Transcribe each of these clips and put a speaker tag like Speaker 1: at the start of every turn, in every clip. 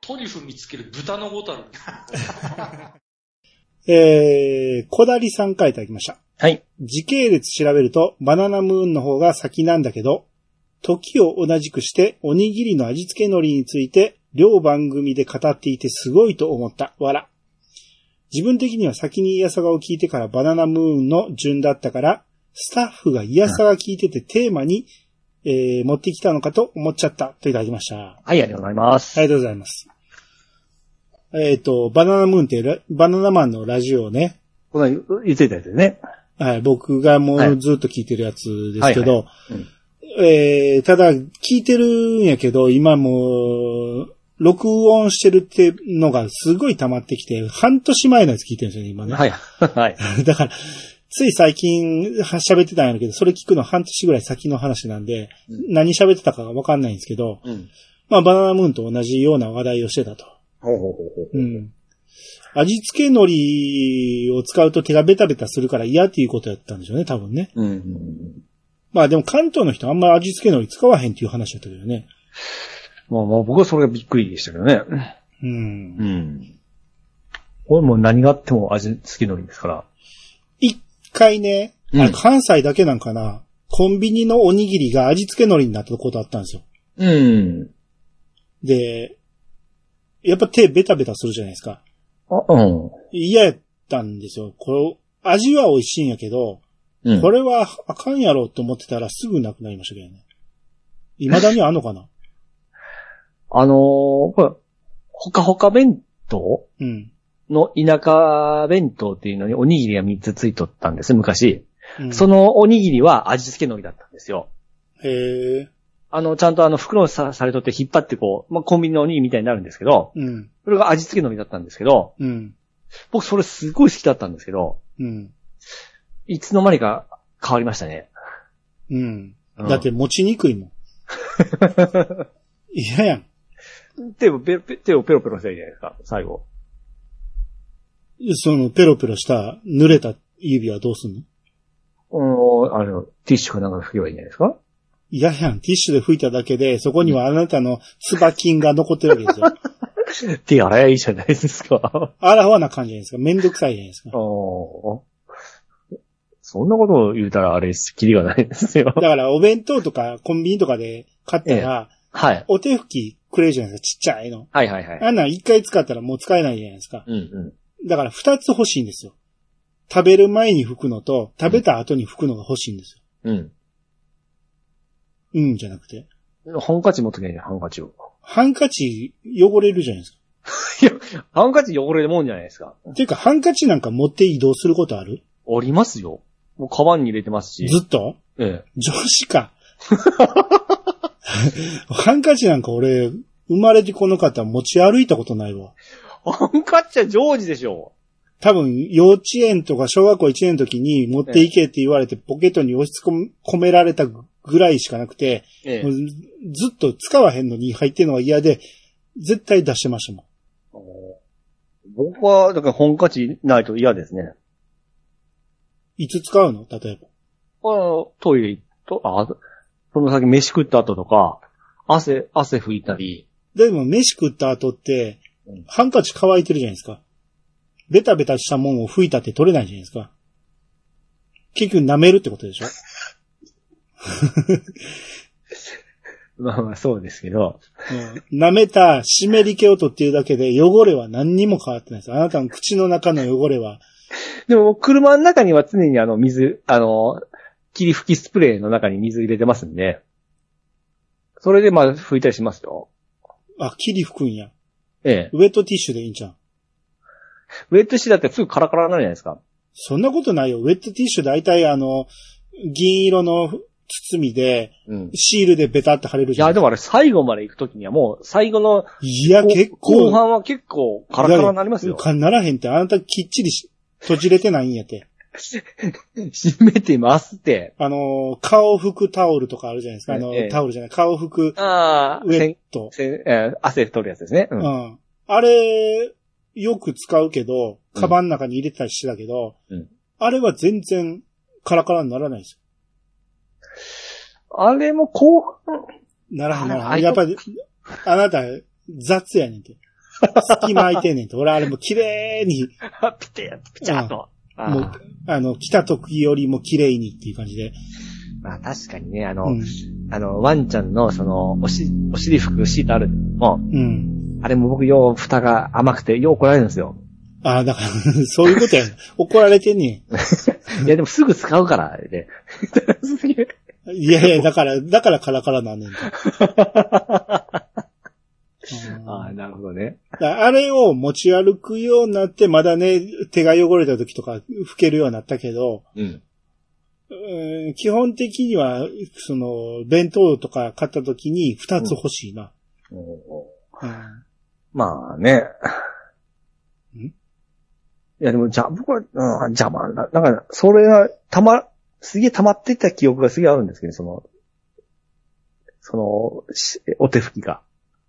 Speaker 1: トリュフ見つける豚のボタル。
Speaker 2: えー、小だりさんからいただきました。
Speaker 3: はい。
Speaker 2: 時系列調べるとバナナムーンの方が先なんだけど、時を同じくしておにぎりの味付け海苔について両番組で語っていてすごいと思った。わら。自分的には先にイヤサガを聞いてからバナナムーンの順だったから、スタッフがイヤサガ聞いててテーマに、えー持ってきたのかと思っちゃったといただきました。
Speaker 3: はい、ありがとうございます。
Speaker 2: ありがとうございます。えっ、と、バナナムーンってラ、バナナマンのラジオね、
Speaker 3: この言っていたやつですね。
Speaker 2: はい、僕がも
Speaker 3: は
Speaker 2: う
Speaker 3: い
Speaker 2: ずっと聞いてるやつですけど、
Speaker 3: いはい
Speaker 2: えー、ただ、聞いてるんやけど、今もう、録音してるってのがすごい溜まってきて、半年前のやつ聞いてるんですよね、今ね。
Speaker 3: はい。 はい。
Speaker 2: だから、つい最近は喋ってたんやけど、それ聞くの半年ぐらい先の話なんで、
Speaker 3: う
Speaker 2: 何喋ってたかがわかんないんですけど、
Speaker 3: うん。
Speaker 2: まあ、バナナムーンと同じような話題をしてたと。
Speaker 3: ほうほうほうほ
Speaker 2: う
Speaker 3: う。
Speaker 2: ん。味付け海苔を使うと手がベタベタするから嫌っていうことやったんでしょうね、多分ね。
Speaker 3: うんうんうん。
Speaker 2: まあでも関東の人あんま味付け海苔使わへんっていう話だったけどね。
Speaker 3: まあまあ僕はそれがびっくりでしたけどね。
Speaker 2: うん。
Speaker 3: うん。これもう何があっても味付きのりですから。
Speaker 2: 一回ね、
Speaker 3: うん
Speaker 2: あれ関西だけなんかな、コンビニのおにぎりが味付け海苔になったことあったんですよ。
Speaker 3: うん。
Speaker 2: で、やっぱ手ベタベタするじゃないですか。
Speaker 3: あ、うん。
Speaker 2: 嫌やったんですよ。これ、味は美味しいんやけど、
Speaker 3: うん。
Speaker 2: これはあかんやろと思ってたらすぐなくなりましたけどね。未だにあんのかな
Speaker 3: あのー、これ、ほかほか弁当
Speaker 2: うん。
Speaker 3: の田舎弁当っていうのにおにぎりが3つついとったんです、昔。
Speaker 2: うん
Speaker 3: そのおにぎりは味付け海苔だったんですよ。
Speaker 2: へえ。
Speaker 3: あの、ちゃんとあの、袋にさされとって引っ張ってこう、まあ、コンビニのおにぎりみたいになるんですけど、
Speaker 2: うん。
Speaker 3: それが味付け海苔だったんですけど、
Speaker 2: うん。
Speaker 3: 僕それすごい好きだったんですけど、
Speaker 2: うん。
Speaker 3: いつの間にか変わりましたね。
Speaker 2: うん。
Speaker 3: うん
Speaker 2: だって持ちにくいもん。 嫌やん。
Speaker 3: 手をペロペ手をペロペロしてるじゃないですか、最後。
Speaker 2: そのペロペロした濡れた指はどうすんの
Speaker 3: うん、あの、ティッシュかなんか拭けばいいんじゃないですか
Speaker 2: 嫌やん。ティッシュで拭いただけで、そこにはあなたのツバ菌が残ってるわけです よ。
Speaker 3: 手洗えばいいじゃないです か。
Speaker 2: 洗わな感じじゃないですか。めんどくさいじゃないですか
Speaker 3: あ。 ーそんなことを言うたらあれ、キリがないですよ。
Speaker 2: だから、お弁当とかコンビニとかで買ったら、
Speaker 3: はい。
Speaker 2: お手拭きくれるじゃないですか。ちっちゃいの。
Speaker 3: はいはいはい。
Speaker 2: あんなん一回使ったらもう使えないじゃないですか。
Speaker 3: うんうん。
Speaker 2: だから二つ欲しいんですよ。食べる前に拭くのと、食べた後に拭くのが欲しいんですよ
Speaker 3: うん。
Speaker 2: うん、じゃなくて。
Speaker 3: ハンカチ持っとけんじゃん、ハンカチを。
Speaker 2: ハンカチ汚れるじゃないですか。
Speaker 3: ハンカチ汚れるもんじゃないですか。
Speaker 2: っていうか、ハンカチなんか持って移動することある
Speaker 3: おりますよ。もうカバンに入れてますし。
Speaker 2: ずっと
Speaker 3: ええ。
Speaker 2: 女子か。 ハンカチなんか俺、生まれてこの方持ち歩いたことないわ。
Speaker 3: ハンカチは常時でしょ
Speaker 2: 多分、幼稚園とか小学校1年の時に持っていけって言われてポケットに押し込められたぐらいしかなくて、
Speaker 3: う。え
Speaker 2: もう。ずずっと使わへんのに入ってんのが嫌で、絶対出してましたもん。
Speaker 3: 僕は、だからハンカチないと嫌ですね。
Speaker 2: いつ使うの例えば。
Speaker 3: あの、トイレと、あ、その先飯食った後とか、汗、汗拭いたり。
Speaker 2: でも飯食った後って
Speaker 3: うん、
Speaker 2: ハンカチ乾いてるじゃないですか。ベタベタしたもんを拭いたって取れないじゃないですか。結局舐めるってことで しょ
Speaker 3: まあまあそうですけど。
Speaker 2: うん舐めた湿り気を取っているだけで汚れは何にも変わってないです。あなたの口の中の汚れは、
Speaker 3: でも車の中には常にあの水、あの、霧吹きスプレーの中に水入れてますんで。それでまあ拭いたりしますよ。
Speaker 2: あ、霧吹くんや。
Speaker 3: ええ。
Speaker 2: ウェットティッシュでいいんじゃん。
Speaker 3: ウェットシーだってすぐカラカラになるじゃないですか。
Speaker 2: そんなことないよ。ウェットティッシュ大体あの、銀色の包みで、
Speaker 3: うん。い
Speaker 2: シールでベタって貼れるじゃん。
Speaker 3: や、でもあれ最後まで行くときにはもう最後の
Speaker 2: いや、
Speaker 3: こう
Speaker 2: 結構。
Speaker 3: 後半は結構カラカラになりますよ。
Speaker 2: かならへんって、あなたきっちりし閉じれてないんやって。
Speaker 3: 閉めてますって。
Speaker 2: あのー、顔拭くタオルとかあるじゃないですか。あのー、
Speaker 3: ええ
Speaker 2: タオルじゃない。顔拭く
Speaker 3: ああ、
Speaker 2: ウェット。
Speaker 3: せんえー汗取るやつですね。う。
Speaker 2: うんん。あれ、よく使うけど、カバンの中に入れてたりしてたけど、
Speaker 3: うん
Speaker 2: あれは全然カラカラにならないですよ。
Speaker 3: あれも後半、
Speaker 2: ならへんなら
Speaker 3: あ
Speaker 2: へん。
Speaker 3: れ
Speaker 2: やっぱり、あなた、雑やねんて。隙間空いてん ねんって。俺あれもう綺麗に、
Speaker 3: ピテッ、ピチャッと。あ
Speaker 2: もう
Speaker 3: ー、
Speaker 2: あの、来た時よりも綺麗にっていう感じで。
Speaker 3: まあ確かにね、あの、
Speaker 2: うん。
Speaker 3: あの、ワンちゃんの、その、おし、お尻拭くシートあるもう、
Speaker 2: うん。
Speaker 3: あれも僕、よう、蓋が甘くて、よう怒られるんですよ。
Speaker 2: ああ、だから、 そういうことや。怒られてんね
Speaker 3: いや、でもすぐ使うから、 で。すげえ
Speaker 2: ん。いやいや、だから、だからカラカラなんね んて。うん
Speaker 3: ああ、なるほどね。
Speaker 2: だからあれを持ち歩くようになって、まだね、手が汚れた時とか拭けるようになったけど、
Speaker 3: うん。
Speaker 2: うん基本的には、その、弁当とか買った時に二つ欲しいな。うん
Speaker 3: まあね。
Speaker 2: ん
Speaker 3: いや、でも、じゃ、僕は、うん、邪魔だ。なんか、それが、たま、すげえ溜まってた記憶がすげえあるんですけど、その、その、しお手拭きが。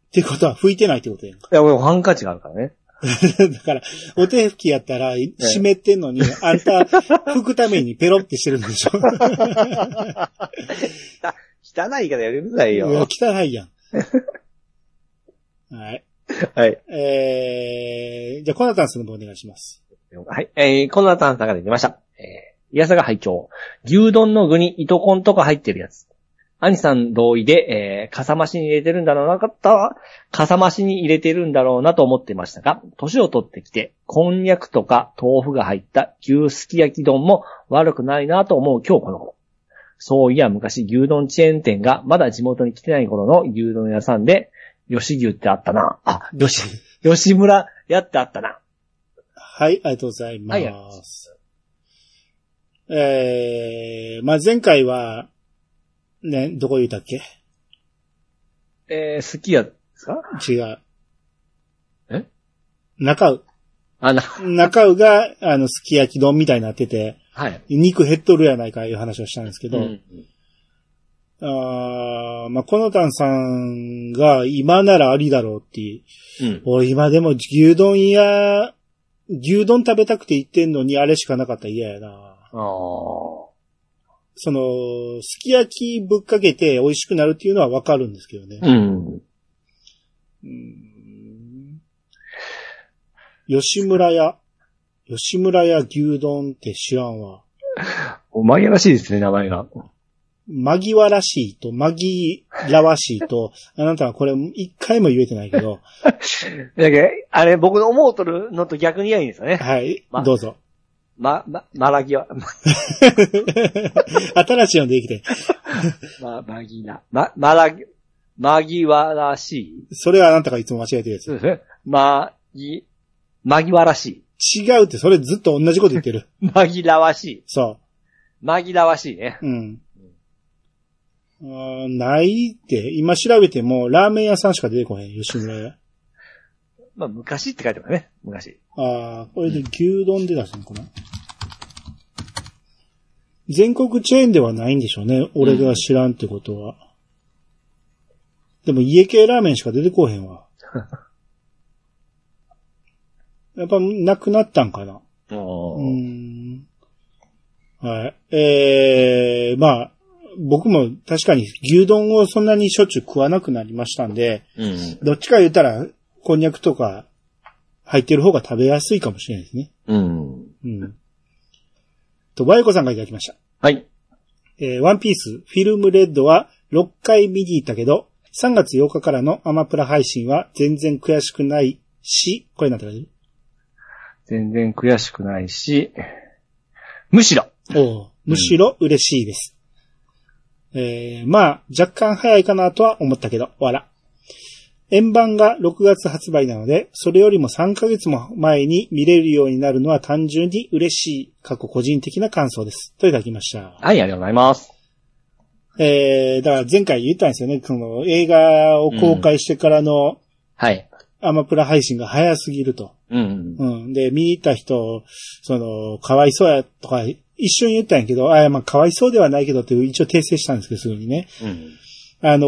Speaker 2: ってことは拭いてないってことやんか。
Speaker 3: いや、俺、ハンカチがあるからね。
Speaker 2: だから、お手拭きやったら湿ってんのに、あんた拭くためにペロってしてるんでしょ。
Speaker 3: 汚いからやりづらい
Speaker 2: いや
Speaker 3: よ。
Speaker 2: 汚いやん。はい。
Speaker 3: はい。
Speaker 2: えー、じゃあ、コナタンさんの方お願いします。
Speaker 3: はい。えー、この後の中で出ました。えー、イヤサが拝聴牛丼の具に糸こんとか入ってるやつ。兄さん同意で、えー、かさ増しに入れてるんだろうなかったわ。かさ増しに入れてるんだろうなと思ってましたが、年を取ってきて、こんにゃくとか豆腐が入った牛すき焼き丼も悪くないなと思う今日この頃。そういや昔牛丼チェーン店がまだ地元に来てない頃の牛丼屋さんで、吉牛ってあったな。あ、吉、吉村屋ってあったな。
Speaker 2: はい、ありがとうございます。
Speaker 3: はいありがとうございま
Speaker 2: えー、まあ、前回は、ね、どこ言ったっけ
Speaker 3: えー、好きやですか
Speaker 2: 違う。
Speaker 3: え
Speaker 2: 中尾。
Speaker 3: あ、な、
Speaker 2: 中尾が、あの、すき焼き丼みたいになってて、
Speaker 3: はい。
Speaker 2: 肉減っとるやないかいう話をしたんですけど、
Speaker 3: うん
Speaker 2: あーまあ、コナタンさんが今ならありだろうっていう。
Speaker 3: うん。
Speaker 2: 俺今でも牛丼屋、牛丼食べたくて行ってんのにあれしかなかったら嫌やな。
Speaker 3: ああ。
Speaker 2: その、すき焼きぶっかけて美味しくなるっていうのはわかるんですけどね。
Speaker 3: うん。
Speaker 2: うん吉村屋。吉村屋牛丼って知らんわ。
Speaker 3: お前やらしいですね、名前が。
Speaker 2: 紛わらしいと、紛らわしいと、 あなたはこれ一回も言えてないけ ど、
Speaker 3: だけどあれ、僕の思うとるのと逆にやいいんですよね。
Speaker 2: はい
Speaker 3: ま、
Speaker 2: どうぞ。
Speaker 3: ま、ま、まらぎわ、
Speaker 2: 新しいのできて。
Speaker 3: ま、まぎな。ま、まらぎ、まぎわらしい。
Speaker 2: それはあなたがいつも間違えてるやつ
Speaker 3: そう。ですね。ま、ぎ、まぎわらし
Speaker 2: 違うって、それずっと同じこと言ってる。
Speaker 3: い。紛らわしい。
Speaker 2: そ
Speaker 3: 紛らわしいね。
Speaker 2: う。うん。あーないって、今調べても、ラーメン屋さんしか出てこへん、吉村屋。
Speaker 3: まあ、昔って書いてますね。昔。
Speaker 2: ああ、これで牛丼で出すのかな。全国チェーンではないんでしょうね。俺が知らんってことは。でも家系ラーメンしか出てこうへんわ。やっぱなくなったんかな。うー
Speaker 3: うん。
Speaker 2: ん。はい。えー、まあ、僕も確かに牛丼をそんなにしょっちゅう食わなくなりましたんで、
Speaker 3: うん。
Speaker 2: どっちか言ったら、こんにゃくとか入ってる方が食べやすいかもしれないですね。
Speaker 3: うん。
Speaker 2: うん。と、バイコさんがいただきました。
Speaker 3: はい。
Speaker 2: えーワンピース、フィルムレッドは6回見に行ったけど、3月8日からのアマプラ配信は全然悔しくないし、これなんて感じ
Speaker 3: 全然悔しくないし、むしろ。
Speaker 2: おうむしろ嬉しいです。えーまあ、若干早いかなとは思ったけど、わら。円盤が6月発売なので、それよりも3ヶ月も前に見れるようになるのは単純に嬉しい、過去個人的な感想です。といただきました。
Speaker 3: はい、ありがとうございます。
Speaker 2: えー、だから前回言ったんですよね、その映画を公開してからの
Speaker 3: はい。
Speaker 2: アマプラ配信が早すぎると。
Speaker 3: うん。
Speaker 2: うん。で、見に行った人、その、かわいそうやとか、一瞬言ったんやけど、あ、まあ、かわいそうではないけどって一応訂正したんですけど、すぐにね。
Speaker 3: うん。
Speaker 2: あのー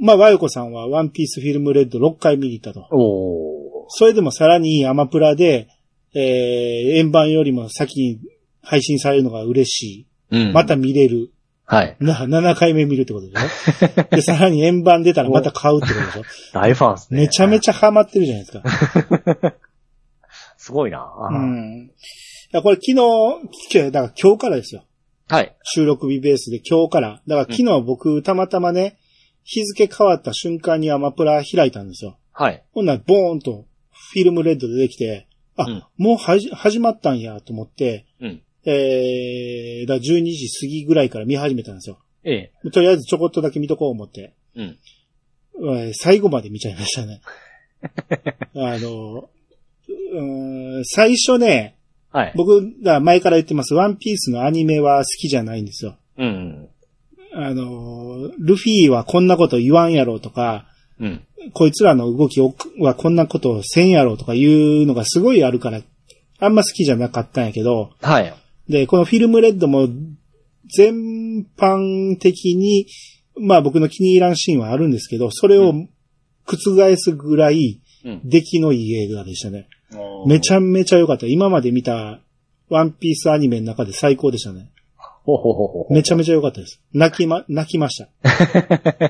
Speaker 2: まあ、ワヨコさんはワンピースフィルムレッド6回見に行ったと。
Speaker 3: おー。
Speaker 2: それでもさらにアマプラで、えー、円盤よりも先に配信されるのが嬉しい。
Speaker 3: うん
Speaker 2: また見れる。
Speaker 3: はい。
Speaker 2: な、7回目見るってことでしょ で、さらに円盤出たらまた買うってことでしょ
Speaker 3: 大ファン ですね。
Speaker 2: めちゃめ
Speaker 3: ち
Speaker 2: ちゃハマってるじゃないですか。
Speaker 3: ゃ。すごいな、
Speaker 2: うん。いや、これ昨日、昨日だから今日からですよ。
Speaker 3: はい。
Speaker 2: 収録日ベースで今日から。だから昨日僕、たまたまね、日付変わった瞬間にアマプラ開いたんですよ。
Speaker 3: はい。
Speaker 2: ほんなら、ボーンと、フィルムレッドでできて、あ、
Speaker 3: うん
Speaker 2: もうはじ、始まったんやと思って、
Speaker 3: うん
Speaker 2: えー、だから12時過ぎぐらいから見始めたんですよ。
Speaker 3: ええ。
Speaker 2: とりあえずちょこっとだけ見とこう思って。
Speaker 3: うん
Speaker 2: えー最後まで見ちゃいましたね。 あの、うーん最初ね、
Speaker 3: はい。
Speaker 2: 僕が前から言ってます、ワンピースのアニメは好きじゃないんですよ。
Speaker 3: うん。
Speaker 2: あの、ルフィはこんなこと言わんやろとか、
Speaker 3: うん。
Speaker 2: こいつらの動きはこんなことをせんやろとかいうのがすごいあるから、あんま好きじゃなかったんやけど、
Speaker 3: はい。
Speaker 2: で、このフィルムレッドも全般的に、まあ僕の気に入らんシーンはあるんですけど、それを覆すぐらい
Speaker 3: うん。
Speaker 2: 出来のいい映画でしたね。めち
Speaker 4: ゃ。
Speaker 2: ゃめちゃ良かった。今まで見たワンピースアニメの中で最高でしたね。
Speaker 3: ほうほうほうほう。
Speaker 2: めちゃめちゃ良かったです。泣きま、泣きま した。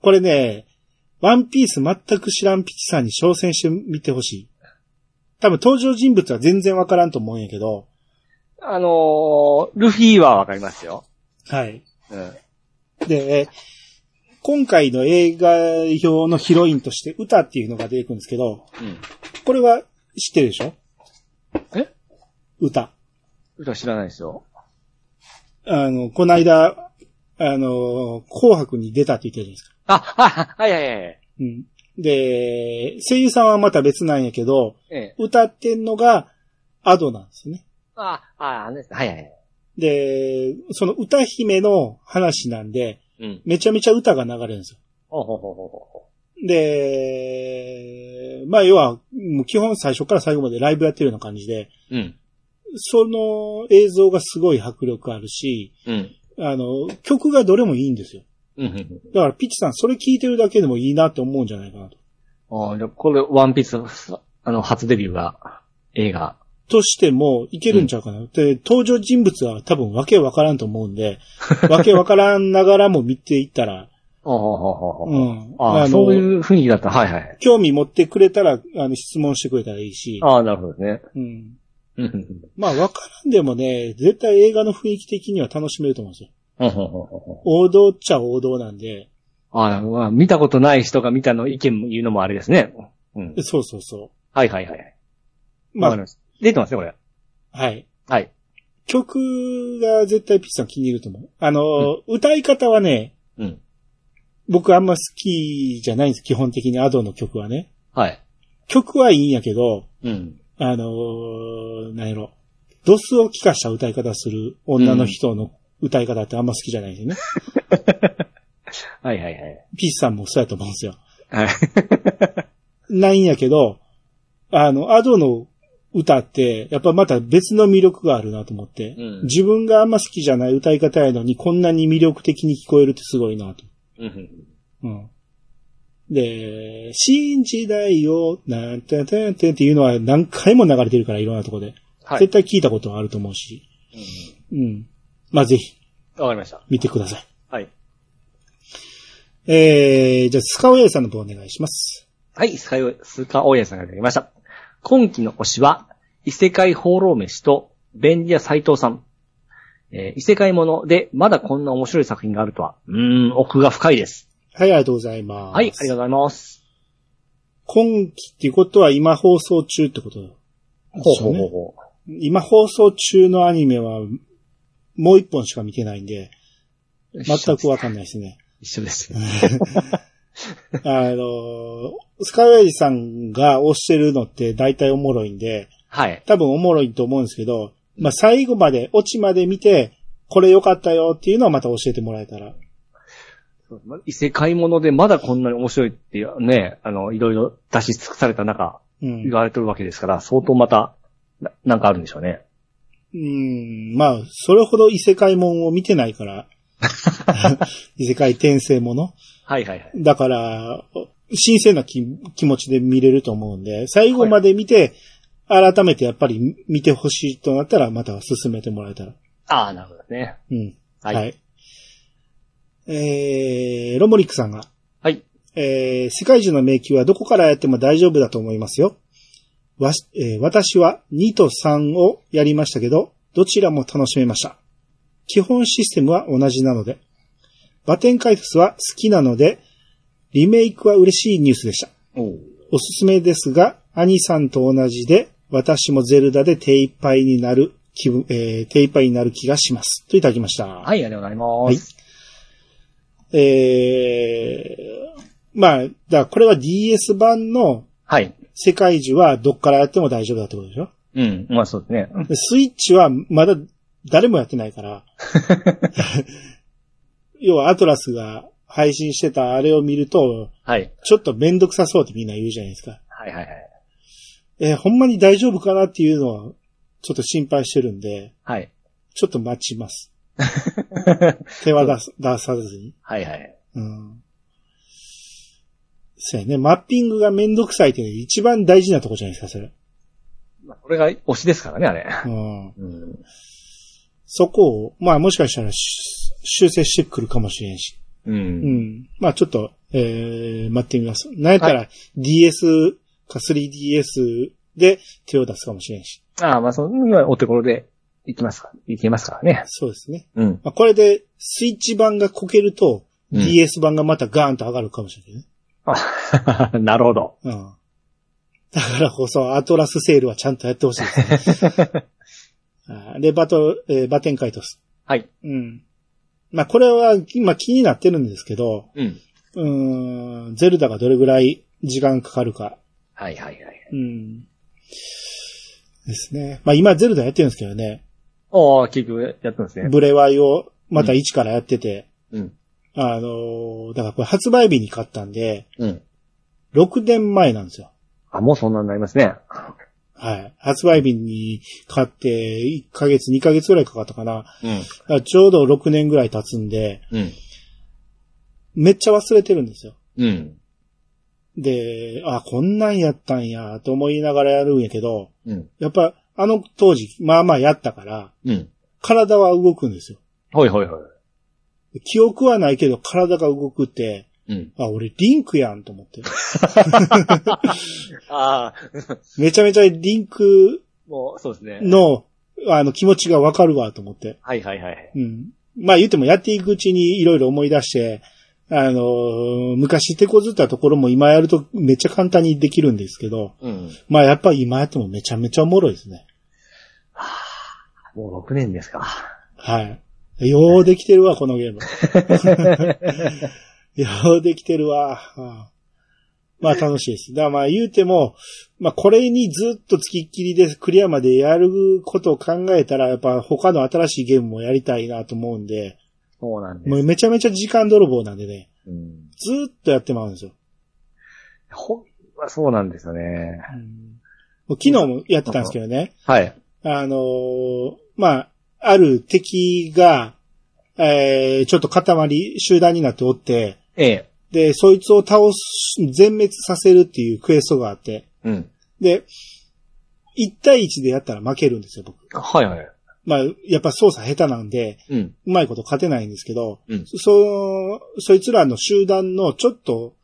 Speaker 2: これね、ワンピース全く知らんピチさんに挑戦してみてほしい。多分登場人物は全然わからんと思うんやけど、
Speaker 3: あのー、ルフィはわかりますよ。
Speaker 2: はい。
Speaker 3: うん。
Speaker 2: で、えー今回の映画表のヒロインとして歌っていうのが出てくるんですけど、
Speaker 3: うん。
Speaker 2: これは知ってるでしょ
Speaker 3: え
Speaker 2: 歌。
Speaker 3: 歌知らないですよ。
Speaker 2: あの、この間、あの、紅白に出たって言ってるじゃないですか。
Speaker 3: あ、はい、はい、はい、はい。
Speaker 2: うん。で、声優さんはまた別なんやけど、
Speaker 3: ええ。
Speaker 2: 歌ってんのがアドなんですよね。
Speaker 3: あ、あ、あれですね。はい、はいはい。
Speaker 2: で、その歌姫の話なんで、
Speaker 3: うん。
Speaker 2: めちゃめちゃ歌が流れるんですよ
Speaker 3: ほうほうほうほうほ
Speaker 2: で、まあ要は、もう基本最初から最後までライブやってるような感じで、
Speaker 3: う。うん。
Speaker 2: その映像がすごい迫力あるし、
Speaker 3: うん。
Speaker 2: あの、曲がどれもいいんですよ。
Speaker 3: うんうんうん。
Speaker 2: だからピッチさんそれ聞いてるだけでもいいなって思うんじゃないかなと。
Speaker 3: あじゃあこれ、ワンピース、あの、初デビューが、映画。
Speaker 2: としてもいけるんちゃうかな。で、登場人物は多分わけわからんと思うん で、わけわからんながらも見ていったら、
Speaker 3: ああ、ほうほうほう
Speaker 2: う
Speaker 3: ほう。
Speaker 2: ん。
Speaker 3: あ
Speaker 2: の
Speaker 3: そういう雰囲気だった。はい、はい。
Speaker 2: 興味持ってくれたら、あの、質問してくれたらいいし、
Speaker 3: ああ、なるほどね。
Speaker 2: うん。
Speaker 3: うんうんうん。
Speaker 2: まあ、わからんでもね、絶対映画の雰囲気的には楽しめると思うんですよ。
Speaker 3: うんうんうんうん
Speaker 2: 王道っちゃ王道なんで、
Speaker 3: あまあ、見たことない人が見たの意見も言うのもあれですね。うん。
Speaker 2: そうそうそ
Speaker 3: はいはいはいはい。
Speaker 2: う。ま
Speaker 3: わかりました出てますね、これ。
Speaker 2: あ、はい。
Speaker 3: はい。
Speaker 2: 曲が絶対ピッチさん気に入ると思う。あの、歌い方はね、
Speaker 3: うん。
Speaker 2: 僕あんま好きじゃないんです。基本的にアドの曲はね。
Speaker 3: はい。
Speaker 2: 曲はいいんやけど、
Speaker 3: うん。
Speaker 2: あのーなんやろ。ドスを聞かした歌い方する女の人の歌い方ってあんま好きじゃないんですよね。
Speaker 3: はいはいはい。
Speaker 2: ピッチさんもそうやと思うんですよ。
Speaker 3: はい。
Speaker 2: ないんやけど、あの、アドの歌って、やっぱまた別の魅力があるなと思って、
Speaker 3: うん
Speaker 2: 自分があんま好きじゃない歌い方やのに、こんなに魅力的に聞こえるってすごいなと。
Speaker 3: うん。
Speaker 2: うん。で、信じないよ、なんてんてんてんっていうのは何回も流れてるから、いろんなとこで。
Speaker 3: はい。
Speaker 2: 絶対聞いたことはあると思うし。うん。まあ、ぜひ、
Speaker 3: うんわかりました。
Speaker 2: 見てください。
Speaker 3: はい。
Speaker 2: えー、じゃあ、スカオヤイさんの方お願いします。
Speaker 3: はい、スカイオスカオーヤさんがいただきました。今期の推しは、異世界放浪飯と、便利屋斎藤さん。えー異世界もので、まだこんな面白い作品があるとは、うーん、奥が深いです。
Speaker 2: はい、ありがとうございます。
Speaker 3: はい、ありがとうございます。
Speaker 2: 今期っていうことは今放送中ってことだ
Speaker 3: ほうほうほうほう。
Speaker 2: 今放送中のアニメは、もう一本しか見てないんで、全くわかんないですね。
Speaker 3: 一緒です。
Speaker 2: あの、スカイウェイさんが推してるのって大体おもろいんで、
Speaker 3: はい。
Speaker 2: 多分おもろいと思うんですけど、まあ、最後まで、オチまで見て、これ良かったよっていうのはまた教えてもらえたら。
Speaker 3: そう異世界ものでまだこんなに面白いっていうね、あの、いろいろ出し尽くされた中、
Speaker 2: うん。
Speaker 3: 言われてるわけですから、相当また、ななんかあるんでしょうね。
Speaker 2: うん、まあ、それほど異世界もんを見てないから、異世界転生もの
Speaker 3: はいはいはい。
Speaker 2: だから、新鮮な気気持ちで見れると思うんで、最後まで見て、改めてやっぱり見てほしいとなったら、また進めてもらえたら。
Speaker 3: ああ、なるほどね。
Speaker 2: うん。
Speaker 3: はい。
Speaker 2: はい。えー、ロモリックさんが、
Speaker 1: はい。
Speaker 2: えー世界中の迷宮はどこからやっても大丈夫だと思いますよ。わし、えー私は2と3をやりましたけど、どちらも楽しめました。基本システムは同じなので。バテンカイフスは好きなので、リメイクは嬉しいニュースでした。
Speaker 1: おう
Speaker 2: おすすめですが、兄さんと同じで、私もゼルダで手一杯になる気分、えー手一杯になる気がします。といただきました。
Speaker 1: はい、ありがとうございます。
Speaker 2: えー、まあ、だからこれは DS 版の
Speaker 1: はい。
Speaker 2: 世界中はどっからやっても大丈夫だってことでしょ
Speaker 1: うん。まあそうですね。
Speaker 2: でスイッチはまだ誰もやってないから。要はアトラスが配信してたあれを見ると、
Speaker 1: はい。
Speaker 2: ちょっとめんどくさそうってみんな言うじゃないですか。
Speaker 1: はいはいはい。
Speaker 2: えーほんまに大丈夫かなっていうのは、ちょっと心配してるんで、
Speaker 1: はい。
Speaker 2: ちょっと待ちます。手は出す出さずに。
Speaker 1: はいはい。
Speaker 2: うん。そうやね。マッピングがめんどくさいっていうのが一番大事なとこじゃないですか、それ。
Speaker 1: まあ、これが推しですからね、あれ。
Speaker 2: うん。
Speaker 1: うん。
Speaker 2: そこを、まあもしかしたらし修正してくるかもしれんし。
Speaker 1: う。
Speaker 2: うんん。まあちょっと、えー、待ってみます。なんやったら DS か 3DS で手を出すかもしれんし。
Speaker 1: ああ、まあそんなお手頃でいきますか。いけますからね。
Speaker 2: そうですね。
Speaker 1: うん。
Speaker 2: まあこれでスイッチ版がこけると、
Speaker 1: うん
Speaker 2: DS 版がまたガーンと上がるかもしれないね。
Speaker 1: あなるほど。
Speaker 2: うん。だからこそ、アトラスセールはちゃんとやってほしいです ね。あーで、バト、えーバテンカイトス。
Speaker 1: はい。
Speaker 2: うん。まあ、これは今気になってるんですけど、
Speaker 1: うん。
Speaker 2: うーん、ゼルダがどれぐらい時間かかるか。
Speaker 1: はいはいはい。
Speaker 2: うん。ですね。まあ、今ゼルダやってるんですけどね。
Speaker 1: おー、結局やったんですね。
Speaker 2: ブレワイをまた一からやってて、
Speaker 1: うん。
Speaker 2: あのーだからこれ発売日に買ったんで、
Speaker 1: うん。
Speaker 2: 6年前なんですよ。
Speaker 1: あ、もうそんなになりますね。
Speaker 2: はい。発売日に買って、1ヶ月、2ヶ月ぐらいかかったかな。
Speaker 1: うん。
Speaker 2: だからちょうど6年ぐらい経つんで、
Speaker 1: うん。
Speaker 2: めっちゃ忘れてるんですよ。
Speaker 1: うん。
Speaker 2: で、あ、こんなんやったんや、と思いながらやるんやけど、
Speaker 1: うん。
Speaker 2: やっぱ、あの当時、まあまあやったから、
Speaker 1: うん。
Speaker 2: 体は動くんですよ。
Speaker 1: ほいほいほい。
Speaker 2: 記憶はないけど、体が動くって、
Speaker 1: うん。
Speaker 2: あ、俺リンクやんと思って。
Speaker 1: ああ、
Speaker 2: めちゃめちゃリンク
Speaker 1: もう、そうですね。
Speaker 2: の、あの気持ちがわかるわと思って。
Speaker 1: はいはいはい。
Speaker 2: うん。まあ言ってもやっていくうちにいろいろ思い出して、あのー昔手こずったところも今やるとめっちゃ簡単にできるんですけど、
Speaker 1: うん。
Speaker 2: まあやっぱり今やってもめちゃめちゃおもろいですね。
Speaker 1: もう6年ですか。
Speaker 2: はい。ようできてるわ、この ゲーム。ようできてるわ。はあまあ楽しいです。だからまあ言うても、まあこれにずっと付きっきりでクリアまでやることを考えたら、やっぱ他の新しいゲームもやりたいなと思うんで、
Speaker 1: そうなんです。
Speaker 2: もうめちゃめちゃ時間泥棒なんでね。
Speaker 1: うん。
Speaker 2: ずーっとやってまうんですよ。
Speaker 1: ほんまそうなんですよね。
Speaker 2: もう昨日もやってたんですけどね。
Speaker 1: はい。
Speaker 2: あのーまあ、ある敵が、えー、ちょっと塊、集団になっておって、
Speaker 1: ええ。
Speaker 2: で、そいつを倒す、全滅させるっていうクエストがあって、
Speaker 1: うん。
Speaker 2: で、1対1でやったら負けるんですよ、僕。
Speaker 1: はいはい。
Speaker 2: まあ、やっぱ操作下手なんで、
Speaker 1: うん。
Speaker 2: うまいこと勝てないんですけど、
Speaker 1: うん
Speaker 2: そ、そいつらの集団のちょっと、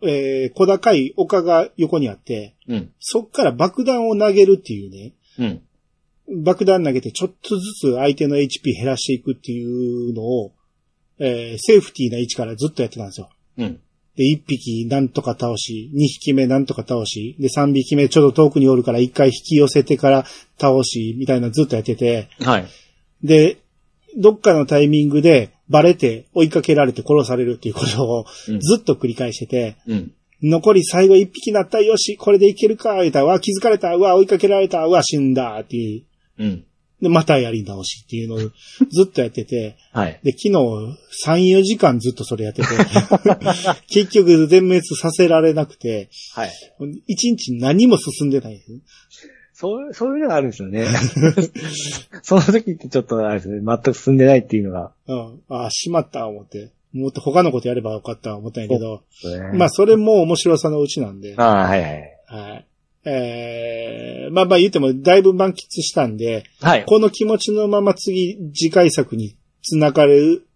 Speaker 2: えー、小高い丘が横にあって、
Speaker 1: うん。
Speaker 2: そっから爆弾を投げるっていうね、
Speaker 1: うん。
Speaker 2: 爆弾投げてちょっとずつ相手の HP 減らしていくっていうのを、えーセーフティーな位置からずっとやってたんですよ。
Speaker 1: うん。
Speaker 2: で、1匹なんとか倒し、2匹目なんとか倒し、で、3匹目ちょっと遠くにおるから1回引き寄せてから倒し、みたいなのずっとやってて、
Speaker 1: はい。
Speaker 2: で、どっかのタイミングでバレて追いかけられて殺されるっていうことを
Speaker 1: うん
Speaker 2: ずっと繰り返してて、
Speaker 1: うん。
Speaker 2: 残り最後一匹なったよし、これでいけるか、言うたら、うわ、気づかれた、うわ、追いかけられた、うわ、死んだ、っていう。
Speaker 1: うん。
Speaker 2: で、またやり直しっていう のをずっとやってて、
Speaker 1: はい。
Speaker 2: で、昨日3、4時間ずっとそれやってて、結局全滅させられなくて、
Speaker 1: はい。
Speaker 2: 1日何も進んでないんですね。
Speaker 1: そう、そういうのがあるんですよ ね。その時ってちょっとあれですね、全く進んでないっていうのが。
Speaker 2: うん。ああ、しまった、思って。もっと他のことやればよかった、思ったんやけど、ま
Speaker 1: ま
Speaker 2: あ、それも面白さのうちなんで、
Speaker 1: あ、ああ、はいはい。
Speaker 2: はい。えー、まあまあ言っても、だいぶ満喫したんで、
Speaker 1: はい。
Speaker 2: この気持ちのまま次、次回作に繋がる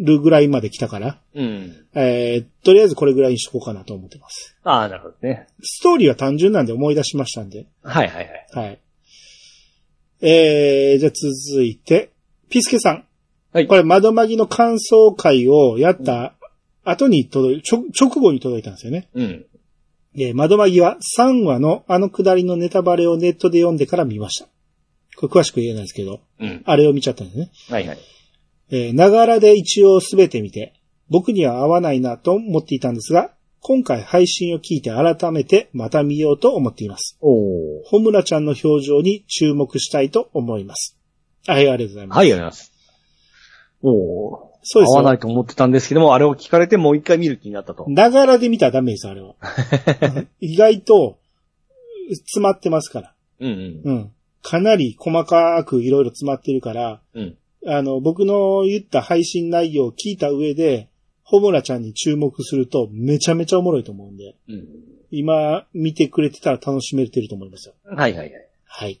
Speaker 2: るぐらいまで来たから、
Speaker 3: うん。
Speaker 2: えー、とりあえずこれぐらいにしとこうかなと思ってます。
Speaker 3: ああ、なるほどね。
Speaker 2: ストーリーは単純なんで思い出しましたんで。
Speaker 3: はいはいはい。
Speaker 2: はい。えー、じゃあ続いて、ピスケさん。
Speaker 3: はい
Speaker 2: これ、窓マギの感想会をやった後に届い、ちょ直後に届いたんですよね。
Speaker 3: うん。
Speaker 2: で、窓マギは3話のあのくだりのネタバレをネットで読んでから見ました。これ詳しく言えないですけど、
Speaker 3: うん。
Speaker 2: あれを見ちゃったんですね。
Speaker 3: はいはい。
Speaker 2: えーながらで一応すべて見て、僕には合わないなと思っていたんですが、今回配信を聞いて改めてまた見ようと思っています。
Speaker 3: おお。
Speaker 2: ホムラちゃんの表情に注目したいと思います。はい、ありがとうございます。
Speaker 3: はい、ありがとうございます。おお。
Speaker 2: そうです
Speaker 3: 合わな
Speaker 2: よ。
Speaker 3: いと思ってたんですけども、あれを聞かれてもう一回見る気になったと。
Speaker 2: ながらで見たらダメです、あれ は。意外と、詰まってますから。
Speaker 3: うん
Speaker 2: うん。かなり細かくいろいろ詰まってるから、
Speaker 3: うん。うん。
Speaker 2: あの、僕の言った配信内容を聞いた上で、ホムラちゃんに注目するとめちゃめちゃおもろいと思うんで。
Speaker 3: うん。
Speaker 2: 今見てくれてたら楽しめてると思いますよ。
Speaker 3: はいはいはい。
Speaker 2: はい。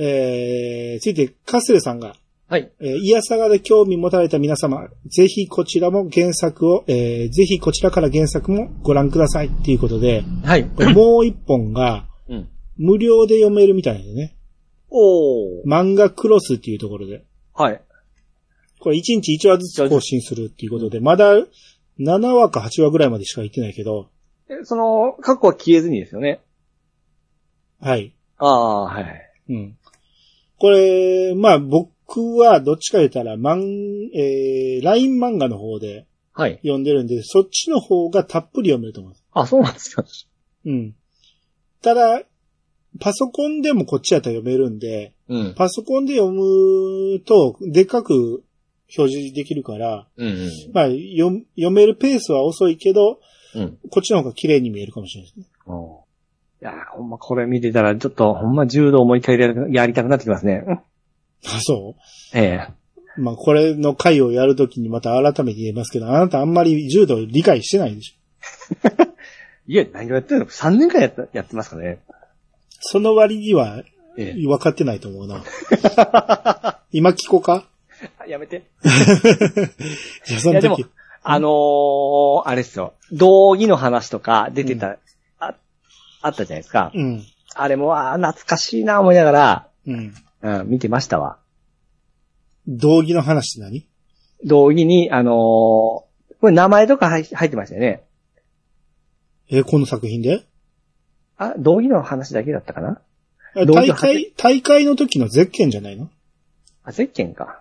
Speaker 2: えー、ついて、カスレさんが、
Speaker 3: はい。
Speaker 2: えー、イヤサガで興味持たれた皆様、ぜひこちらも原作を、えー、ぜひこちらから原作もご覧くださいっていうことで、
Speaker 3: はい。
Speaker 2: これもう一本が、
Speaker 3: うん。
Speaker 2: 無料で読めるみたいなんでね。
Speaker 3: おお。
Speaker 2: 漫画クロスっていうところで。
Speaker 3: はい。
Speaker 2: これ1日1話ずつ更新するっていうことで、まだ7話か8話ぐらいまでしか行ってないけど、
Speaker 3: えその、過去は消えずにですよね。
Speaker 2: はい。
Speaker 3: ああ、はいはい。
Speaker 2: うん。これ、まあ僕はどっちか言ったら、マン、えー、LINE 漫画の方で
Speaker 3: はい。
Speaker 2: 読んでるんで、そっちの方がたっぷり読めると思います。
Speaker 3: あ、そうなんですか。
Speaker 2: うん。ただ、パソコンでもこっちやったら読めるんで、
Speaker 3: うん。
Speaker 2: パソコンで読むと、でっかく表示できるから、
Speaker 3: うんうん。
Speaker 2: まあ読読めるペースは遅いけど、
Speaker 3: うん。
Speaker 2: こっちの方が綺麗に見えるかもしれないですね。
Speaker 3: おーいやーほんまこれ見てたら、ちょっと、ほんま柔道もう一回やりやりたくなってきますね。うん
Speaker 2: あ、そう
Speaker 3: ええ
Speaker 2: まあ、これの回をやるときにまた改めて言えますけど、あなたあんまり柔道理解してないでしょ。
Speaker 3: いや、何をやってるの ?3 年間やったやってますかね。
Speaker 2: その割には
Speaker 3: ええ
Speaker 2: 分かってないと思う な。今聞こうか
Speaker 3: あやめて。
Speaker 2: いや、その
Speaker 3: いやでも
Speaker 2: 時。
Speaker 3: あのー、あれですよ。道義の話とか出てた、あ、あったじゃないですか。
Speaker 2: うん。
Speaker 3: あれも、あー懐かしいな思いなが
Speaker 2: うん。
Speaker 3: ら、うん、見てましたわ。
Speaker 2: 道義の話って何
Speaker 3: 道義に、あのー、これ名前とか入入ってましたよね。
Speaker 2: え、この作品で
Speaker 3: あ、道義の話だけだったかな
Speaker 2: あ
Speaker 3: 道義
Speaker 2: 大
Speaker 3: の話
Speaker 2: 会、大会の時のゼッケンじゃないの
Speaker 3: あ、ゼッケンか。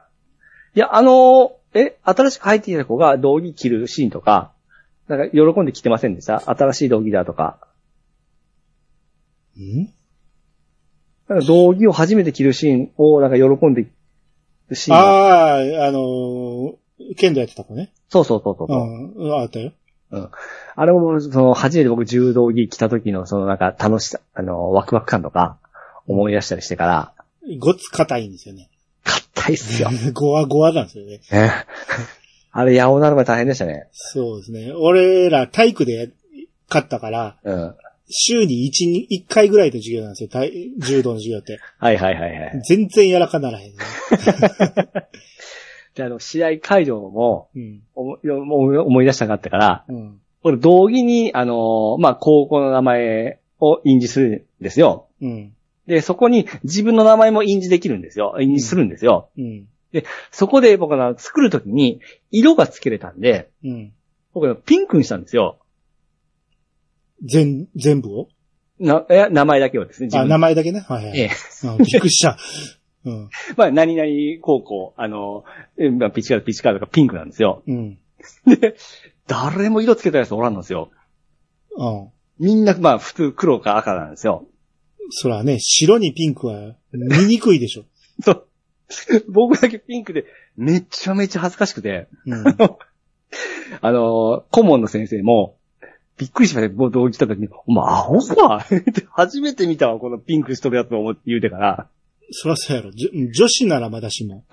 Speaker 3: いや、あのー、え、新しく入ってきた子が道着着るシーンとか、なんか喜んで着てませんでした新しい道着だとか。
Speaker 2: ん
Speaker 3: なんか道着を初めて着るシーンをなんか喜んでるシーンが。
Speaker 2: ああ、あのー剣道やってた子ね。
Speaker 3: そうそうそうそう
Speaker 2: う
Speaker 3: そう、
Speaker 2: ん。うんあったよ。
Speaker 3: あれも、その、初めて僕柔道着着た時の、そのなんか楽しさ、あのー、ワクワク感とか、思い出したりしてから、
Speaker 2: ごつ硬いんですよね。
Speaker 3: 硬いっすよ。
Speaker 2: ごわごわなんですよね。
Speaker 3: ね あれ、八尾なるまで大変でしたね。
Speaker 2: そうですね。俺ら体育で勝ったから、
Speaker 3: うん。
Speaker 2: 週に1、に一回ぐらいの授業なんですよ。体柔道の授業って。
Speaker 3: はいはいはいはい。
Speaker 2: 全然やらかならへん、ね。
Speaker 3: で、あの、試合会場も、
Speaker 2: うん。
Speaker 3: 思い思い出したかったから、
Speaker 2: うん。
Speaker 3: これ、道義に、あのーまあ、高校の名前を印字するんですよ。
Speaker 2: うん。
Speaker 3: で、そこに自分の名前も印字できるんですよ。印字するんですよ。
Speaker 2: うん。
Speaker 3: そこで僕が作るときに、色がつけれたんで、
Speaker 2: うん。
Speaker 3: 僕はピンクにしたんですよ。
Speaker 2: 全、全部を
Speaker 3: な、え、名前だけをですね、自
Speaker 2: あ、
Speaker 3: 分
Speaker 2: 名
Speaker 3: の。
Speaker 2: 前だけね。はいはい。
Speaker 3: ええ。
Speaker 2: うんびっくりした。うん。
Speaker 3: まあ、何々高校、あのー、えまあ、ピチカード、ピチカードがピンクなんですよ。
Speaker 2: うん。
Speaker 3: 誰も色つけたやつおらんのですよ。
Speaker 2: うん。
Speaker 3: みんな、まあ、普通黒か赤なんですよ。
Speaker 2: そらね、白にピンクは見にくいでしょ。
Speaker 3: そう。僕だけピンクで、めちゃめちゃ恥ずかしくて、
Speaker 2: うん。
Speaker 3: あのー顧問の先生も、びっくりしました。僕、同期来た時に、お前、アホか って初めて見たわ、このピンクしとるやつを思って言うてから。
Speaker 2: そらそうやろ。じょ女子ならまだしも。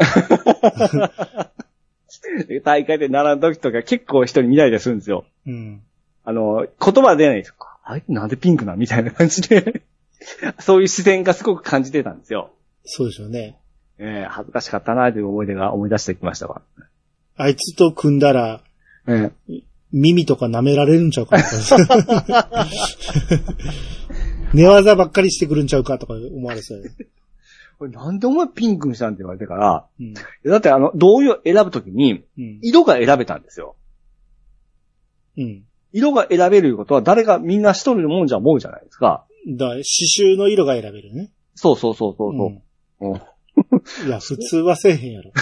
Speaker 3: で大会で習う時とか結構人に見られたりするんですよ。
Speaker 2: うん。
Speaker 3: あのー言葉は出ないんですよ。あいつなんでピンクなんみたいな感じで。 そういう視線がすごく感じてたんですよ。
Speaker 2: そうでしょうね。
Speaker 3: えー恥ずかしかったなという思い出が思い出してきましたわ。
Speaker 2: あいつと組んだら、
Speaker 3: え
Speaker 2: 耳とか舐められるんちゃうかとか。 寝技ばっかりしてくるんちゃうかとか思われそうやね
Speaker 3: え。なんでお前ピンクにしたんって言われてから、
Speaker 2: うん。
Speaker 3: だってあの、同意を選ぶときに、
Speaker 2: うん。
Speaker 3: 色が選べたんですよ。
Speaker 2: うん。
Speaker 3: 色が選べるいうことは誰がみんな一人のもんじゃ思うじゃないですか。
Speaker 2: だから刺繍の色が選べるね。
Speaker 3: そうそうそうそうそう。うん
Speaker 2: うん。いや、普通はせえへん やろ。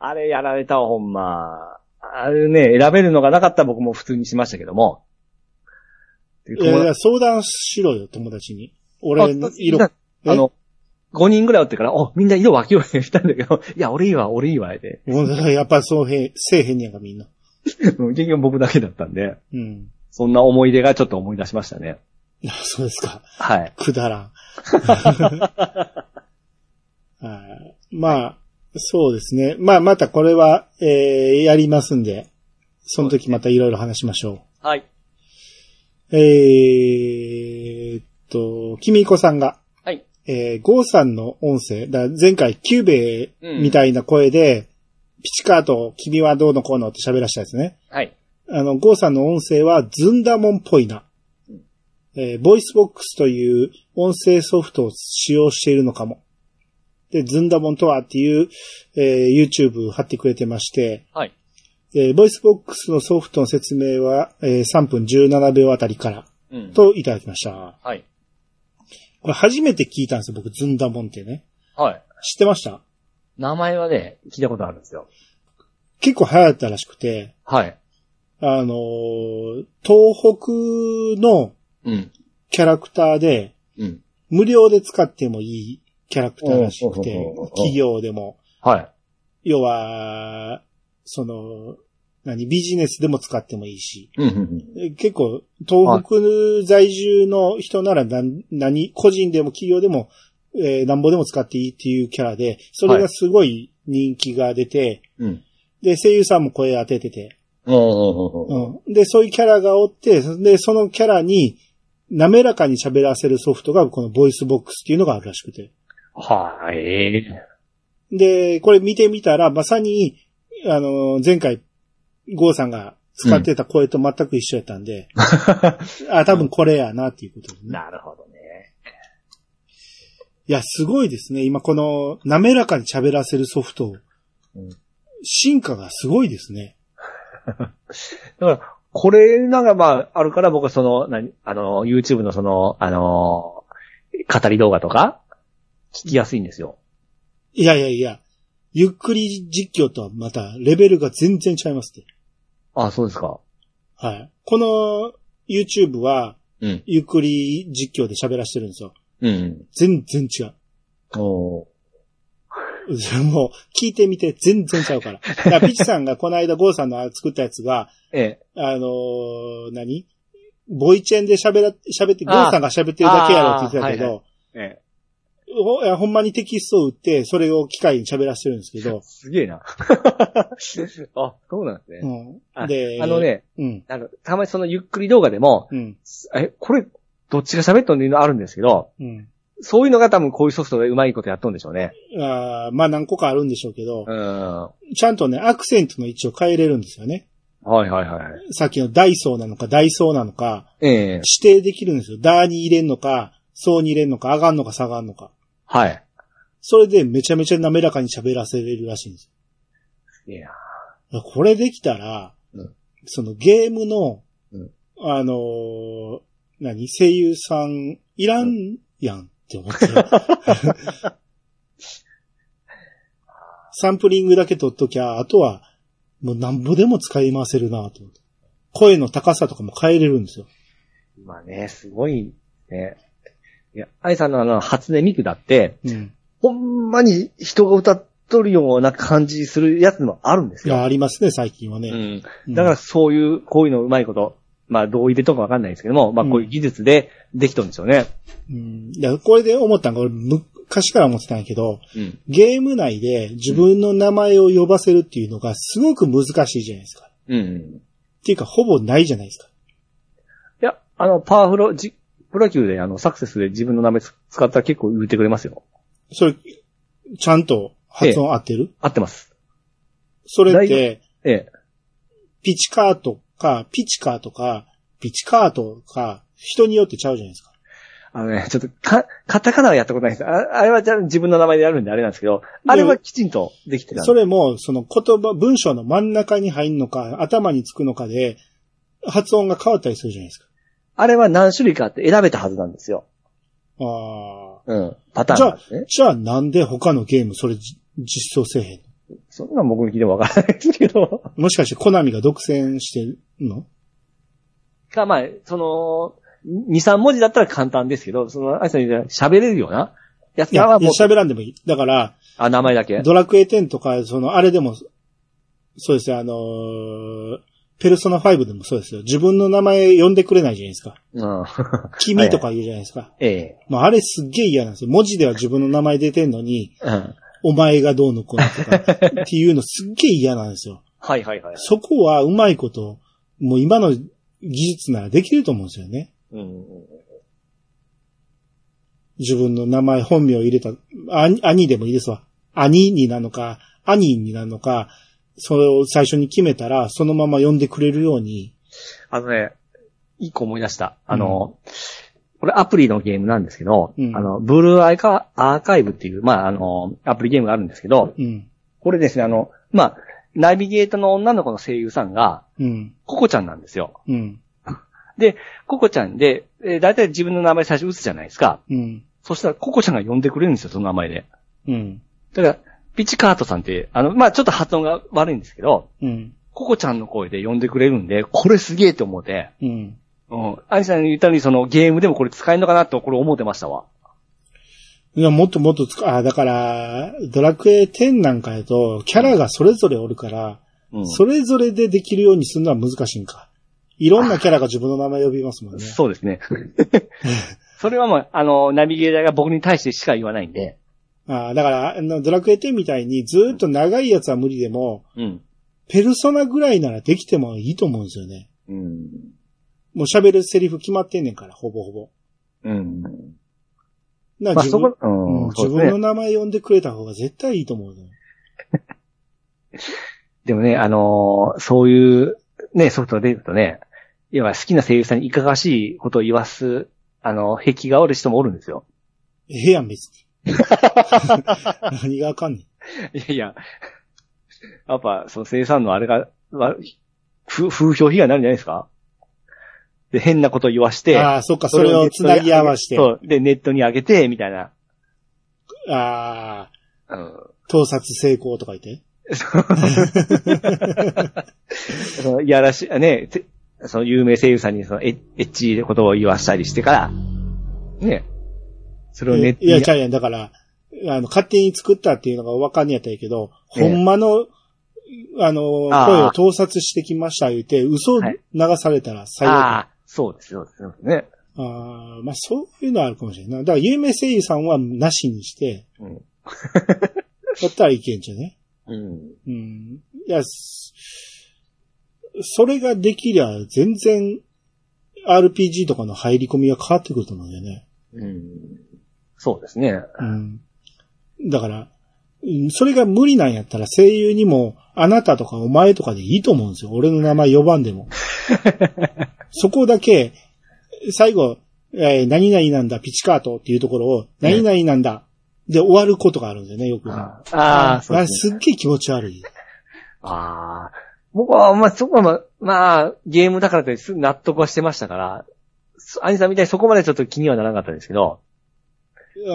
Speaker 3: あれやられたわ、ほんま。あれね、選べるのがなかったら僕も普通にしましたけども。で
Speaker 2: いやいや、相談しろよ、友達に。俺の色。
Speaker 3: あ
Speaker 2: え
Speaker 3: あの、5人ぐらいおってから、お、みんな色分けようよしたんだけど、 いや、俺いいわ、俺いいわ、で。
Speaker 2: もうだから やっぱそうへん、せえへんねやんか、みんな。
Speaker 3: うん 結局僕だけだったんで、
Speaker 2: うん。
Speaker 3: そんな思い出がちょっと思い出しましたね。
Speaker 2: あそうですか。
Speaker 3: はい。
Speaker 2: くだらん。はいまあ、そうですね。まあ、またこれは、えー、やりますんで、その時またいろいろ話しましょう。
Speaker 3: はい。
Speaker 2: えーっと、きみこさんが、
Speaker 3: はい。
Speaker 2: えー、ゴーさんの音声、だ前回、キューベイみたいな声で、ピチカート、君はどうのこうのって喋らしたやつね。
Speaker 3: はい。
Speaker 2: あの、ゴーさんの音声は、ズンダモンっぽいな。えーボイスボックスという音声ソフトを使用しているのかも。で、ズンダモンとはっていう、えー YouTube 貼ってくれてまして、
Speaker 3: はい。
Speaker 2: えーボイスボックスのソフトの説明は、えー3分17秒あたりから
Speaker 3: うん。
Speaker 2: といただきました。
Speaker 3: はい。
Speaker 2: これ初めて聞いたんですよ、僕、ズンダモンってね。
Speaker 3: はい。
Speaker 2: 知ってました
Speaker 3: 名前はね、聞いたことあるんですよ。
Speaker 2: 結構流行ったらしくて、
Speaker 3: はい。
Speaker 2: あのー東北の
Speaker 3: うん。
Speaker 2: キャラクターで、
Speaker 3: うん。
Speaker 2: 無料で使ってもいいキャラクターらしくて
Speaker 3: おうおうおうおう、
Speaker 2: 企業でも、
Speaker 3: はい。
Speaker 2: 要は、その、何、ビジネスでも使ってもいいし、
Speaker 3: うんうんうん。
Speaker 2: え結構、東北在住の人なら何、何、個人でも企業でも、えー、なんぼでも使っていいっていうキャラで、それがすごい人気が出て、
Speaker 3: うん。
Speaker 2: で、声優さんも声当ててて、
Speaker 3: おー
Speaker 2: うん。で、そういうキャラがおって、で、そのキャラに、滑らかに喋らせるソフトが、このボイスボックスっていうのがあるらしくて。
Speaker 3: はい。
Speaker 2: で、これ見てみたら、まさに、あの、前回、ゴーさんが使ってた声と全く一緒やったん で、あ、多分これやなっていうことですね。
Speaker 3: なるほどね。
Speaker 2: いや、すごいですね。今この、滑らかに喋らせるソフト、
Speaker 3: うん
Speaker 2: 進化がすごいですね。
Speaker 3: だから、これなんかまあ、あるから僕はその、何、あの、YouTube のその、あの、語り動画とか、聞きやすいんですよ。
Speaker 2: いやいやいや、ゆっくり実況とはまた、レベルが全然違いますね。
Speaker 3: あ、そうですか。
Speaker 2: はい。この、YouTube は、
Speaker 3: うん
Speaker 2: ゆっくり実況で喋らせてるんですよ。
Speaker 3: うん。
Speaker 2: 全然違う。
Speaker 3: おー
Speaker 2: もう、聞いてみて、全然ちゃうから。だからピチさんがこの間、ゴーさんの作ったやつが、
Speaker 3: ええ。
Speaker 2: あのー何ボイチェンで喋ら、喋って、ゴーさんが喋ってるだけやろって言ってたけ
Speaker 3: あーはい
Speaker 2: ど、
Speaker 3: ええ。
Speaker 2: ほいやほんまにテキストを打って、それを機械に喋らせてるんですけど、
Speaker 3: すげえ な。あ、そうなんですね。
Speaker 2: う
Speaker 3: あ
Speaker 2: ん。で、
Speaker 3: あの、ね、
Speaker 2: うん、
Speaker 3: あの、たまにそのゆっくり動画でも、
Speaker 2: うん、
Speaker 3: え、これ、どっちが喋っとんのいうのあるんですけど、
Speaker 2: うん。
Speaker 3: そういうのが多分こういうソフトでうまいことやっとんでしょうね。
Speaker 2: あーまあ何個かあるんでしょうけど
Speaker 3: う、ん。は
Speaker 2: ちゃんとね、アクセントの位置を変えれるんですよね。
Speaker 3: いはいはい。
Speaker 2: さっきのダイソーなのか、ダイソーなのか、
Speaker 3: ええ
Speaker 2: 指定できるんですよ。ダーに入れんのか、ソーに入れんのか、上がんのか下がんのか。
Speaker 3: はい。
Speaker 2: それでめちゃめちゃ滑らかに喋らせれるらしいんです。
Speaker 3: いや
Speaker 2: これできたら、
Speaker 3: うん
Speaker 2: そのゲームの、
Speaker 3: うん
Speaker 2: あのー何、声優さん、いらんやんって思 ってる。サンプリングだけ取っときゃ、あとは、もうなんぼでも使い回せるなと思って。声の高さとかも変えれるんですよ。
Speaker 3: まあね、すごい、ね。いや、愛さんのあの、初音ミクだって、
Speaker 2: うん。
Speaker 3: ほんまに人が歌っとるような感じするやつもあるんです
Speaker 2: い
Speaker 3: よ。
Speaker 2: や、ありますね、最近は
Speaker 3: う
Speaker 2: ね。
Speaker 3: ん。だからそういう、こういうのうまいこと、まあ同意でとかわかんないですけども、まあこういう技術でできとるんでしょうね。
Speaker 2: うん。だからこれで思ったのが、俺昔から思ってたんやけど、
Speaker 3: うん。
Speaker 2: ゲーム内で自分の名前を呼ばせるっていうのがすごく難しいじゃないですか。っ
Speaker 3: うん。
Speaker 2: ていうか、ほぼないじゃないですか。
Speaker 3: いや、あの、パワフル、じ、プロ級であの、サクセスで自分の名前つ使ったら結構言ってくれますよ。
Speaker 2: それ、ちゃんと発音合ってる、
Speaker 3: 合ってます。
Speaker 2: それって、
Speaker 3: ええ。
Speaker 2: ピチカートか、ピチカートか、ピチカートか、人によってちゃうじゃないですか。
Speaker 3: あのね、ちょっと、か、カタカナはやったことないです。ああれはじゃあ自分の名前でやるんであれなんですけど、あれはきちんとできてたんで
Speaker 2: それも、その言葉、文章の真ん中に入るのか、頭につくのかで、発音が変わったりするじゃないですか。
Speaker 3: あれは何種類かあって選べたはずなんですよ。
Speaker 2: あ
Speaker 3: うん。パターンがあって
Speaker 2: あ。
Speaker 3: ね。
Speaker 2: じゃあなんで他のゲームそれじ実装せえへん
Speaker 3: そんなん僕に聞いてもわからないですけど。
Speaker 2: のもしかしてコナミが独占してるの
Speaker 3: か、まあ、その、2、3文字だったら簡単ですけど、その、あいさんが喋れるようなやつ
Speaker 2: い
Speaker 3: ら
Speaker 2: や、い
Speaker 3: は
Speaker 2: や
Speaker 3: もう、
Speaker 2: 喋らんでもいい。だから、
Speaker 3: あ、名前だけ。
Speaker 2: ドラクエ10とか、その、あれでも、そうですよ、あのーペルソナ5でもそうですよ。自分の名前呼んでくれないじゃないですか。
Speaker 3: うん。
Speaker 2: 君とか言うじゃないですか。
Speaker 3: ええ。
Speaker 2: もうあれすっげえ嫌なんですよ。文字では自分の名前出てんのに、
Speaker 3: うん。
Speaker 2: お前がどうのこうのとか、っていうのすっげえ嫌なんですよ。
Speaker 3: はいはいはい。
Speaker 2: そこはうまいこと、もう今の技術ならできると思うんですよね。
Speaker 3: うんうん。
Speaker 2: 自分の名前、本名を入れた、兄兄でもいいですわ。兄になるのか、兄になるのか、それを最初に決めたら、そのまま呼んでくれるように、
Speaker 3: あのね、一個思い出した。あの、これアプリのゲームなんですけど、
Speaker 2: うん
Speaker 3: あの、ブルーアイカアーカイブっていう、まあ、あの、アプリゲームがあるんですけど、
Speaker 2: うん、
Speaker 3: これですね、あの、まあ、ナビゲーターの女の子の声優さんが、
Speaker 2: うん、
Speaker 3: ココちゃんなんですよ。
Speaker 2: うん、
Speaker 3: ココちゃんで、えー、だいたい自分の名前最初打つじゃないですか。
Speaker 2: うん、
Speaker 3: そしたらココちゃんが呼んでくれるんですよ、その名前で。
Speaker 2: うん、
Speaker 3: だから、ピチカートさんって、あの、まあ、ちょっと発音が悪いんですけど、
Speaker 2: うん、
Speaker 3: ココちゃんの声で呼んでくれるんで、これすげえって思って、
Speaker 2: うん。
Speaker 3: うん。アニさんに言ったように、そのゲームでもこれ使えるのかなと、これ思ってましたわ。
Speaker 2: いや、もっともっとつか、あ、だから、ドラクエ10なんかやと、キャラがそれぞれおるから、
Speaker 3: うん。
Speaker 2: それぞれでできるようにするのは難しいんか。いろんなキャラが自分の名前呼びますもんね。
Speaker 3: そうですね。 それはもう、あの、ナビゲーターが僕に対してしか言わないんで、
Speaker 2: ああだから、あのドラクエ10みたいにずーっと長いやつは無理でも、
Speaker 3: うん。
Speaker 2: ペルソナぐらいならできてもいいと思うんですよね。
Speaker 3: うん。
Speaker 2: もう喋るセリフ決まってんねんから、ほぼほぼ。
Speaker 3: うん。
Speaker 2: だ
Speaker 3: ま
Speaker 2: から
Speaker 3: あ、
Speaker 2: 自
Speaker 3: そ
Speaker 2: 分,
Speaker 3: こ、う
Speaker 2: うん、
Speaker 3: ん、そう
Speaker 2: 自分
Speaker 3: です
Speaker 2: の
Speaker 3: ね。
Speaker 2: 名前呼んでくれた方が絶対いいと思うね。
Speaker 3: でもね、あのーそういう、ね、ソフトが出るとね、いわば好きな声優さんにいかがわしいことを言わす、あの、癖がおる人もおるんですよ。
Speaker 2: ええやん、別に。 何があかんねん。
Speaker 3: いやいや、やっぱ、その生産のあれが、わふ風評被害になるんじゃないですかで、変なこと言わして、
Speaker 2: ああ、そっか、それを繋ぎ合わせて。
Speaker 3: そう、で、ネットに上げて、みたいな。
Speaker 2: ああ、
Speaker 3: うん。
Speaker 2: 盗撮成功とか言って。
Speaker 3: そのいやらしい、ね、てその有名声優さんにそのエッエッチなことを言わしたりしてから、ね、それをネッ ト
Speaker 2: い
Speaker 3: に
Speaker 2: や、ちゃうやん。だから、あの、勝手に作ったっていうのがわかんねやったらいいけど、
Speaker 3: ええ
Speaker 2: ほんまの、あの、
Speaker 3: ああ
Speaker 2: 声を盗撮してきました言うて、嘘を
Speaker 3: は
Speaker 2: 流
Speaker 3: い
Speaker 2: されたら最悪。
Speaker 3: ああ、そうですよ、そうですね。
Speaker 2: ああまあそういうのはあるかもしれんない。だから有名声優さんはなしにして、
Speaker 3: うん。
Speaker 2: だったらいけんじゃね。
Speaker 3: うん。
Speaker 2: うん。いや、すそれができりゃ全然 RPG とかの入り込みが変わってくると思うんだよね。
Speaker 3: うん。そうですね。
Speaker 2: うんだから、うんそれが無理なんやったら声優にも、あなたとかお前とかでいいと思うんですよ。俺の名前呼ばんで も。そこだけ、最後、えー何々なんだ、ピチカートっていうところを、
Speaker 3: ね
Speaker 2: 何々なんだ、で終わることがあるんですよね、よく。
Speaker 3: ああ、そう
Speaker 2: あ
Speaker 3: で
Speaker 2: れ
Speaker 3: すね。
Speaker 2: すっげえ気持ち悪い。
Speaker 3: ああ。僕は、まあ、そこはまあ、まあ、ゲームだからといってすぐ納得はしてましたから、そアニさんみたいにそこまでちょっと気にはならなかったんですけど、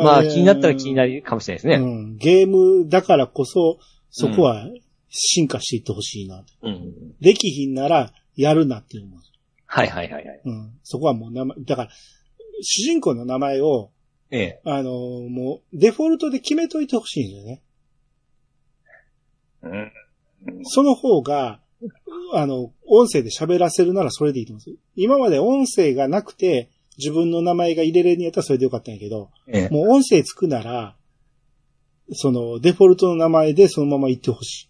Speaker 3: まあ、
Speaker 2: れ
Speaker 3: 気になったら気になるかもしれないです
Speaker 2: う
Speaker 3: ね。
Speaker 2: ん。ゲームだからこそ、そこは進化していってほしいな。
Speaker 3: うん。
Speaker 2: できひんなら、やるなって思う。
Speaker 3: はいはいはいはい。
Speaker 2: うん。そこはもう名前、だから、主人公の名前を、
Speaker 3: ええ。
Speaker 2: あのーもう、デフォルトで決めといてほしいんですよね。
Speaker 3: うん。
Speaker 2: その方が、あの、音声で喋らせるならそれでいいと思うんですよ。今まで音声がなくて、自分の名前が入れれんやったらそれでよかったんやけど、
Speaker 3: ええ。
Speaker 2: もう音声つくなら、その、デフォルトの名前でそのまま言ってほし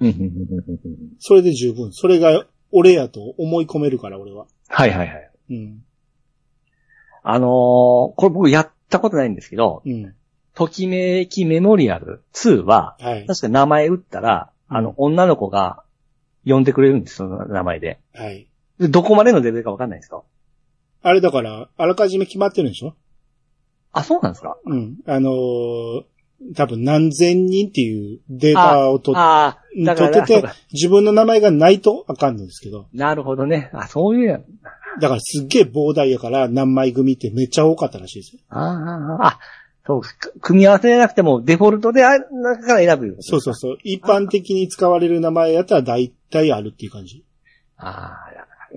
Speaker 2: い。
Speaker 3: うんうんうんうんうんうん
Speaker 2: それで十分。それが、俺やと思い込めるから、俺は。
Speaker 3: はいはいはい。
Speaker 2: うん。
Speaker 3: あのーこれ僕やったことないんですけど、
Speaker 2: うん。
Speaker 3: ときめきメモリアル2は、
Speaker 2: はい。
Speaker 3: 確か名前打ったら、あの、女の子が呼んでくれるんです、その名前で。
Speaker 2: はい。
Speaker 3: でどこまでのレベルかわかんないですか
Speaker 2: あれだから、あらかじめ決まってるんでしょ
Speaker 3: あ、そうなんですか
Speaker 2: うん。あのー多分何千人っていうデータを取っ
Speaker 3: ああ、だか
Speaker 2: 取
Speaker 3: ら、
Speaker 2: って
Speaker 3: そう
Speaker 2: て
Speaker 3: だ、
Speaker 2: 自分の名前がないとあかんのですけど。
Speaker 3: なるほどね。あ、そういうや
Speaker 2: だからすっげえ膨大やから何枚組ってめっちゃ多かったらしいですよ。
Speaker 3: ああ、あ、そう、く組み合わせじゃなくても、デフォルトであ中から選ぶ。。
Speaker 2: そうそううそう。一般的に使われる名前やったら大体あるっていう感じ。
Speaker 3: ああ、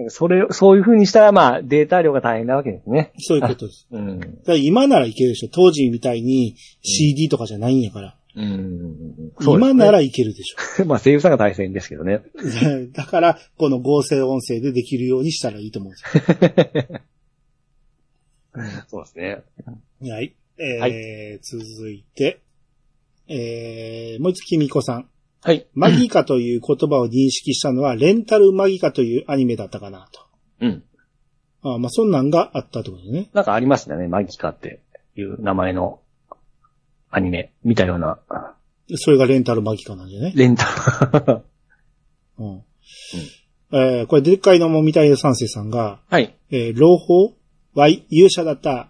Speaker 3: それ、そういう風にしたら、まあ、データ量が大変なわけですね。
Speaker 2: そういうことです。
Speaker 3: うん。
Speaker 2: だから今ならいけるでしょ。当時みたいに CD とかじゃないんやから。
Speaker 3: うん。
Speaker 2: 今ならいけるでしょ。
Speaker 3: ら、まあ、声優さんが大変ですけどね。
Speaker 2: だから、この合成音声でできるようにしたらいいと思うんですよ
Speaker 3: そうですね。
Speaker 2: はい。えー
Speaker 3: は
Speaker 2: 続いて、えー、もう一つきみこさん。
Speaker 3: はい。
Speaker 2: マギカという言葉を認識した のは、レンタルマギカというアニメだったかなと。
Speaker 3: うん。
Speaker 2: あーまあ、そんなんがあったってことね。
Speaker 3: なんかありましたね。マギカっていう名前のアニメ見たような、
Speaker 2: それがレンタルマギカなんでね。
Speaker 3: レンタル。
Speaker 2: うん。えーこれ、でっかいのもみたいな三世さんが、
Speaker 3: はい。
Speaker 2: えー、朗報 ?Y、勇者だった、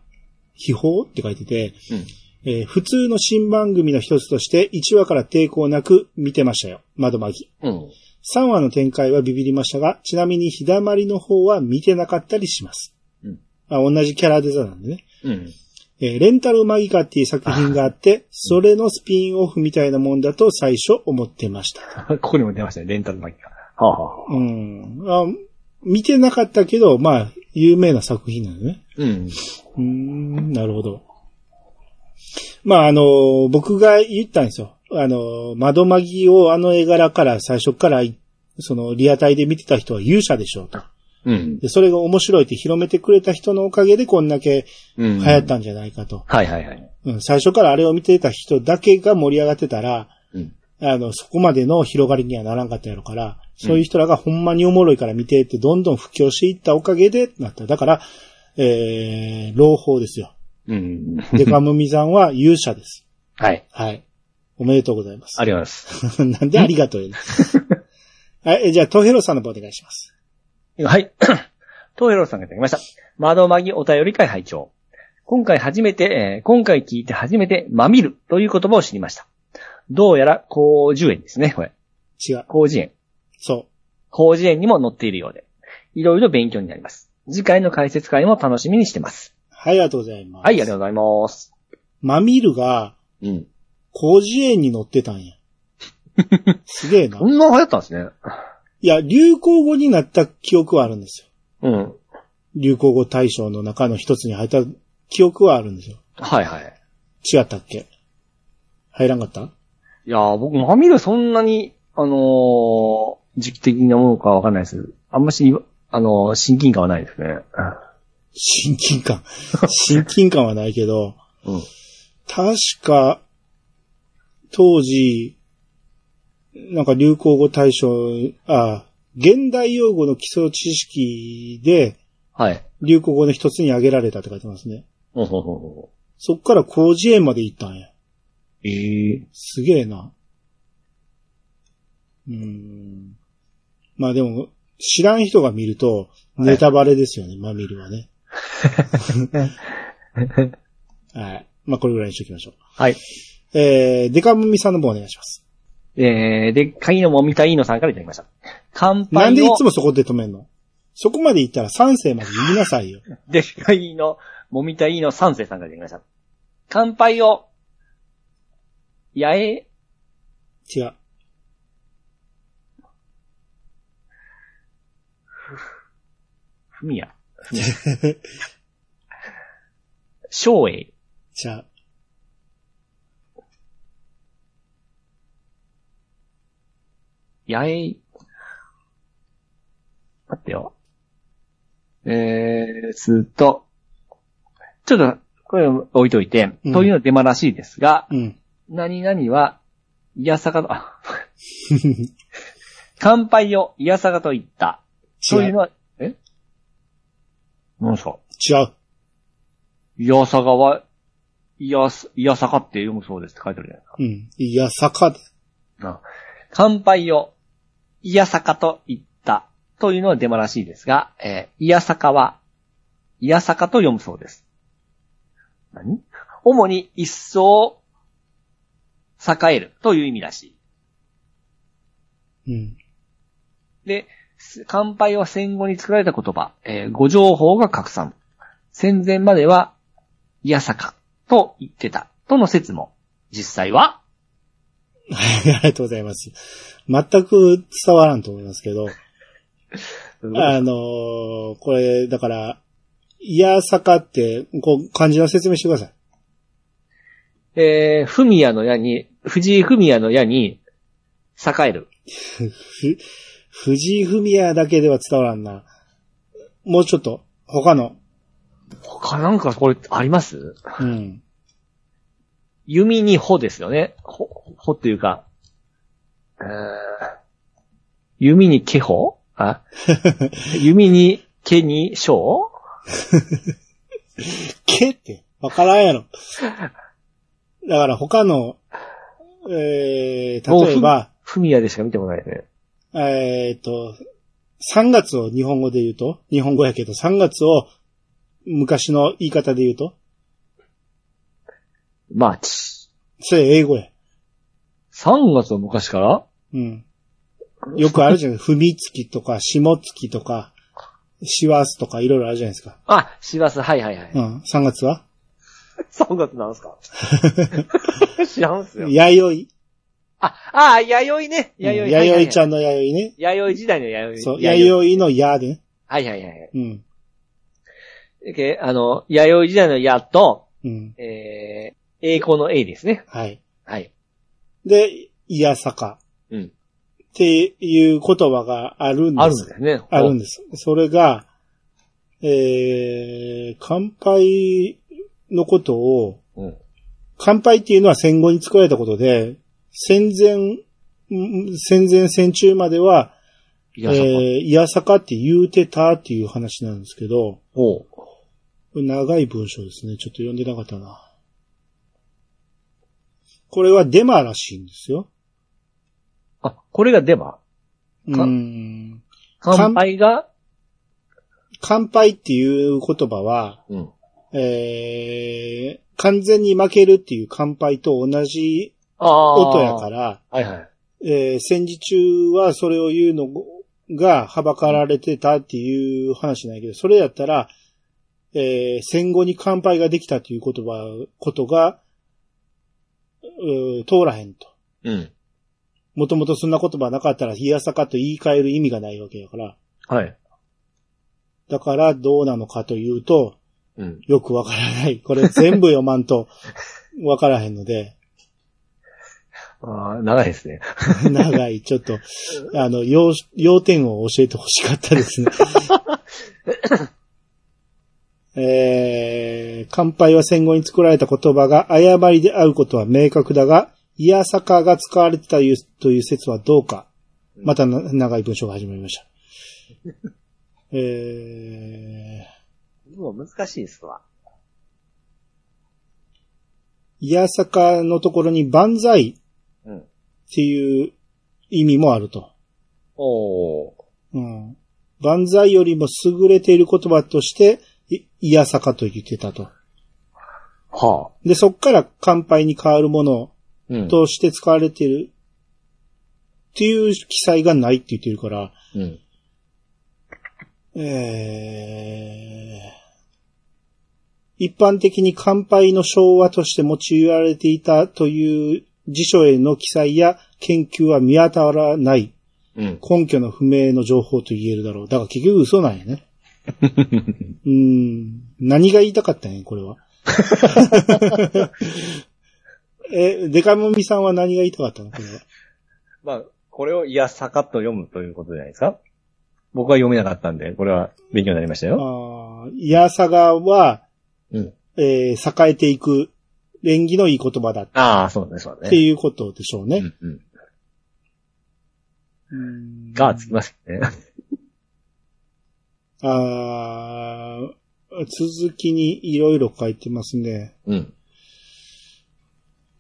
Speaker 2: 秘宝って書いてて、
Speaker 3: うん
Speaker 2: えー普通の新番組の一つとして、1話から抵抗なく見てましたよ。窓マギ。
Speaker 3: うん。
Speaker 2: 3話の展開はビビりましたが、ちなみに日だまりの方は見てなかったりします。
Speaker 3: うん
Speaker 2: まあ、同じキャラデザなんでね。
Speaker 3: うん。
Speaker 2: えーレンタルマギカっていう作品があって、それのスピンオフみたいなもんだと最初思ってました。
Speaker 3: ここにも出ましたね。レンタルマギカ。はあ、はあ、
Speaker 2: うん。あ見てなかったけど、まあ、有名な作品なのね。
Speaker 3: うん。
Speaker 2: うーん、なるほど。まあ、あの、僕が言ったんですよ。あの、窓マギをあの絵柄から最初から、その、リアタイで見てた人は勇者でしょうと。
Speaker 3: うん。
Speaker 2: で、それが面白いって広めてくれた人のおかげでこんだけ
Speaker 3: うん。
Speaker 2: 流行ったんじゃないかと。
Speaker 3: はいはいはい。
Speaker 2: うん、最初からあれを見てた人だけが盛り上がってたら、
Speaker 3: うん
Speaker 2: あの、そこまでの広がりにはならんかったやろから、そういう人らがほんまにおもろいから見てってどんどん布教していったおかげでなった。だから、えー、朗報です よ。
Speaker 3: うん。
Speaker 2: デカムミさんは勇者です。
Speaker 3: はい。
Speaker 2: はい。おめでとうございます
Speaker 3: あ。りがとうございま す。
Speaker 2: なんでありが とうよ、ね。はい、えじゃあ、トヘロさんの方お願いします。
Speaker 3: はい。 東洋さんがいただきました。窓まぎお便り会拝聴今回初めて、えー今回聞いて初めて、まみるという言葉を知りました。どうやら、広樹園ですね、これ。
Speaker 2: 違う。
Speaker 3: 広辞園。
Speaker 2: そ
Speaker 3: 広辞園にも載っているようで。いろいろ勉強になります。次回の解説会も楽しみにしてます。
Speaker 2: う。はい、ありがとうございます。
Speaker 3: はい、ありがとうございます。
Speaker 2: マミルが、
Speaker 3: うん。
Speaker 2: 工事園に乗ってたんや。 すげえな
Speaker 3: こ。んな流行ったんですね。
Speaker 2: いや、流行語になった記憶はあるんですよ。
Speaker 3: うん。
Speaker 2: 流行語大賞の中の一つに入った記憶はあるんですよ。
Speaker 3: はいはい。
Speaker 2: 違ったっけ入らんかった
Speaker 3: いやー、僕、まみるそんなに、あのー、時期的なものかわかんないです。あんまし、あのー、親近感はないですね。
Speaker 2: 親近感。親近感はないけど、
Speaker 3: うん。
Speaker 2: 確か、当時、なんか流行語大賞、あ、現代用語の基礎知識で
Speaker 3: はい。
Speaker 2: 流行語の一つに挙げられたって書いてますね。
Speaker 3: ほうほうほうほ
Speaker 2: そっから工事園まで行ったんや。
Speaker 3: う。ええ
Speaker 2: すげえな。うーん。まあでも、知らん人が見ると、
Speaker 3: い
Speaker 2: ネタバレですよね、まあ見るはね。 はい。まあこれぐらいにしときましょ
Speaker 3: はい。
Speaker 2: う。えー、デカムミさんの方お願いします。
Speaker 3: えー、でっかいのもみたいのさんからいただきました。乾杯を
Speaker 2: なんでいつもそこで止めんのそこまで行ったら3世まで言いなさいよ。
Speaker 3: でっかいの、もみたいの三世さんからいただきました。乾杯を、やえ、
Speaker 2: 違う。
Speaker 3: ふみや。 しょうえ、
Speaker 2: じゃあ、
Speaker 3: やえ。待ってよ。えー、すっと、ちょっと、これ置いといて、
Speaker 2: うん
Speaker 3: というのデマらしいですが、
Speaker 2: うん。
Speaker 3: 何々は、いやさかと、あ、乾杯をいやさかと言った。
Speaker 2: 違
Speaker 3: そういう
Speaker 2: う。
Speaker 3: のは、え何ですか
Speaker 2: 違う。
Speaker 3: いやさがは、いやす、いやさかって読むそうですって書いてあるじゃないですか。
Speaker 2: うん。いや、坂で。
Speaker 3: な乾杯を、いやさかと言った、というのはデマらしいですが、えー、いやさかは、いやさかと読むそうです。何主に一層、栄えるという意味らしい。
Speaker 2: うん。
Speaker 3: で、乾杯は戦後に作られた言葉、えー、ご情報が拡散。戦前までは、いやさかと言ってた、との説も、実際は、
Speaker 2: はい、ありがとうございます。全く伝わらんと思いますけど、あのーこれ、だから、いやさかって、こう、漢字の説明してください。
Speaker 3: えー、ふみやの矢に、藤井ふみやの矢に、栄える。
Speaker 2: ふ、藤井文也だけでは伝わらんな。もうちょっと、他の。
Speaker 3: 他なんかこれあります
Speaker 2: うん。
Speaker 3: 弓に穂ですよね。ほ、穂っていうか、えー、弓に毛穂 あ弓に毛に章
Speaker 2: けって、わからんやろ。だから他の、えー、例えば、
Speaker 3: ふみやでしか見てもないね。
Speaker 2: えっと、3月を日本語で言うと、日本語やけど、3月を昔の言い方で言うと、
Speaker 3: マーチ。
Speaker 2: それ英語や。
Speaker 3: 3月の昔から
Speaker 2: うん。よくあるじゃない踏みつきとか、下つきとか、しわすとかいろいろあるじゃないですか。
Speaker 3: あ、しばす、はいはいはい。
Speaker 2: うん。3月は
Speaker 3: 3月なん すか知らんすよ。
Speaker 2: 弥
Speaker 3: あ、あ、弥生ね。
Speaker 2: 生。
Speaker 3: 弥生。
Speaker 2: 弥生ちゃ
Speaker 3: ん。
Speaker 2: んの弥生ね。
Speaker 3: 弥生時代の弥生。
Speaker 2: そう、弥生の矢でね。
Speaker 3: はいはいはい。
Speaker 2: うん。
Speaker 3: えあの、弥生時代の矢と、
Speaker 2: うん。
Speaker 3: えー、栄光の A ですね。
Speaker 2: はい。
Speaker 3: はい。
Speaker 2: で、いやさか。
Speaker 3: うん
Speaker 2: っていう言葉があるんです。
Speaker 3: あるんですね。
Speaker 2: あるんです。それが、えー、乾杯のことを、
Speaker 3: うん
Speaker 2: 乾杯っていうのは戦後に作られたことで、戦前、ん戦前戦中までは、
Speaker 3: い
Speaker 2: え
Speaker 3: や、そこ。
Speaker 2: ー、いやさかって言うてたっていう話なんですけど、
Speaker 3: ほう。
Speaker 2: 長い文章ですね。ちょっと読んでなかったな。これはデマらしいんですよ。
Speaker 3: あ、これがデマ
Speaker 2: うーん。
Speaker 3: 乾杯が、
Speaker 2: 乾杯っていう言葉は、
Speaker 3: うん。
Speaker 2: えー、完全に負けるっていう乾杯と同じ
Speaker 3: ああ。
Speaker 2: 音やから、
Speaker 3: ら。はいはい。
Speaker 2: えー戦時中はそれを言うのがはばかられてたっていう話なんやけど、それやったら、えー戦後に乾杯ができたっていう言葉、ことが、うー通らへんと。
Speaker 3: うん。
Speaker 2: もともとそんな言葉なかったら、冷やさかと言い換える意味がないわけやから。
Speaker 3: はい。
Speaker 2: だからどうなのかというと、
Speaker 3: うん。
Speaker 2: よくわからない。これ全部読まんと、わからへんので、
Speaker 3: ああ、長いですね。
Speaker 2: 長い、ちょっと、あの、要、要点を教えてほしかったですね。えー、乾杯は戦後に作られた言葉が誤りであることは明確だが、いやさかが使われてたというという説はどうか。またな長い文章が始まりました。えー、
Speaker 3: もう難しいですわ。
Speaker 2: いやさかのところに万歳
Speaker 3: うん
Speaker 2: っていう意味もあると。
Speaker 3: おお。
Speaker 2: うん。万歳よりも優れている言葉として、いいやさかと言ってたと。
Speaker 3: はあ。
Speaker 2: で、そっから乾杯に変わるもの
Speaker 3: うん。
Speaker 2: として使われているっていう記載がないって言ってるから、
Speaker 3: うん。
Speaker 2: えー一般的に乾杯の昭和として用いられていたという辞書への記載や研究は見当たらない
Speaker 3: うん。
Speaker 2: 根拠の不明の情報と言えるだろう。だから結局嘘なんや ね。うーん。何が言いたかったんや、これは。 え、デカモミさんは何が言いたかったのこれは。
Speaker 3: まあ、これをいや、さかっと読むということじゃないですか僕は読めなかったんで、これは勉強になりましたよ。
Speaker 2: あーいやさがは、
Speaker 3: うん
Speaker 2: えー栄えていく、縁起のいい言葉だっ
Speaker 3: ああ、そうだね、そうだ
Speaker 2: って
Speaker 3: ね。
Speaker 2: いうことでしょう
Speaker 3: う
Speaker 2: ね。
Speaker 3: んうん。
Speaker 2: うん
Speaker 3: がつきますけどね。
Speaker 2: あー続きにいろいろ書いてますね。
Speaker 3: うん。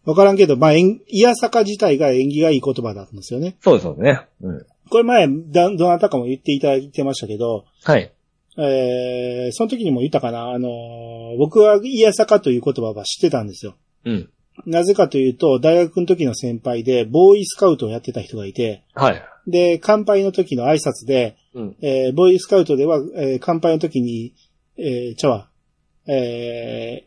Speaker 2: わからんけど、まあ、演いやさか自体が縁起がいい言葉だったんですよね。
Speaker 1: そうですそうですね。うん。
Speaker 2: これ前、だどなたかも言っていただいてましたけど、
Speaker 1: はい。
Speaker 2: えー、その時にも言ったかな、あのー僕はいやさかという言葉は知ってたんですよ。
Speaker 1: うん。
Speaker 2: なぜかというと、大学の時の先輩で、ボーイスカウトをやってた人がいて、
Speaker 1: はい。
Speaker 2: で、乾杯の時の挨拶で、
Speaker 1: うん
Speaker 2: えーボーイスカウトでは、えー乾杯の時に、えー、ちゃうわえ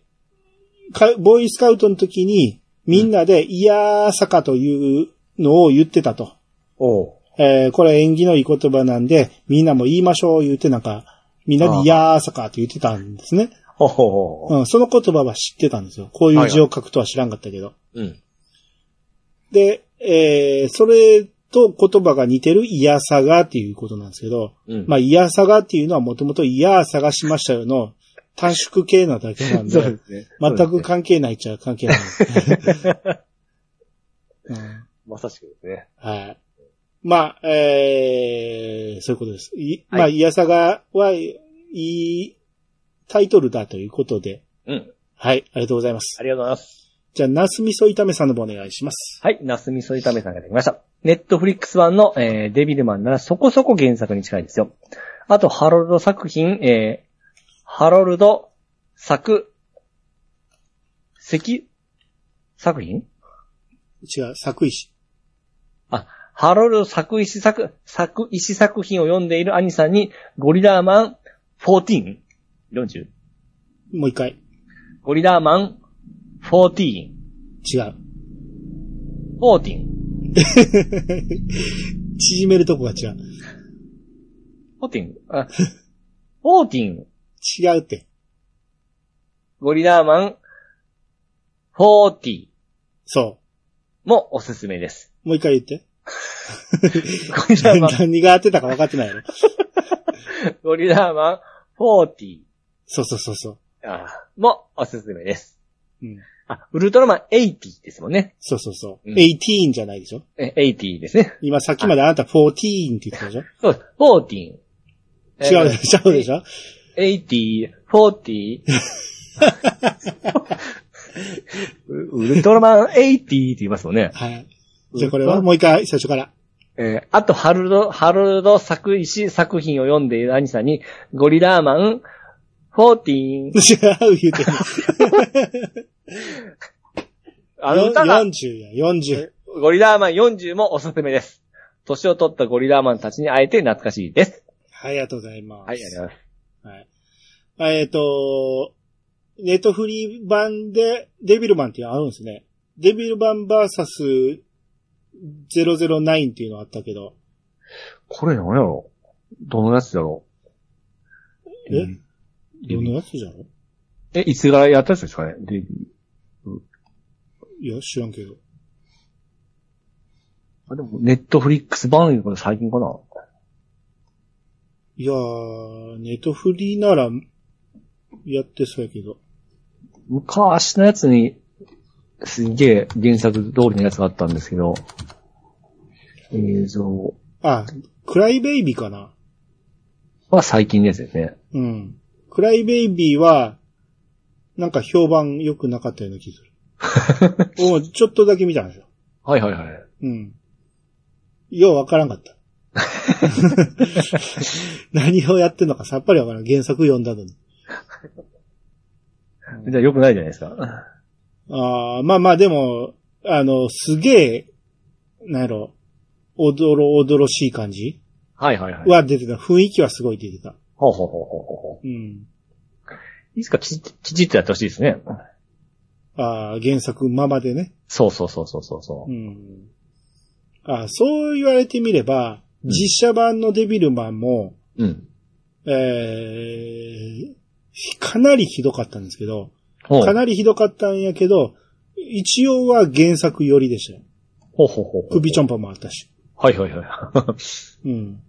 Speaker 2: ーかボーイスカウトの時に、みんなで、いやーさかというのを言ってたと。
Speaker 1: おう。
Speaker 2: えーこれ縁起のいい言葉なんで、みんなも言いましょう言ってなんか、みんなでいやーさかと言ってたんですね。
Speaker 1: ほうほうほう。
Speaker 2: うん、その言葉は知ってたんですよ。こういう字を書くとは知らんかったけど。
Speaker 1: うん。
Speaker 2: で、えー、それと言葉が似てるいやさがっていうことなんですけど、
Speaker 1: うん。
Speaker 2: まあ、いやさがっていうのはもともといや探しましたよの短縮系な だけなんで、
Speaker 1: すね。
Speaker 2: 全
Speaker 1: そう
Speaker 2: く
Speaker 1: ですね
Speaker 2: 関係ないっちゃ 関係ない、うん
Speaker 1: まさしくですね。
Speaker 2: はい。まあ、えー、そういうことです。いまあ、
Speaker 1: はい
Speaker 2: やさがは、いいタイトルだということで、
Speaker 1: うん。
Speaker 2: はい、ありがとうございます
Speaker 1: あ。りがとうございます。
Speaker 2: じゃあ、ナスミソ炒めさんの方お願いします。
Speaker 3: はい、ナスミソ炒めさんができました。ネットフリックス版の、えーデビルマンならそこそこ原作に近いですよ。あと、ハロルド作品、えーハロルド作、石、作品
Speaker 2: 違う、作石。
Speaker 3: ハロルド作石作、作石作品を読んでいる兄さんに、ゴリラーマン 14?40?
Speaker 2: もう一回。
Speaker 3: ゴリラーマン 14?
Speaker 2: 違う。
Speaker 3: 14?
Speaker 2: 縮めるとこが違う。
Speaker 3: 14? あ、14?
Speaker 2: 違うって。
Speaker 3: ゴリラーマン40
Speaker 2: そ
Speaker 3: もおすすめです。
Speaker 2: う。もう一回言って。
Speaker 3: ゴリラーマン、
Speaker 2: 何が合ってたか分かってないやろ。
Speaker 3: ゴリラーマン40
Speaker 2: そうそうそうそう。
Speaker 3: あーもおすすめです。
Speaker 2: うん。
Speaker 3: あ、ウルトラマン80ですもんね。
Speaker 2: そうそうそう。
Speaker 3: うん
Speaker 2: 18じゃないでしょ
Speaker 3: え80ですね。
Speaker 2: 今さっきまであなた14って言ってたでしょ
Speaker 3: そうです、14。
Speaker 2: 違うでしょ違うでしょ
Speaker 3: 80、40。ウルトラマン80って言いますもんね。
Speaker 2: はい。じゃあこれはもう一回最初から。
Speaker 3: えーあと、ハルド、ハルド作詞作品を読んでいる兄さんに、ゴリラーマン14。
Speaker 2: 違う言うてる。
Speaker 3: あの歌が、
Speaker 2: 40や、40。
Speaker 3: ゴリラーマン40もおすすめです。年を取ったゴリラーマンたちに会えて懐かしいです。
Speaker 2: はい、ありがとうございます。
Speaker 3: はい、ありがとうございます。
Speaker 2: はい。えっ、と、ネットフリー版でデビルマンっていうのあるんですね。デビルマンバーサス009っていうのあったけど、
Speaker 1: これ何やろどのやつだろう
Speaker 2: え
Speaker 1: うん
Speaker 2: どのやつじゃろ
Speaker 1: え、いつからやったやつですかねデビュー
Speaker 2: いや、知らんけど。
Speaker 1: あ、でも、ネットフリックス版いうこと最近かない
Speaker 2: やー、ネトフリなら、やってそうやけど。
Speaker 1: 昔のやつに、すげえ原作通りのやつがあったんですけど、映像
Speaker 2: あ、クライベイビーかな
Speaker 1: は最近ですよね。
Speaker 2: うん。クライベイビーは、なんか評判良くなかったような気する。おちょっとだけ見たんですよ。
Speaker 1: はいはいはい。
Speaker 2: うん。ようわからんかった。 何をやってんのかさっぱりわからん。原作読んだのに。
Speaker 1: じゃあ良くないじゃないですか。
Speaker 2: あーまあまあでも、あの、すげえ、なんやろ、おどろおどろしい感じ
Speaker 1: はいはいはい。
Speaker 2: は出てた。雰囲気はすごい出てた。
Speaker 1: ほうほうほうほうほうほ
Speaker 2: うん。
Speaker 1: う。いつかきち、きちっとやってほしいですね。
Speaker 2: ああ、原作ままでね。
Speaker 1: そうそうそうそうそうそうう。
Speaker 2: ん。あーそう言われてみれば、
Speaker 1: うん
Speaker 2: 実写版のデビルマンも、
Speaker 1: うん。
Speaker 2: えー、かなりひどかったんですけど、
Speaker 1: ほう
Speaker 2: かなりひどかったんやけど、一応は原作寄りでしたよ。
Speaker 1: ほうほうほうほう。
Speaker 2: 首ちょんぱもあったし。
Speaker 1: はいはいはい。
Speaker 2: うん。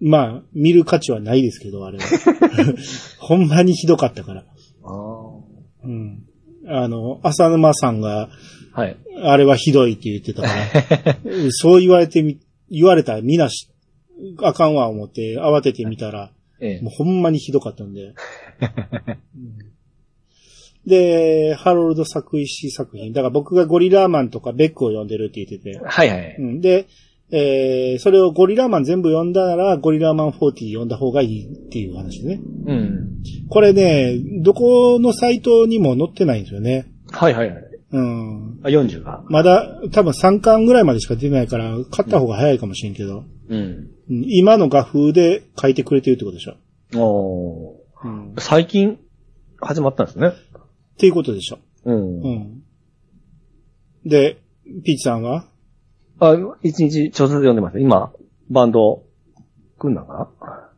Speaker 2: まあ、見る価値はないですけど、あれは。 ほんまにひどかったから。
Speaker 1: ああ。
Speaker 2: うん。あの、浅沼さんが、
Speaker 1: はい。
Speaker 2: あれはひどいって言ってたから、うんそう言われてみ、言われたらみなし、あかんわ思って慌ててみたら、
Speaker 1: ええ。
Speaker 2: もうほんまにひどかったんで。うんで、ハロルド作詞作品。だから僕がゴリラーマンとかベックを読んでるって言ってて。
Speaker 3: はいはい。
Speaker 2: うん。で、えー、それをゴリラーマン全部読んだなら、ゴリラーマン40読んだ方がいいっていう話ね。
Speaker 3: うん。
Speaker 2: これね、どこのサイトにも載ってないんですよね。
Speaker 3: はいはいはい。
Speaker 2: うん。
Speaker 3: あ、40が。
Speaker 2: まだ、多分3巻ぐらいまでしか出ないから、買った方が早いかもしれんけど、
Speaker 3: うん。
Speaker 2: うん今の画風で書いてくれてるってことでしょ。
Speaker 3: お
Speaker 2: うん。っ
Speaker 3: ー最近、始まったんですね。
Speaker 2: ていうことでしょ。
Speaker 3: うん
Speaker 2: う。ん。で、ピーチさんは
Speaker 3: あ、一日調節読んでます。今、バンド、組んだんかな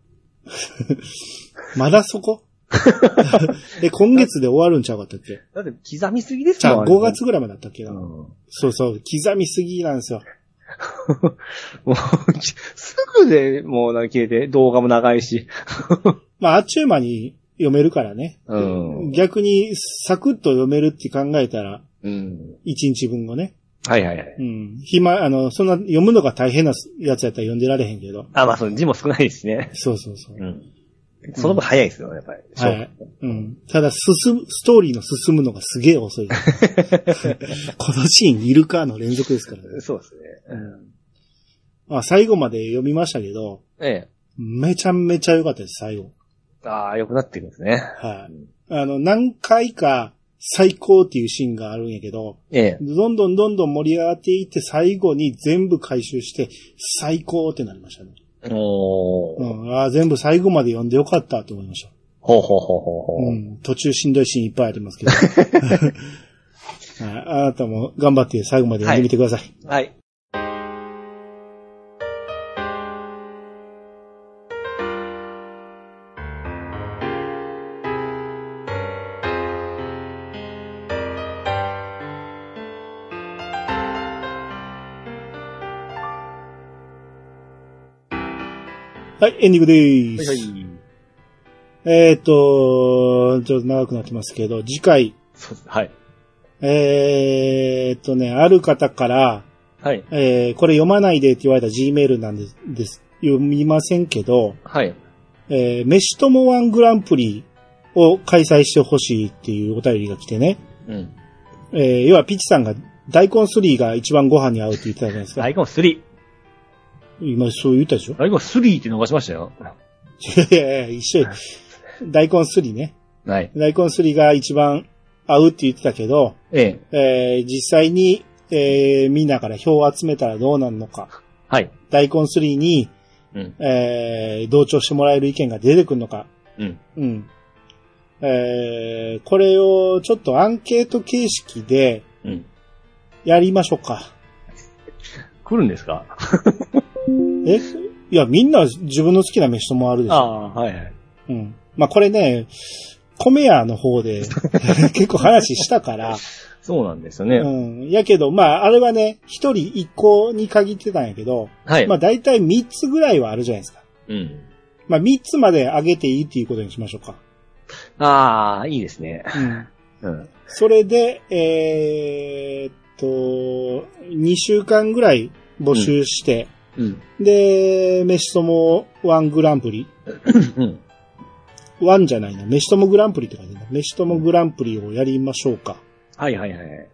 Speaker 2: まだそ こえ、今月で終わるんちゃうかったっけ
Speaker 3: だって、刻みすぎです
Speaker 2: じゃ
Speaker 3: よ
Speaker 2: あ5月ぐらいまでだったっけな、
Speaker 3: うん。 も
Speaker 2: そうそう、刻みすぎなんですよ。
Speaker 3: う、すぐで、もう、消えて、動画も長いし。
Speaker 2: まあ、あっちゅう間に読めるからね。
Speaker 3: うん。
Speaker 2: 逆に、サクッと読めるって考えたら、
Speaker 3: うん。
Speaker 2: 1日分をね。
Speaker 3: はいはいはい。
Speaker 2: うん。暇、あの、そんな読むのが大変なやつやったら読んでられへんけど。
Speaker 3: あ、まあ、その字も少ないですね。
Speaker 2: そうそうそう。
Speaker 3: うん。その分早いですよ、やっぱり。
Speaker 2: は
Speaker 3: そ
Speaker 2: い。
Speaker 3: う
Speaker 2: うん。ただ、進む、ストーリーの進むのがすげえ遅い。 このシーンいるかの連続ですからね。
Speaker 3: そうですね。うん。
Speaker 2: まあ、最後まで読みましたけど、
Speaker 3: え
Speaker 2: めちゃめちゃ良かったです、最後。
Speaker 3: え。ああ、良くなってるんですね。
Speaker 2: はい。あの、何回か最高っていうシーンがあるんやけど、
Speaker 3: ええ。
Speaker 2: どんどんどんどん盛り上がっていって、最後に全部回収して、最高ってなりましたね。
Speaker 3: おー。
Speaker 2: うん。ああ、全部最後まで読んでよかったと思いました。
Speaker 3: ほうほうほうほうほう。
Speaker 2: うん。途中しんどいシーンいっぱいあります けど。はいあなたも頑張って最後まで読んでみてください。
Speaker 3: はい。
Speaker 2: はい、エンディングで
Speaker 3: はい
Speaker 2: す。
Speaker 3: はい。
Speaker 2: えっ、と、ちょっと長くなってますけど、次回、
Speaker 3: そうです。はい。
Speaker 2: えーっとね、ある方から、
Speaker 3: はい。
Speaker 2: えーこれ読まないでって言われた G メールなんですです。読みませんけど、
Speaker 3: はい。
Speaker 2: えー、飯ともワングランプリを開催してほしいっていうお便りが来てね、
Speaker 3: うん。
Speaker 2: えー要はピチさんが大根3が一番ご飯に合うって言ってたじゃないですか。
Speaker 3: ライコン3。
Speaker 2: 今そう言ったでしょ
Speaker 3: ライコン3って逃しましたよ。
Speaker 2: いやいやいや、一緒よ大根3ね。
Speaker 3: はい。
Speaker 2: 大根3が一番合うって言ってたけど、
Speaker 3: え
Speaker 2: え
Speaker 3: え。
Speaker 2: ー実際に、えーみんなから票を集めたらどうなるのか。
Speaker 3: はい。
Speaker 2: 大根3に、
Speaker 3: うん
Speaker 2: えー同調してもらえる意見が出てくるのか。
Speaker 3: うん。
Speaker 2: うん。えーこれをちょっとアンケート形式で
Speaker 3: うん。
Speaker 2: やりましょうか。
Speaker 3: 来るんですか
Speaker 2: えいや、みんな自分の好きな飯ともあるでし
Speaker 3: あ
Speaker 2: ょ。
Speaker 3: あ、はいはい。
Speaker 2: うん。まあ、これね、米屋の方で 結構話したから、
Speaker 3: そうなんですよ
Speaker 2: う
Speaker 3: ね。
Speaker 2: ん。やけど、まあ、あれはね、一人一個に限ってたんやけど、
Speaker 3: はい。
Speaker 2: まあ、大体三つぐらいはあるじゃないですか。
Speaker 3: うん。
Speaker 2: まあ、三つまで上げていいっていうことにしましょうか。
Speaker 3: ああ、いいですね。
Speaker 2: うん。
Speaker 3: うん。
Speaker 2: それで、えーっと、2週間ぐらい募集して、
Speaker 3: うん。
Speaker 2: で、飯とも1グランプリ、
Speaker 3: うん。
Speaker 2: 1じゃないな、飯ともグランプリって感じだ。飯ともグランプリをやりましょうか。
Speaker 3: はいはいはい。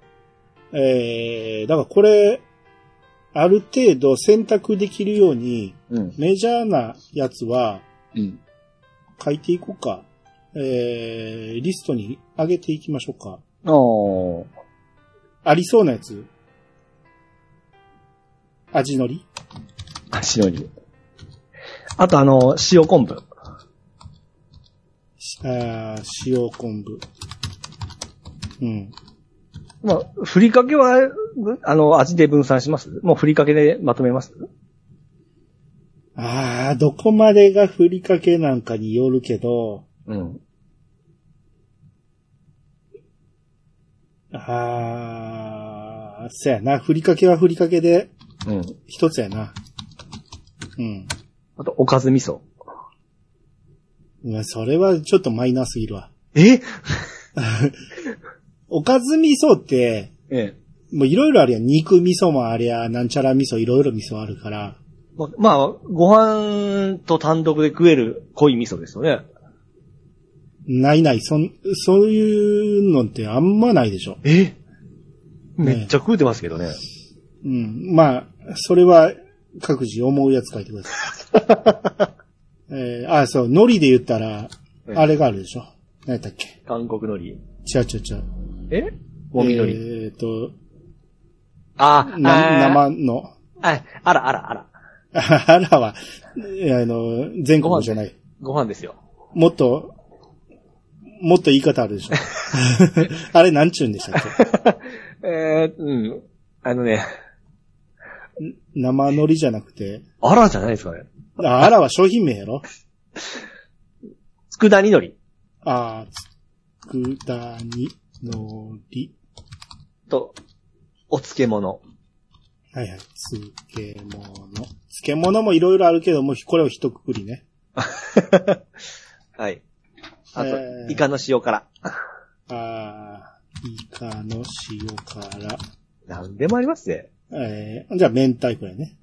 Speaker 2: えー、だからこれ、ある程度選択できるように、
Speaker 3: うん。
Speaker 2: メジャーなやつは
Speaker 3: うん。
Speaker 2: 書いていこうか。えー、リストに上げていきましょうか。
Speaker 3: おー。
Speaker 2: ありそうなやつ味のり
Speaker 3: あ、白に。あとあの、塩昆布。
Speaker 2: あー塩昆布。うん。
Speaker 3: まあ、ふりかけは、あの、味で分散しますもうふりかけでまとめます
Speaker 2: ああ、どこまでがふりかけなんかによるけど、
Speaker 3: うん。
Speaker 2: ああ、そやな、ふりかけはふりかけで
Speaker 3: うん。
Speaker 2: 一つやな。うん。
Speaker 3: あと、おかず味噌。
Speaker 2: うわそれはちょっとマイナーすぎるわ。
Speaker 3: え
Speaker 2: おかず味噌って、
Speaker 3: ええ。
Speaker 2: もういろいろあるやん。肉味噌もありゃ、なんちゃら味噌いろいろ味噌あるから。
Speaker 3: ままあ、ご飯と単独で食える濃い味噌ですよね。
Speaker 2: ないない、そん、そういうのってあんまないでしょ。
Speaker 3: えめっちゃ食うてますけどね。
Speaker 2: うん。まあ、それは各自思うやつ書いてください。えー、あ、そう、海苔で言ったら、
Speaker 3: うん
Speaker 2: あれがあるでしょ。何やったっけ
Speaker 3: 韓国海苔。
Speaker 2: 違う違う違う。
Speaker 3: えゴミ海苔。
Speaker 2: えーっと、
Speaker 3: あー、
Speaker 2: な
Speaker 3: あー
Speaker 2: 生の、
Speaker 3: あ、あらあらあら。
Speaker 2: あらは、いやあの、全国じゃない。
Speaker 3: ご飯ですよ。
Speaker 2: もっと、もっと言い方あるでしょ。あれなんちゅうんでしたっけ
Speaker 3: えー、うん。あのね、
Speaker 2: 生海苔じゃなくて、
Speaker 3: あらじゃないですかね。
Speaker 2: ああらは商品名やろ
Speaker 3: 佃煮海苔
Speaker 2: あー、つくだに、のり。
Speaker 3: と、お漬物。
Speaker 2: はいはい。漬物。漬物もいろいろあるけども、これを一括りね。
Speaker 3: はい。あと、
Speaker 2: えー
Speaker 3: イカの塩辛。
Speaker 2: あー、イカの塩辛。
Speaker 3: なんでもありますね。
Speaker 2: えー、じゃあ明太子やね。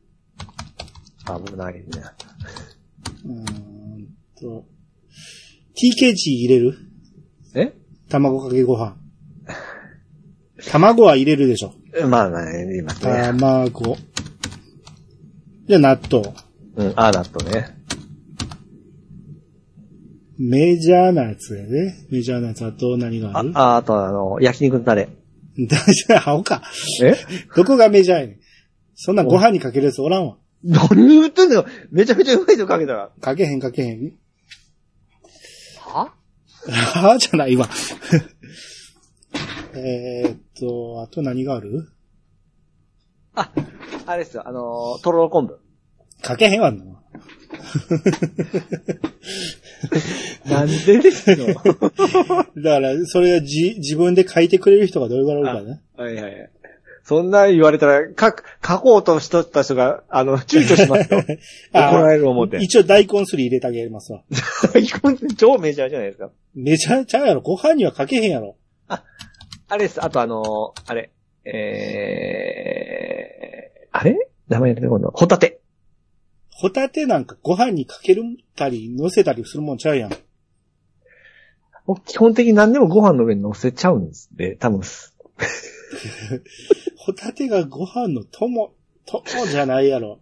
Speaker 3: 危ないね。
Speaker 2: うーんと、TKG 入れる
Speaker 3: え
Speaker 2: 卵かけご飯。卵は入れるでしょ。
Speaker 3: まあ、ね、今ね。
Speaker 2: 卵。じゃあ納豆。
Speaker 3: うん、あーだとね。
Speaker 2: メジャーなやつやね。メジャーなやつ、あと何があ
Speaker 3: あ
Speaker 2: る、
Speaker 3: ああとあの、焼肉のタレ。
Speaker 2: 大丈夫、青か。
Speaker 3: え
Speaker 2: どこがメジャーやねん。そんなご飯にかけるやつおらんわ。
Speaker 3: 何言ってんだよめちゃめちゃうまいとかけたら。
Speaker 2: かけへんかけへん。
Speaker 3: は
Speaker 2: はぁじゃないわ。 えーっと、あと何がある
Speaker 3: あ、あれですよ、あのー、とろろ昆布。
Speaker 2: かけへんわんな。
Speaker 3: なんでです よ。
Speaker 2: だから、それはじ、自分で書いてくれる人がどれぐらいおるかね。
Speaker 3: はいはいはい。そんな言われたら、か、書こうとしとった人が、あの、躊躇し ますよ。
Speaker 2: あー
Speaker 3: 怒られる思って。
Speaker 2: 一応大根すり入れてあげますわ。
Speaker 3: 大根って超メジャーじゃないですか。
Speaker 2: めちゃちゃうやろ。ご飯にはかけへんやろ。
Speaker 3: あれです。あとあのー、あれ。えー、あれ名前出てこんのホタテ。
Speaker 2: ホタテなんかご飯にかけるたり、乗せたりするもんちゃうやん。
Speaker 3: 僕基本的に何でもご飯の上に乗せちゃうんですね。多分す。
Speaker 2: ホタテがご飯の友、友じゃないやろ。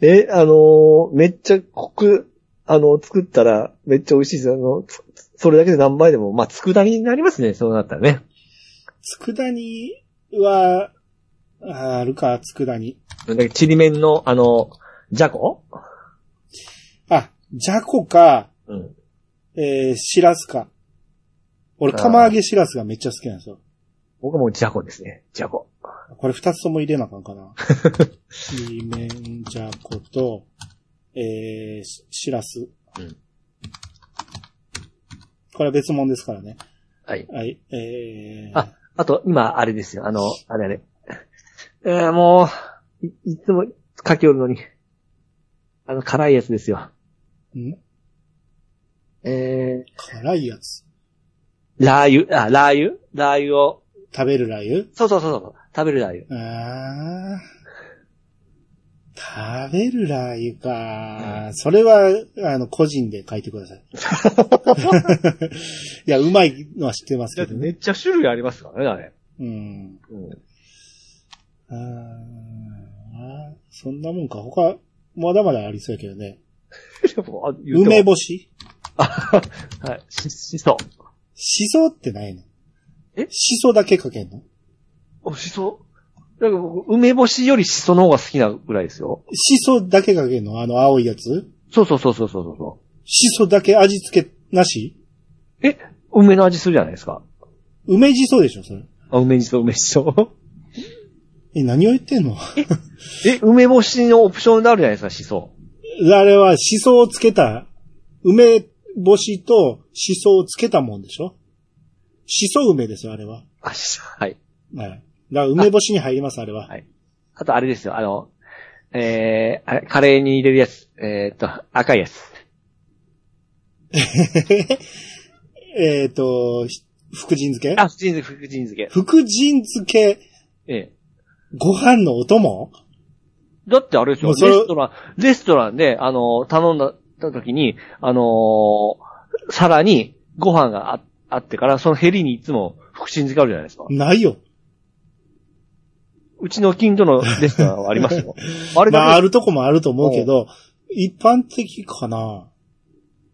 Speaker 3: え、あのーめっちゃコク、あの作ったらめっちゃ美味しいです。あの、つそれだけで何倍でも、まあ、佃煮になりますね。そうなったらね。
Speaker 2: 佃煮は、ああるか、佃煮。
Speaker 3: だけどちりめんの、あの、じゃこ
Speaker 2: あ、じゃこか、
Speaker 3: うん。
Speaker 2: えー、しらすか。俺、釜揚げしらすがめっちゃ好きなんですよ。
Speaker 3: 僕はもうじゃこですね。じゃこ。
Speaker 2: これ二つとも入れなあかんか な。ちめんじゃこと、えー、ししらす。
Speaker 3: うん
Speaker 2: これは別物ですからね。
Speaker 3: はい。
Speaker 2: はい、えー、
Speaker 3: あ、あと、今、あれですよ。あの、あれあれ。えー、もう、い、いつも書きおるのに。あの、辛いやつですよ。
Speaker 2: ん
Speaker 3: え
Speaker 2: 辛いやつ。
Speaker 3: ー、ラー油、あ、ラー油ラー油を、
Speaker 2: 食べるラー
Speaker 3: そうそうそうそう、食べるラー油。
Speaker 2: 油あー。食べるラー油か、それは、あの、個人で書いてくださ い。いや、うまいのは知ってますけどね。
Speaker 3: っちゃ種類ありますからね、あれ。
Speaker 2: うん。
Speaker 3: うん。
Speaker 2: あーそんなもんか。他、まだまだありそうやけどね。
Speaker 3: でもあ言うても
Speaker 2: 梅干し
Speaker 3: はい。し、しそ。
Speaker 2: しそってないの
Speaker 3: え
Speaker 2: しそだけかけんの
Speaker 3: お、しそ。だから僕、梅干しよりしその方が好きなぐらいですよ。
Speaker 2: しそだけかけんのあの青いやつ
Speaker 3: そうそうそうそうそうそ
Speaker 2: しそだけ味付けなし
Speaker 3: う。え、梅の味するじゃないですか。
Speaker 2: 梅じそでしょそれ。
Speaker 3: あ、梅しそ、梅しそ。
Speaker 2: え、何を言ってんの
Speaker 3: え、梅干しのオプションであるじゃないですか、しそ。
Speaker 2: あれはしそをつけた、梅干しとしそをつけたもんでしょしそ梅ですよ、あれは。
Speaker 3: あ、しそ。はい。
Speaker 2: はい。だから梅干しに入ります、あれは。
Speaker 3: はいあと、あれですよ、あの、えー、あれカレーに入れるやつ。えーっと、赤いやつ。
Speaker 2: えっと、ひ福神漬け
Speaker 3: あ、福神漬け、福神漬け。
Speaker 2: 福神漬け、
Speaker 3: ええ。
Speaker 2: ご飯のお供
Speaker 3: だってあれですよ、
Speaker 2: も
Speaker 3: レ
Speaker 2: うそれ
Speaker 3: ストラン、レストランで、あの、頼んだ時に、あのー、皿に、ご飯がああってから、そのヘリにいつも腹心使うじゃないですか。
Speaker 2: ないよ。
Speaker 3: うちの近所のレストランはあり ますよ。あれ
Speaker 2: まあ、あ
Speaker 3: だけ、
Speaker 2: るとこもあると思うけど、一般的かな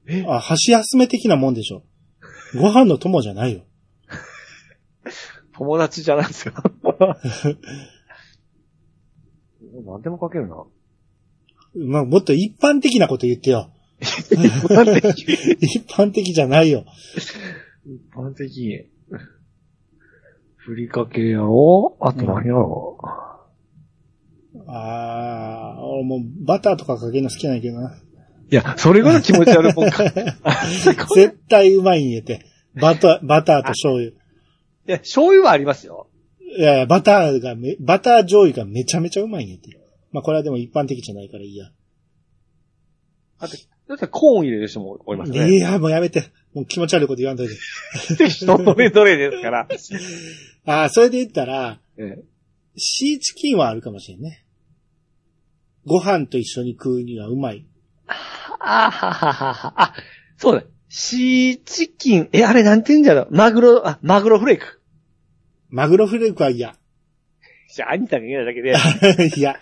Speaker 3: え
Speaker 2: あ、箸休め的なもんでしょ。ご飯の友じゃないよ。
Speaker 3: 友達じゃないです よ。何でもかける な。
Speaker 2: まあ、もっと一般的なこと言ってよ。
Speaker 3: 一般的。
Speaker 2: 一般的じゃないよ。
Speaker 3: 一般的。ふりかけやろあと何やろ、
Speaker 2: ああ、俺もうバターとかかけるの好きなんやけどな。
Speaker 3: いや、それぐらい気持ち悪いもん か。い
Speaker 2: 絶対うまいんやて。バ ター、バターと醤油。
Speaker 3: や、醤油はありますよ。
Speaker 2: いやいや、バターがめ、バター醤油がめちゃめちゃうまいんやて。まあ、これはでも一般的じゃないからいいや。
Speaker 3: だってコーン入れる人もおりますね。
Speaker 2: いや、もうやめて。もう気持ち悪いこと言わんといて。
Speaker 3: 人それぞれですから。
Speaker 2: ああ、それで言ったら、
Speaker 3: え
Speaker 2: シーチキンはあるかもしれんね。ご飯と一緒に食うにはうまい。
Speaker 3: あはははは。あ、そうだ。シーチキン。え、あれなんて言うんじゃろマグロ、あ、マグロフレーク。
Speaker 2: マグロフレークは嫌。
Speaker 3: じゃあ、兄さんが言うだけで、
Speaker 2: いや、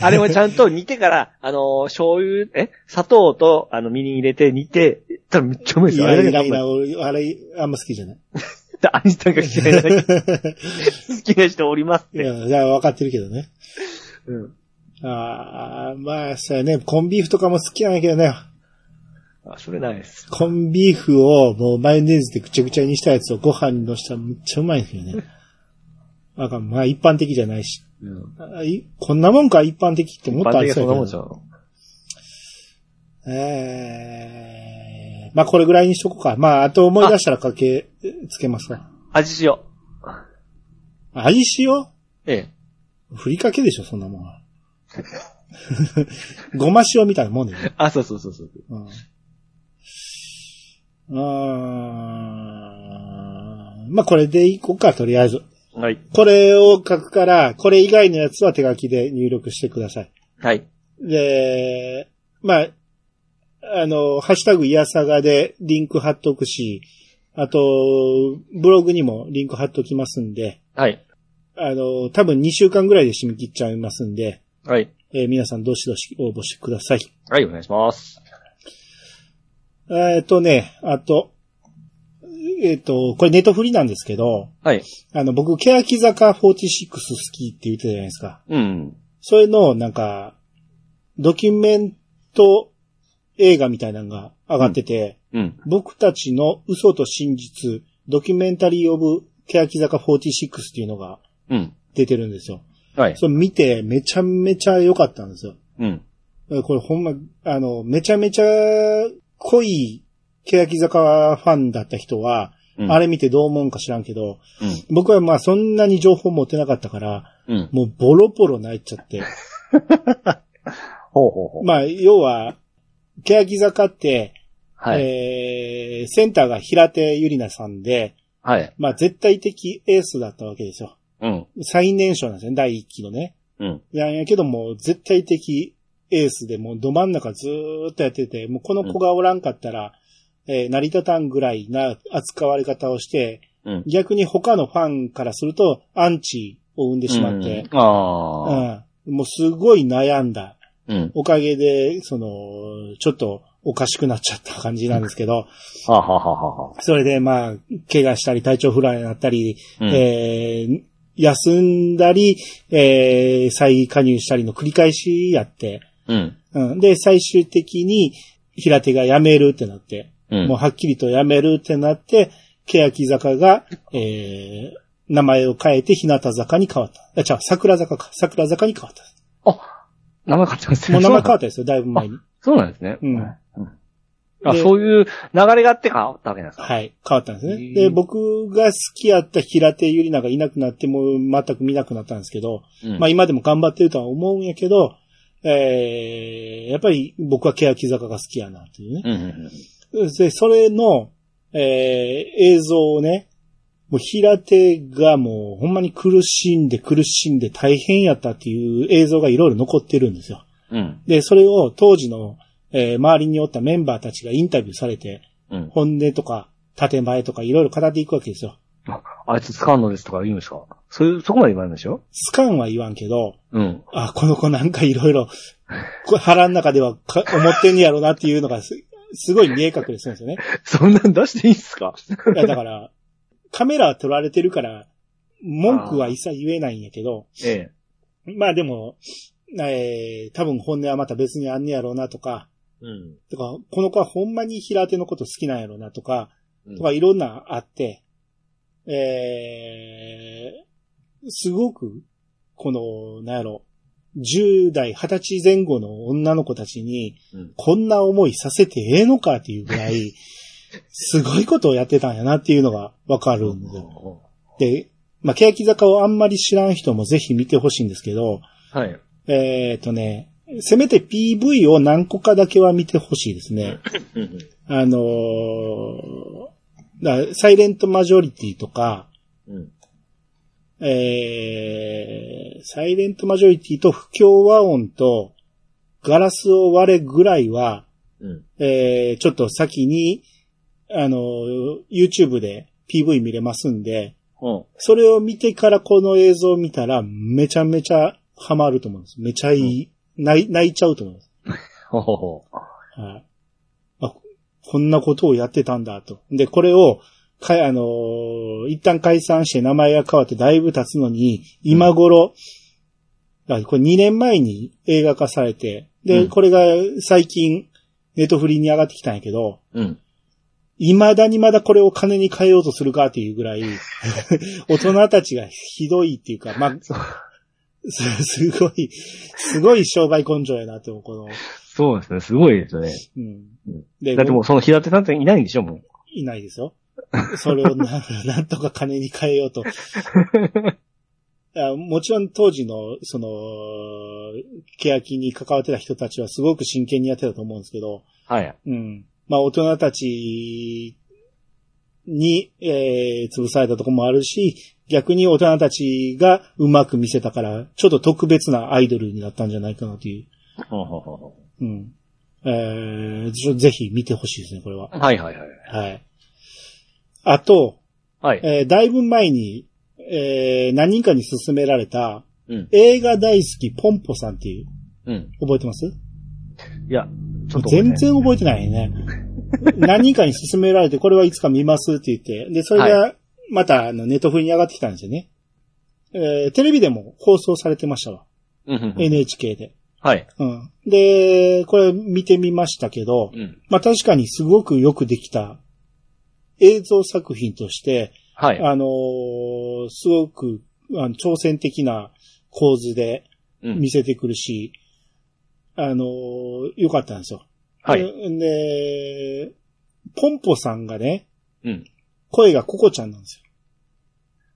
Speaker 3: あれもちゃんと煮てから、あのー醤油、え、砂糖と、あの、みりん入れて煮て、たらめっちゃうまい
Speaker 2: い
Speaker 3: ですよ。
Speaker 2: や、
Speaker 3: あれだ
Speaker 2: い
Speaker 3: け
Speaker 2: や、
Speaker 3: で
Speaker 2: い
Speaker 3: うまい
Speaker 2: や、俺あれ、あんま好きじゃ ない。
Speaker 3: 兄さんが嫌いなだ け。好きな人おりますっ
Speaker 2: い
Speaker 3: て。
Speaker 2: や、いや分かってるけどね。
Speaker 3: うん。
Speaker 2: ああ、まあ、そうやね、コンビーフとかも好きなんやけどね。
Speaker 3: あ、それないです。
Speaker 2: コンビーフをもうマヨネーズでぐちゃぐちゃにしたやつをご飯にのしたらめっちゃうまいんですよね。なんかまあ一般的じゃないし。
Speaker 3: うん。
Speaker 2: あいこんなもんか一般的ってもっとあり
Speaker 3: そ
Speaker 2: そ
Speaker 3: んなも
Speaker 2: うんや
Speaker 3: じ
Speaker 2: け
Speaker 3: ゃ
Speaker 2: ど。
Speaker 3: ん。
Speaker 2: えー、まあこれぐらいにしとこうか。まああと思い出したらかけつけますか。
Speaker 3: 味塩。
Speaker 2: 味塩
Speaker 3: ええ。
Speaker 2: ふりかけでしょ、そんなもんは。 ごま塩みたいなもんだよね。
Speaker 3: あ、そうそうそうそう。
Speaker 2: うんうーん。まあ、これでいこうか、とりあえず。
Speaker 3: はい。
Speaker 2: これを書くから、これ以外のやつは手書きで入力してください。
Speaker 3: はい。
Speaker 2: で、まあ、あの、ハッシュタグいやさがでリンク貼っとくし、あと、ブログにもリンク貼っときますんで、
Speaker 3: はい。
Speaker 2: あの、多分2週間ぐらいで締め切っちゃいますんで、
Speaker 3: はい。
Speaker 2: えー皆さんどしどし応募してください。
Speaker 3: はい、お願いします。
Speaker 2: えっ、とね、あと、えっ、と、これネットフリなんですけど、
Speaker 3: はい。
Speaker 2: あの、僕、欅坂46好きって言ってたじゃないですか。
Speaker 3: うん。
Speaker 2: それの、なんか、ドキュメント映画みたいなのが上がってて、
Speaker 3: うん。
Speaker 2: 僕たちの嘘と真実、ドキュメンタリーオブ欅坂46っていうのが
Speaker 3: うん。
Speaker 2: 出てるんですよ。
Speaker 3: はい。
Speaker 2: それ見て、めちゃめちゃ良かったんですよ。
Speaker 3: うん。
Speaker 2: これほんま、あの、めちゃめちゃ濃い欅坂ファンだった人は、
Speaker 3: うん
Speaker 2: あれ見てどう思うんか知らんけど、
Speaker 3: うん。
Speaker 2: 僕はまあそんなに情報持ってなかったから、
Speaker 3: うん。
Speaker 2: もうボロボロ泣いちゃ って。
Speaker 3: ほうほうほう。
Speaker 2: まあ、要は、欅坂って、
Speaker 3: はい。
Speaker 2: えー、センターが平手ゆりなさんで、
Speaker 3: はい。
Speaker 2: まあ絶対的エースだったわけですよ。
Speaker 3: うん。
Speaker 2: 最年少なんですね、第一期のね。
Speaker 3: うん。
Speaker 2: なんやけども、絶対的エースでもうど真ん中ずーっとやってて、もうこの子がおらんかったら、えー成り立たんぐらいな扱われ方をして、
Speaker 3: うん
Speaker 2: 逆に他のファンからすると、アンチを生んでしまって、
Speaker 3: うん
Speaker 2: うん
Speaker 3: ああ。
Speaker 2: もうすごい悩んだ。
Speaker 3: うん。
Speaker 2: おかげで、その、ちょっとおかしくなっちゃった感じなんですけど、
Speaker 3: はあはあはあはあはあ。
Speaker 2: それでまあ、怪我したり体調不良になったり、
Speaker 3: うん
Speaker 2: えー休んだり、えー再加入したりの繰り返しやって、
Speaker 3: うん。
Speaker 2: うん、で、最終的に平手が辞めるってなって、
Speaker 3: うん。
Speaker 2: もうはっきりと辞めるってなって、欅坂が、えー名前を変えて日向坂に変わった。あ、違う、桜坂か。桜坂に変わ った。
Speaker 3: 名前変わってます
Speaker 2: もう名前変わ
Speaker 3: っ
Speaker 2: ったですよ、だいぶ前に。
Speaker 3: そうなんですね。
Speaker 2: うん
Speaker 3: うん。あ、
Speaker 2: で
Speaker 3: そういう流れがあって変わったわけなんですか
Speaker 2: はい、変わったんです
Speaker 3: へー
Speaker 2: ね。で、僕が好きやった平手ゆりながいなくなって、もう全く見なくなったんですけど、
Speaker 3: うん
Speaker 2: まあ今でも頑張ってるとは思うんやけど、えー、やっぱり僕は欅坂が好きやなっていうね。
Speaker 3: うんうん
Speaker 2: で、それの、えー、映像をね、もう平手がもうほんまに苦しんで苦しんで大変やったっていう映像がいろいろ残ってるんですよ。
Speaker 3: うん。うん。
Speaker 2: で、それを当時の、えー周りにおったメンバーたちがインタビューされて、
Speaker 3: うん。
Speaker 2: 本音とか建前とかいろいろ語っていくわけですよ。
Speaker 3: あいつ使うのですとか言うんですかそういう、そこまで言わないんでしょ
Speaker 2: スカンは言わんけど、
Speaker 3: うん。
Speaker 2: あ、この子なんかいろいろ、こ腹の中ではか思ってんやろなっていうのがす、すごい見え隠れするんですよね。
Speaker 3: そんなん出していいんすか
Speaker 2: いやだから、カメラは撮られてるから、文句は一切言えないんやけど、
Speaker 3: ええ。
Speaker 2: まあでも、えー、多分本音はまた別にあんねやろうなとか、
Speaker 3: うん。
Speaker 2: とか、この子はほんまに平手のこと好きなんやろうなとか、
Speaker 3: うん
Speaker 2: とかいろんなあって、えー、すごく、この、なんやろ、10代、20歳前後の女の子たちに
Speaker 3: うん、
Speaker 2: こんな思いさせてええのかっていうぐら い、すごいことをやってたんやなっていうのがわかるんで。で、まあ、欅坂をあんまり知らん人もぜひ見てほしいんですけど、
Speaker 3: はい。
Speaker 2: えっ、とね、せめて PV を何個かだけは見てほしいですね。
Speaker 3: うん。
Speaker 2: あのーだサイレントマジョリティとか、
Speaker 3: うん。
Speaker 2: えー、サイレントマジョリティと不協和音とガラスを割れぐらいは、
Speaker 3: うん。
Speaker 2: えー、ちょっと先に、あのー YouTube で PV 見れますんで、
Speaker 3: うん。
Speaker 2: それを見てからこの映像を見たら、めちゃめちゃハマると思うんです。めちゃいい、泣い泣いちゃうと思います。
Speaker 3: ほほほ。
Speaker 2: はい。あ、こんなことをやってたんだと。で、これを、かあのー一旦解散して名前が変わってだいぶ経つのに、今頃、あこれ2年前に映画化されて、で、
Speaker 3: うん
Speaker 2: これが最近、ネットフリーに上がってきたんやけど、
Speaker 3: うん。
Speaker 2: 未だにまだこれを金に変えようとするかっていうぐ らい、大人たちがひどいっていうか、まあ、す すごい、すごい商売根性やなって思う、この、
Speaker 3: そうですね。すごいですね。
Speaker 2: うん
Speaker 3: うん。
Speaker 2: で
Speaker 3: だってもうその平手さんっていないんでしょも
Speaker 2: いないですよ。それをななんとか金に変えようと。あもちろん当時の、その、欅に関わってた人たちはすごく真剣にやってたと思うんですけど、
Speaker 3: う。はい。
Speaker 2: うん。まあ大人たちに、えー潰されたとこもあるし、逆に大人たちがうまく見せたから、ちょっと特別なアイドルになったんじゃないかなという。
Speaker 3: ほうほうほうほ
Speaker 2: うん。えーぜぜひ見てほしいですね、これは。
Speaker 3: うはいはいはい。
Speaker 2: はい。あと、
Speaker 3: はい。
Speaker 2: えーだいぶ前に、えー何人かに勧められた、
Speaker 3: うん。
Speaker 2: 映画大好きポンポさんっていう、
Speaker 3: うん。
Speaker 2: 覚えてます
Speaker 3: いや、ちょっと、
Speaker 2: 全。然覚えてないね。何人かに勧められて、これはいつか見ますって言って、で、それが、また、あの、ネット風に上がってきたんですよね。えーテレビでも放送されてましたわ。
Speaker 3: うんうんうん。
Speaker 2: NHK で。
Speaker 3: はい。
Speaker 2: うん。で、これ見てみましたけど、
Speaker 3: うん。
Speaker 2: まあ、確かにすごくよくできた映像作品として、
Speaker 3: はい。
Speaker 2: あのーすごく、あの、挑戦的な構図で
Speaker 3: うん
Speaker 2: 見せてくるし、あのー良かったんですよ。
Speaker 3: はい。
Speaker 2: で、ポンポさんがね、
Speaker 3: うん。
Speaker 2: 声がココちゃんなんですよ。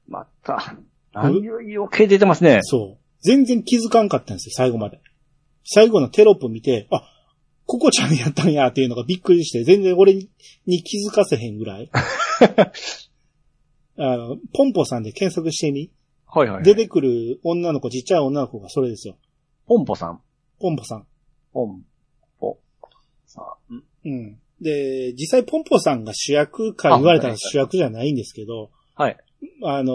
Speaker 3: また、何を余計出てますね。
Speaker 2: そう。全然気づかんかったんですよ、最後まで。最後のテロップ見て、あ、ココちゃんやったんやっていうのがびっくりして、全然俺に気づかせへんぐ らい。あの、ポンポさんで検索してみ。
Speaker 3: はいはい。
Speaker 2: 出、てくる女の子、ちっちゃい女の子がそれですよ。
Speaker 3: ポンポさん。
Speaker 2: ポンポさん。
Speaker 3: ポンポさん。
Speaker 2: うん。で、実際ポンポさんが主役か言われたら
Speaker 3: あ
Speaker 2: 主役じゃないんですけど、
Speaker 3: はい。
Speaker 2: あのー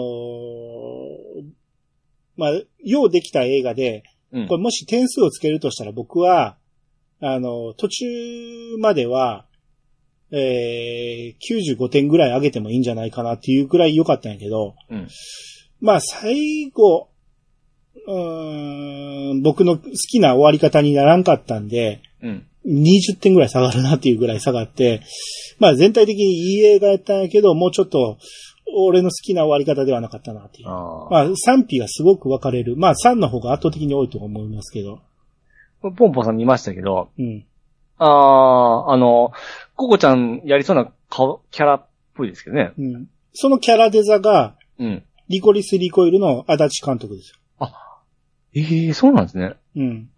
Speaker 2: まあ、ようできた映画で、
Speaker 3: うん
Speaker 2: これもし点数をつけるとしたら僕は、あの、途中までは、えー、95点ぐらい上げてもいいんじゃないかなっていうくらい良かったんやけど、
Speaker 3: うん
Speaker 2: まあ最後、うーん、僕の好きな終わり方にならんかったんで、
Speaker 3: うん。
Speaker 2: 20点ぐらい下がるなっていうぐらい下がって、まあ全体的にいい映画やったんやけど、もうちょっと、俺の好きな終わり方ではなかったなっていう。
Speaker 3: あ
Speaker 2: まあ賛否がすごく分かれる。まあ3の方が圧倒的に多いと思いますけど。
Speaker 3: あ。ポンポさん見ましたけど、
Speaker 2: うん。
Speaker 3: ああ、あの、ココちゃんやりそうな顔、キャラっぽいですけどね。
Speaker 2: うん。そのキャラデザが、
Speaker 3: うん。
Speaker 2: リコリス・リコイルの足立監督です
Speaker 3: ええそうなんですね。
Speaker 2: よ。うん。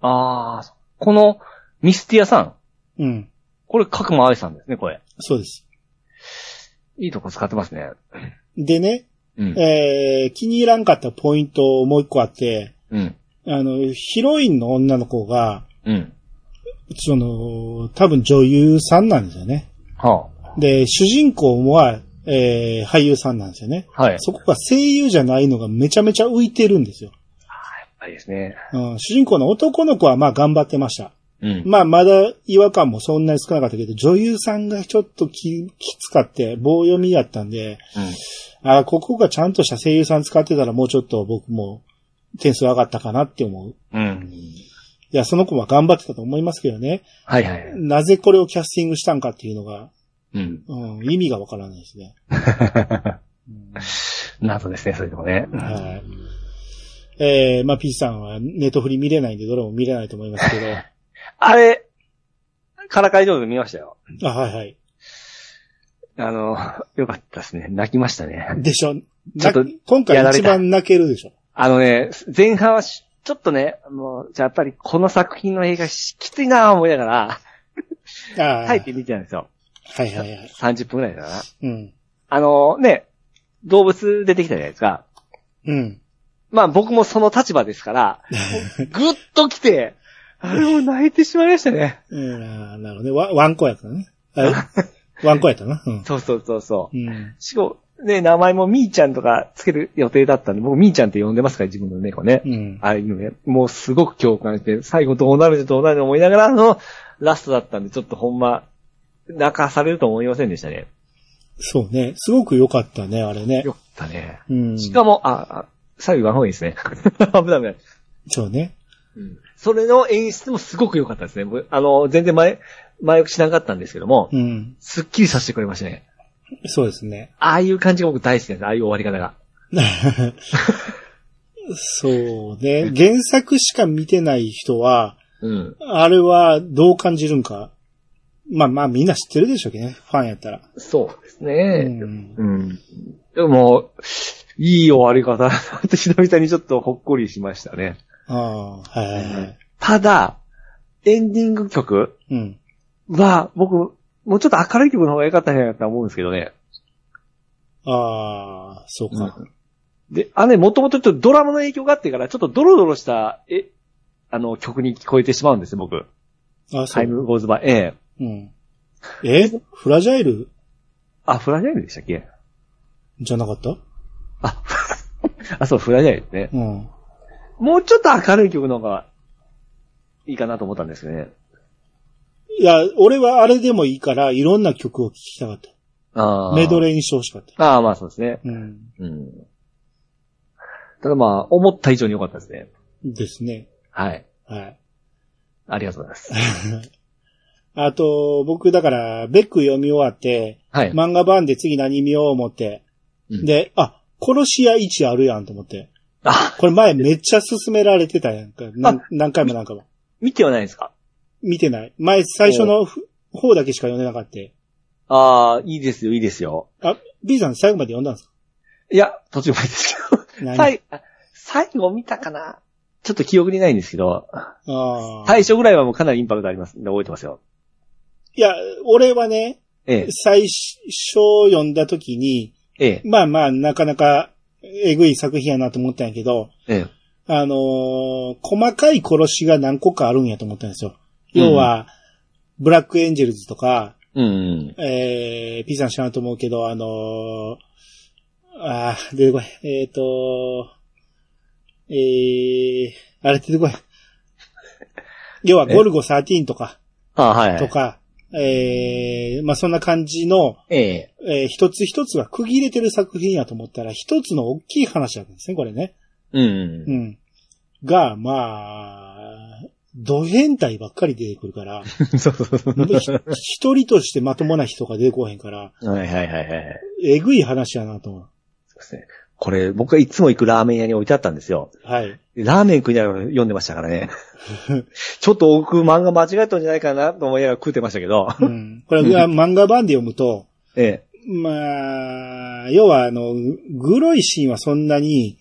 Speaker 3: ああ、このミスティアさん。
Speaker 2: うん。
Speaker 3: これ、角間愛さんですね、これ。
Speaker 2: そうです。
Speaker 3: いいとこ使ってますね。
Speaker 2: でね、
Speaker 3: うん。
Speaker 2: えー、気に入らんかったポイントもう一個あって、
Speaker 3: うん。
Speaker 2: あの、ヒロインの女の子が、
Speaker 3: うん。
Speaker 2: その、多分女優さんなんですよね。
Speaker 3: はあ。
Speaker 2: で、主人公もは、えー、俳優さんなんですよね。
Speaker 3: はい。やっ
Speaker 2: そこが声優じゃないのがめちゃめちゃ浮いてるんですよ。
Speaker 3: ぱりですね。
Speaker 2: うん、主人公の男の子はまあ頑張ってました。
Speaker 3: うん。
Speaker 2: まあまだ違和感もそんなに少なかったけど、女優さんがちょっとききつかって棒読みやったんで、あーここがちゃんとした声優さん使ってたらもうちょっと僕も点数上がったかなって思う。
Speaker 3: うん。うん。
Speaker 2: いや、その子は頑張ってたと思いますけどね。
Speaker 3: はいはい。
Speaker 2: なぜこれをキャスティングしたんかっていうのが、
Speaker 3: うん。
Speaker 2: うん、意味がわからないですね。
Speaker 3: などですね、そういうとこね。
Speaker 2: はい。えー、まあ、ピーチさんはネットフリ見れないんで、どれも見れないと思いますけど。
Speaker 3: あれ、からかい上手見ましたよ。
Speaker 2: あ、はいはい。
Speaker 3: あの、よかったですね。泣きましたね。
Speaker 2: でしょ。
Speaker 3: ちょ
Speaker 2: な
Speaker 3: っと
Speaker 2: 今
Speaker 3: や
Speaker 2: 回
Speaker 3: られ
Speaker 2: 一
Speaker 3: た
Speaker 2: 番泣けるでしょ。
Speaker 3: あのね、前半はしちょっとね、もう、じゃあやっぱりこの作品の映画しきついなぁ思いながら、
Speaker 2: ああ、は
Speaker 3: 耐え
Speaker 2: い
Speaker 3: て見てたんですよ。
Speaker 2: はいはい。
Speaker 3: 30分くらいだな。
Speaker 2: うん。
Speaker 3: あのね、動物出てきたじゃないですか。
Speaker 2: うん。
Speaker 3: まあ僕もその立場です から、ぐっと来て、あれもう泣いてしまいましたね。
Speaker 2: うん、あーなるほどね。わ、ワンコやったね。あ ワンコやったな。うん。
Speaker 3: そうそうそうそうう。
Speaker 2: ん。
Speaker 3: しかも、ね、名前もみーちゃんとかつける予定だったんで、僕みーちゃんって呼んでますから、自分の猫ね。
Speaker 2: うん。
Speaker 3: ああいうのね、もうすごく共感して、最後どうなるどうなると思いながらのラストだったんで、ちょっとほんま、泣かされると思いませんでしたね。
Speaker 2: そうね。すごく良かったね、あれね
Speaker 3: よ。かったね。
Speaker 2: うん。
Speaker 3: しかも、あ、あ最後の方がいいですね。 危ない危ない。
Speaker 2: そうね。
Speaker 3: それの演出もすごく良かったですね。僕あの、全然前、前置きしなかったんですけども、
Speaker 2: うん。
Speaker 3: すっきりさせてくれましたね。
Speaker 2: そうですね。
Speaker 3: ああいう感じが僕大好きなんです。ああいう終わり方が。
Speaker 2: そうね。原作しか見てない人は、
Speaker 3: うん。
Speaker 2: あれはどう感じるんか。まあまあみんな知ってるでしょうけどね。ファンやったら。
Speaker 3: そうです
Speaker 2: う
Speaker 3: ね。
Speaker 2: ん。
Speaker 3: うん。でも、いい終わり方だなって、ひどみさんにちょっとほっこりしましたね。
Speaker 2: ああ、はいはいはい。
Speaker 3: ただ、エンディング曲
Speaker 2: うん。
Speaker 3: は、僕、もうちょっと明るい曲の方が良かったんじゃないかと思うんですけどね。
Speaker 2: ああ、そうか。
Speaker 3: で、あれ、もともとちょっとドラマの影響があってから、ちょっとドロドロした、え、あの、曲に聞こえてしまうんですよ、僕。
Speaker 2: あそ
Speaker 3: タイ
Speaker 2: う。
Speaker 3: ムゴーズバイ。ええ
Speaker 2: うん。えフラジャイル
Speaker 3: あ、フラジャイルでしたっけ
Speaker 2: じゃなかった
Speaker 3: あ、 あ、そう、フラジャイルですね。
Speaker 2: うん。
Speaker 3: もうちょっと明るい曲の方がいいかなと思ったんですけどね。
Speaker 2: いや、俺はあれでもいいから、いろんな曲を聴きたかった。
Speaker 3: あ
Speaker 2: メド
Speaker 3: ー。
Speaker 2: レーにしてほしかった。
Speaker 3: ああ、まあそうですね。
Speaker 2: うん。
Speaker 3: うん。ただまあ、思った以上に良かったですね。
Speaker 2: ですね。
Speaker 3: はい。
Speaker 2: はい。
Speaker 3: ありがとうございます。
Speaker 2: あと、僕、だから、ベック読み終わって、
Speaker 3: はい。
Speaker 2: 漫画版で次何見よう思って、
Speaker 3: うん
Speaker 2: で、あ、殺し屋1あるやんと思って。
Speaker 3: あ、
Speaker 2: これ前めっちゃ勧められてたやんか。なん何回も何回も。
Speaker 3: 見てはないですか
Speaker 2: 見てない。前最初のふ方だけしか読んでなかった。
Speaker 3: ああ、いいですよ、いいですよ。
Speaker 2: あ、B さん最後まで読んだんです
Speaker 3: いや、途中までですけど。
Speaker 2: か何
Speaker 3: 最、あ最後見たかなちょっと記憶にないんですけど、
Speaker 2: あー
Speaker 3: 最初ぐらいはもうかなりインパクトありますんで覚えてますよ。
Speaker 2: いや、俺はね、
Speaker 3: ええ、
Speaker 2: 最初読んだ時に、
Speaker 3: ええ、
Speaker 2: まあまあ、なかなか、えぐい作品やなと思ったんやけど、
Speaker 3: ええ。
Speaker 2: あのー細かい殺しが何個かあるんやと思ったんですよ。要は、ブラックエンジェルズとか、
Speaker 3: うん。
Speaker 2: えー、P さん知らないと思うけど、あのー、あー、出てこい。えっ、ー、とー、えー、あれ出てこい。要はゴルゴ13とか、
Speaker 3: ああ、はい、は
Speaker 2: と
Speaker 3: い。
Speaker 2: か、えー、まあ、そんな感じの、
Speaker 3: ええ。
Speaker 2: えー一つ一つが区切れてる作品やと思ったら、一つの大きい話だったんですね、これね。
Speaker 3: うん
Speaker 2: う。ん。が、まあ、ド変態ばっかり出てくる から、
Speaker 3: そうそうそう。
Speaker 2: ひ一人としてまともな人が出てこへんから、
Speaker 3: はいはいはいはい。
Speaker 2: えぐい話やなと思う。
Speaker 3: そうですね。これ、僕がいつも行くラーメン屋に置いてあったんですよ。
Speaker 2: はい。
Speaker 3: ラーメン食いながら読んでましたから ね。ちょっと僕漫画間違えたんじゃないかなと思いながら食ってましたけど。
Speaker 2: うん。これは漫画版で読むと、
Speaker 3: え
Speaker 2: まあ、要はあの、グロいシーンはそんなに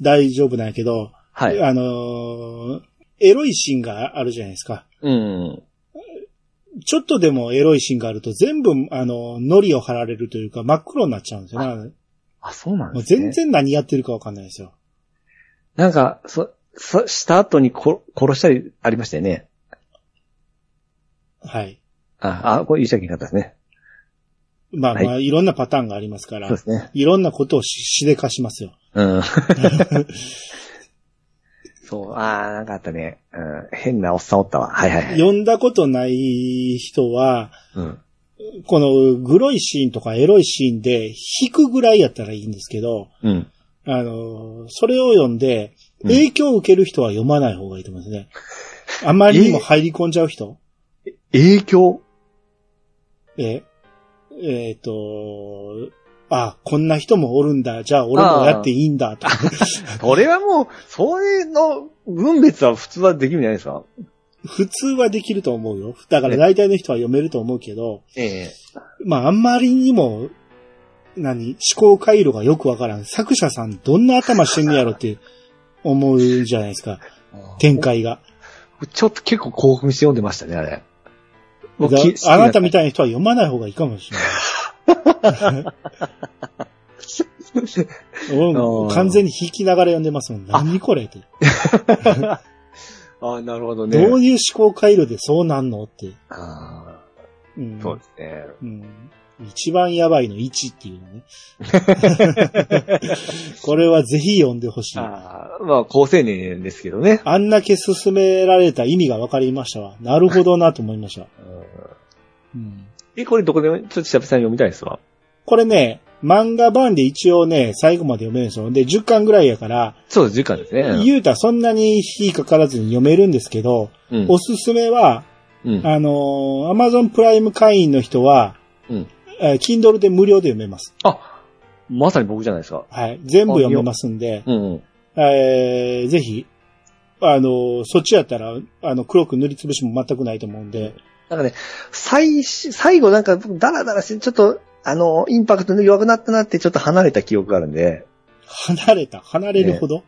Speaker 2: 大丈夫なんやけど、
Speaker 3: え。はい。
Speaker 2: あのーエロいシーンがあるじゃないですか。
Speaker 3: うん。
Speaker 2: ちょっとでもエロいシーンがあると全部、あの、ノリを張られるというか真っ黒になっちゃうんですよね。
Speaker 3: あ、そうなん
Speaker 2: もう
Speaker 3: ですね。
Speaker 2: 全。然何やってるかわかんないですよ。
Speaker 3: なんか、そ、そ、した後にこ殺したりありましたよね。
Speaker 2: はい。
Speaker 3: あ、あ、これ言っちゃいけなかったですね。
Speaker 2: まあまあ、、
Speaker 3: はい
Speaker 2: ろんなパターンがありますから
Speaker 3: そうで、すね。
Speaker 2: いろんなことをししでかしますよ。
Speaker 3: うん。そう、あー、なんかあったね。うん、変なおっさんおったわ。はいはいはい。
Speaker 2: 読んだことない人は、
Speaker 3: うん。
Speaker 2: このグロいシーンとかエロいシーンで引くぐらいやったらいいんですけど、
Speaker 3: うん。
Speaker 2: あの、それを読んで、
Speaker 3: うん
Speaker 2: 影響を受ける人は読まない方がいいと思いますね。あまりにも入り込んじゃう人
Speaker 3: 影響
Speaker 2: え、えっ、と、あ、こんな人もおるんだ、じゃあ俺もやっていいんだ、とか。
Speaker 3: それはもう、それの分別は普通はできるんじゃないですか
Speaker 2: 普通はできると思うよ。だから大体の人は読めると思うけど、
Speaker 3: ええ
Speaker 2: まああんまりにも、何、思考回路がよくわからん。作者さんどんな頭してんのやろって思うじゃないですか。展開が。
Speaker 3: ちょっと結構興奮して読んでましたね、あれ。
Speaker 2: だあなたみ
Speaker 3: た
Speaker 2: たいな人は読まない方がいいかもしれない。
Speaker 3: ー
Speaker 2: うん完全に引きながら読んでますもん。何これって。
Speaker 3: ああ、なるほどね。
Speaker 2: どういう思考回路でそうなんのって。
Speaker 3: あ
Speaker 2: うん
Speaker 3: ーそうですね。
Speaker 2: うん一番やばいの1っていうのね。これはぜひ読んでほしい。あ
Speaker 3: ああ、まあ、高青年ですけどね。
Speaker 2: んだけ勧められた意味が分かりましたわ。なるほどなと思いました。うん
Speaker 3: え、これどこでも、ちょっと久々に読みたいですわ。
Speaker 2: これね、漫画版で一応ね、最後まで読めるんですよ。で、10巻ぐらいやから、
Speaker 3: そうです、時間ですね。
Speaker 2: 言うたらそんなに引っかからずに読めるんですけど、
Speaker 3: うん。
Speaker 2: おすすめは、
Speaker 3: うん。
Speaker 2: あのー、Amazon プライム会員の人は、
Speaker 3: うん
Speaker 2: えー Kindle で無料で読めます。
Speaker 3: あ、まさに僕じゃないですか。
Speaker 2: はい。全部読めますんで、
Speaker 3: うんうん。
Speaker 2: えー、ぜひ、あの、そっちやったら、あの、黒く塗りつぶしも全くないと思うんで、
Speaker 3: なんかね、最し、最後なんか、ダラダラして、ちょっと、あの、インパクトの弱くなったなって、ちょっと離れた記憶があるんで、
Speaker 2: 離れた、離れるほど、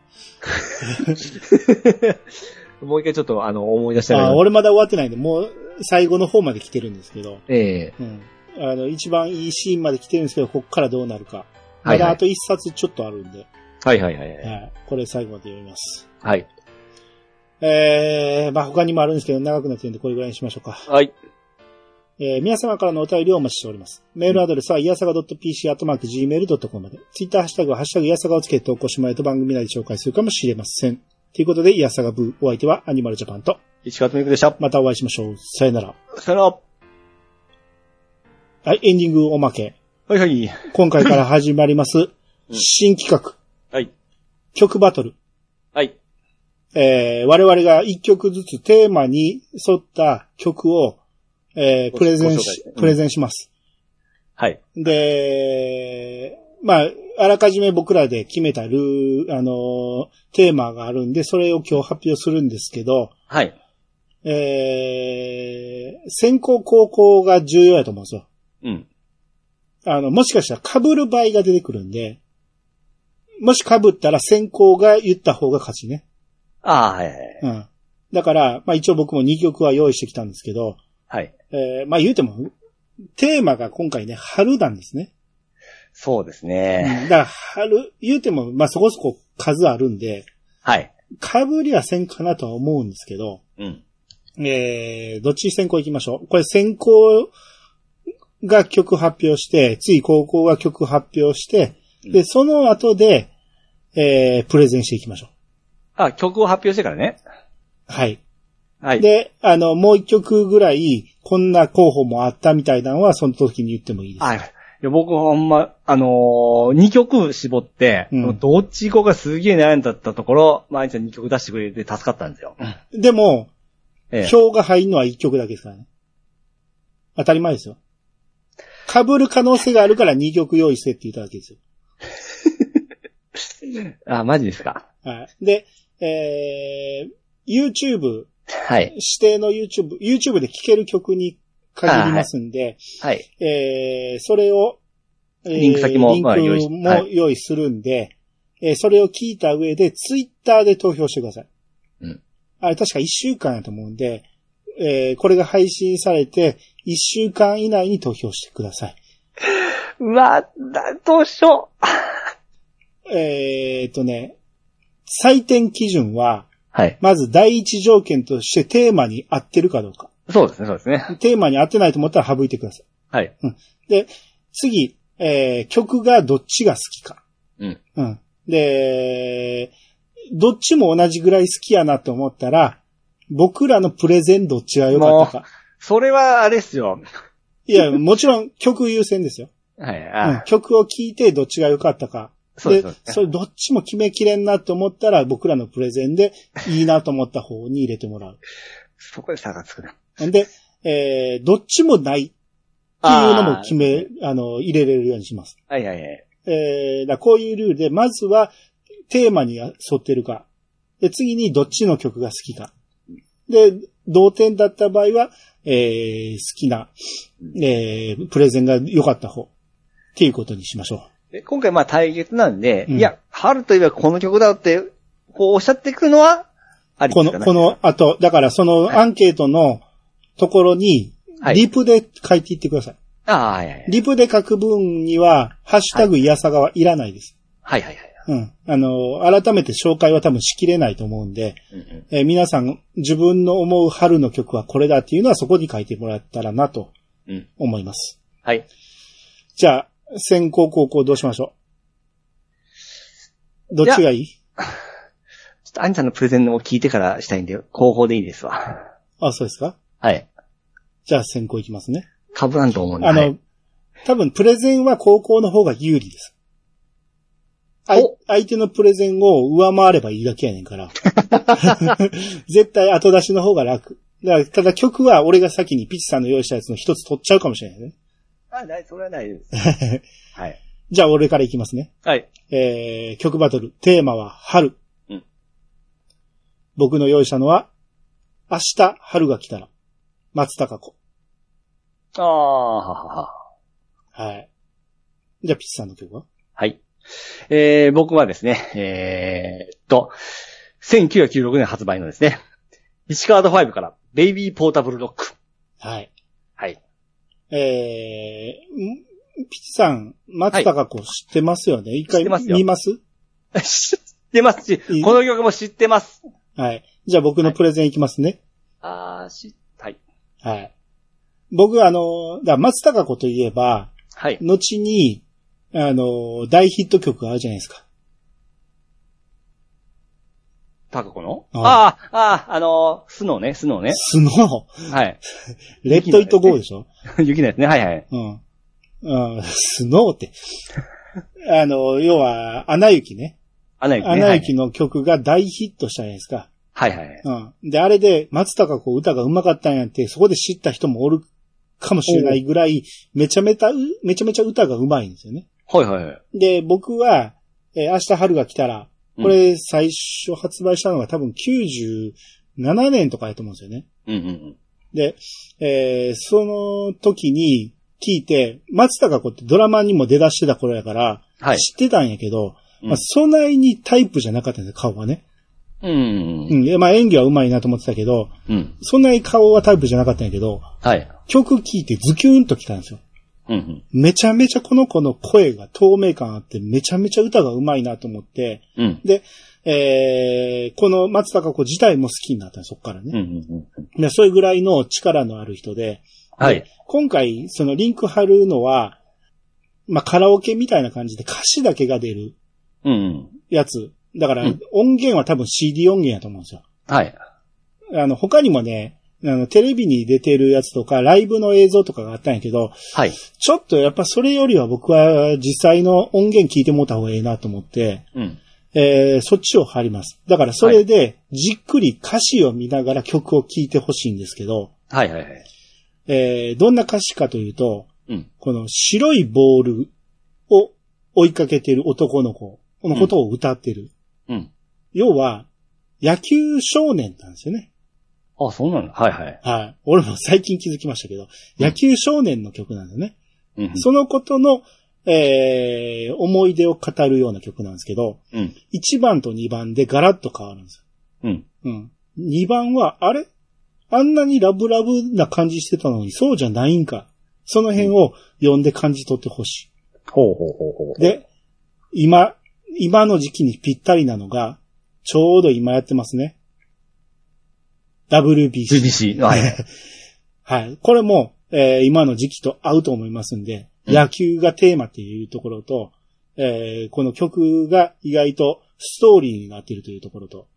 Speaker 3: もう一回ちょっと、あの、思い出した
Speaker 2: あ
Speaker 3: ら、
Speaker 2: 俺まだ終わってないんで、もう最後の方まで来てるんですけど、
Speaker 3: ええ
Speaker 2: うん。あの、一番いいシーンまで来てるんですけど、こっからどうなるか。
Speaker 3: は
Speaker 2: ま
Speaker 3: い
Speaker 2: だ
Speaker 3: はい
Speaker 2: あと一冊ちょっとあるんで、
Speaker 3: はいはいはいはい。
Speaker 2: はいこれ最後まで読みます。
Speaker 3: はい。
Speaker 2: えー、まあ他にもあるんですけど、長くなってるんで、これぐらいにしましょうか。
Speaker 3: はい。
Speaker 2: えー皆様からのお便りをお待ちしております。メールアドレスは、いやさが .pc、アットマーク、gmail.com まで。ツイッターハッシュタグは、ハッシュタグ、いやさがをつけて投稿してもらえると番組内で紹介するかもしれません。ということで、いやさがブー、お相手はアニマルジャパンと、
Speaker 3: 石川とみくでした。
Speaker 2: またお会いしましょう。さよなら。
Speaker 3: さよなら。
Speaker 2: はい、エンディングおまけ。
Speaker 3: はいはい。
Speaker 2: 今回から始まります、新企画、
Speaker 3: はい。
Speaker 2: 曲バトル。
Speaker 3: はい。
Speaker 2: えー我々が一曲ずつテーマに沿った曲を、えー
Speaker 3: ご
Speaker 2: プレゼンし
Speaker 3: ご紹介うん、
Speaker 2: プレゼンします。
Speaker 3: はい。
Speaker 2: で、まあ、あらかじめ僕らで決めたルーあの、テーマがあるんで、それを今日発表するんですけど、
Speaker 3: はい。
Speaker 2: えー、先行後攻が重要やと思うんですよ。
Speaker 3: うん。
Speaker 2: あの、もしかしたら被る場合が出てくるんで、もし被ったら先行が言った方が勝ちね。
Speaker 3: ああ、はいはい。
Speaker 2: うん。だから、まあ一応僕も2曲は用意してきたんですけど、
Speaker 3: はい。
Speaker 2: えー、まあ言うても、テーマが今回ね、春なんですね。
Speaker 3: そうです
Speaker 2: うん
Speaker 3: ね。
Speaker 2: だから春、言うても、まあそこそこ数あるんで、
Speaker 3: はい。
Speaker 2: 被りはせんかなとは思うんですけど、
Speaker 3: うん。
Speaker 2: えー、どっち先行行きましょう。これ先行が曲発表して、次高校が曲発表して、
Speaker 3: う
Speaker 2: で、
Speaker 3: ん
Speaker 2: その後で、えー、プレゼンしていきましょう。
Speaker 3: あ、曲を発表してからね。
Speaker 2: はい。
Speaker 3: はい。
Speaker 2: で、あの、もう一曲ぐらい、こんな候補もあったみたいなのは、その時に言ってもいいです。
Speaker 3: はい。いや僕ほんま、あのー、2曲絞って、
Speaker 2: うん
Speaker 3: どっち行こうかすげえ悩んだったところ、まあ、あいちゃん2曲出してくれて助かったんですよ。
Speaker 2: でも、
Speaker 3: ええ。
Speaker 2: 票が入るのは一曲だけですからね。当たり前ですよ。被る可能性があるから二曲用意してって言っただけですよ。
Speaker 3: あ、マジですか。
Speaker 2: はい。で、えー、YouTube、
Speaker 3: はい。
Speaker 2: 指定の YouTube、YouTube で聴ける曲に限りますんで、
Speaker 3: はい。
Speaker 2: えー、それを、えー
Speaker 3: リンク先も
Speaker 2: リン
Speaker 3: まあ用意
Speaker 2: ク
Speaker 3: し
Speaker 2: も
Speaker 3: はい
Speaker 2: 用意するんで、えーそれを聞いた上で、Twitter で投票してください。
Speaker 3: うん。
Speaker 2: あれ確か1週間やと思うんで、えー、これが配信されて、1週間以内に投票してください。
Speaker 3: うわ、だ、どうしよう。
Speaker 2: えーっとね、採点基準は、
Speaker 3: はい。
Speaker 2: まず第一条件としてテーマに合ってるかどうか。
Speaker 3: そうですね、そうですね。
Speaker 2: テーマに合ってないと思ったら省いてください。
Speaker 3: はい。
Speaker 2: で、次、えー曲がどっちが好きか。
Speaker 3: うん。
Speaker 2: うん。で、どっちも同じぐらい好きやなと思ったら、僕らのプレゼンどっちが良かったか。
Speaker 3: それは、あれっすよ。
Speaker 2: いや、もちろん曲優先ですよ。
Speaker 3: はい、
Speaker 2: うん
Speaker 3: あ、
Speaker 2: 曲を聴いてどっちが良かったか。
Speaker 3: そうですそうです
Speaker 2: それどっちも決めきれんなと思ったら、僕らのプレゼンでいいなと思った方に入れてもらう。
Speaker 3: そこで差がつくな。
Speaker 2: んで、えー、どっちもないっていうのも決め、あの、入れれるようにします。
Speaker 3: あー。はいはいはい。
Speaker 2: えー、だからこういうルールで、まずはテーマに沿ってるか。で、次にどっちの曲が好きか。で、同点だった場合は、えー、好きな、えー、プレゼンが良かった方。っていうことにしましょ
Speaker 3: で今回まあ対決なんで、
Speaker 2: うん
Speaker 3: いや、春といえばこの曲だって、こうおっしゃってくるのは、あ
Speaker 2: う。
Speaker 3: り
Speaker 2: こ
Speaker 3: で
Speaker 2: の、
Speaker 3: すかね。
Speaker 2: この後、だからそのアンケートのところに、
Speaker 3: はい
Speaker 2: リプで書いていってください。
Speaker 3: ああ、はいはい。
Speaker 2: リプで書く分には、ハッシュタグいやさがはいらないです。
Speaker 3: はいはいはい。
Speaker 2: うん。あの、改めて紹介は多分しきれないと思うんで、
Speaker 3: うんうん
Speaker 2: えー皆さん自分の思う春の曲はこれだっていうのはそこに書いてもらったらなと
Speaker 3: うん
Speaker 2: 思います。
Speaker 3: はい。
Speaker 2: じゃあ、先行後攻どうしましょうどっちがいい
Speaker 3: ちょっと、アニさんのプレゼンを聞いてからしたいんで、後方でいいですわ。
Speaker 2: あ、そうですか
Speaker 3: はい。
Speaker 2: じゃあ先行いきますね。
Speaker 3: かぶらんと思うんで。
Speaker 2: あ
Speaker 3: は
Speaker 2: の
Speaker 3: い、
Speaker 2: 多分プレゼンは後攻の方が有利です。あい
Speaker 3: お
Speaker 2: 相手のプレゼンを上回ればいいだけやねん から。 絶対後出しの方が楽。だからただ曲は俺が先にピチさんの用意したやつの一つ取っちゃうかもしれないね。
Speaker 3: あ、ない、それはないです。はい。
Speaker 2: じゃあ俺からいきますね。
Speaker 3: はい。
Speaker 2: えー、曲バトル、テーマは春。
Speaker 3: うん
Speaker 2: 僕の用意したのは、明日春が来たら、松たか子。
Speaker 3: ああ、ははは。
Speaker 2: はい。じゃあ、ピッチさんの曲は
Speaker 3: はい。えー、僕はですね、えーっと、1996年発売のですね、石川ド5から、ベイビーポータブルロック。
Speaker 2: はい。
Speaker 3: はい。
Speaker 2: えー、んピッチさん、松たか子知ってますよね、一
Speaker 3: 知
Speaker 2: 回
Speaker 3: ってますよ
Speaker 2: 見ます
Speaker 3: 知ってますし、
Speaker 2: いい
Speaker 3: この曲も知ってます。
Speaker 2: はい。じゃあ僕のプレゼンいきますね。
Speaker 3: あー、し、はい。
Speaker 2: はい。僕、あの、だから松たか子といえば、
Speaker 3: はい。
Speaker 2: 後に、あの、大ヒット曲があるじゃないですか。
Speaker 3: タカコの
Speaker 2: あ
Speaker 3: ああー、ああ、あのー、スノーね、スノーね。
Speaker 2: スノー、
Speaker 3: はい。
Speaker 2: レッド・イット・ゴーでしょ
Speaker 3: 雪のやつね、はいはい。
Speaker 2: うん。うん、スノーって。 あの、要は、アナ雪ね。
Speaker 3: アナ雪ね。
Speaker 2: アナ雪の曲が大ヒットしたじゃないですか。
Speaker 3: はいはいはい。
Speaker 2: うん。で、あれで、松たか子歌が上手かったんやって、そこで知った人もおるかもしれないぐらい、めちゃめちゃ、めちゃめちゃ歌が上手いんですよね。
Speaker 3: はいはいはい。
Speaker 2: で、僕は、えー明日春が来たら、これ最初発売したのが多分97年とかやと思うんですよね。
Speaker 3: うんうんうん。
Speaker 2: で、えーその時に聞いて、松たか子ってドラマにも出だしてた頃やから、
Speaker 3: はい。
Speaker 2: 知ってたんやけど、
Speaker 3: うん
Speaker 2: まあ、そないにタイプじゃなかったんですよ、顔はね。
Speaker 3: うんうん
Speaker 2: う
Speaker 3: うん。
Speaker 2: ん。でまあ、演技は上手いなと思ってたけど、
Speaker 3: うん。
Speaker 2: そんなに顔はタイプじゃなかったんやけど、
Speaker 3: はい。
Speaker 2: 曲聴いてズキューンと来たんですよ。
Speaker 3: うんうん。
Speaker 2: めちゃめちゃこの子の声が透明感あって、めちゃめちゃ歌が上手いなと思って、
Speaker 3: うん。
Speaker 2: えーこの松たか子自体も好きになったんですそっから
Speaker 3: うんう
Speaker 2: ね。
Speaker 3: んうんうん。
Speaker 2: でそういうぐらいの力のある人で、
Speaker 3: はい。
Speaker 2: 今回、そのリンク貼るのは、まあ、カラオケみたいな感じで歌詞だけが出る
Speaker 3: うんうん。
Speaker 2: やつ。だから
Speaker 3: うん、
Speaker 2: 音源は多分 CD 音源やと思うんですよ。
Speaker 3: はい。
Speaker 2: あの、他にもね、あの、テレビに出てるやつとか、ライブの映像とかがあったんやけど、
Speaker 3: はい。
Speaker 2: ちょっとやっぱそれよりは僕は実際の音源聞いてもらった方がいいなと思って、
Speaker 3: うん。
Speaker 2: えー、そっちを貼ります。だからそれで、じっくり歌詞を見ながら曲を聴いてほしいんですけど、
Speaker 3: はいはいはい。
Speaker 2: えー、どんな歌詞かというと、
Speaker 3: うん
Speaker 2: この白いボールを追いかけてる男の子のことを歌ってる。
Speaker 3: うん。
Speaker 2: 要は、野球少年なんですよね。
Speaker 3: あ、そうなのはいはい。
Speaker 2: はい。俺も最近気づきましたけど、野球少年の曲なんだよね。
Speaker 3: うんうん。
Speaker 2: そのことの、えー、思い出を語るような曲なんですけど、
Speaker 3: うん。
Speaker 2: 1番と2番でガラッと変わるんです
Speaker 3: うん。
Speaker 2: よ。うん。2番は、あれあんなにラブラブな感じしてたのに、そうじゃないんか。その辺を読んで感じ取ってほし
Speaker 3: ほうほうほうほ
Speaker 2: い。で、今、今の時期にぴったりなのが、ちょうど今やってますね。WBC。
Speaker 3: 厳しい。はい。
Speaker 2: はい。これも、えー今の時期と合うと思いますんで、野球がテーマっていうところと、えーこの曲が意外とストーリーになっているというところと、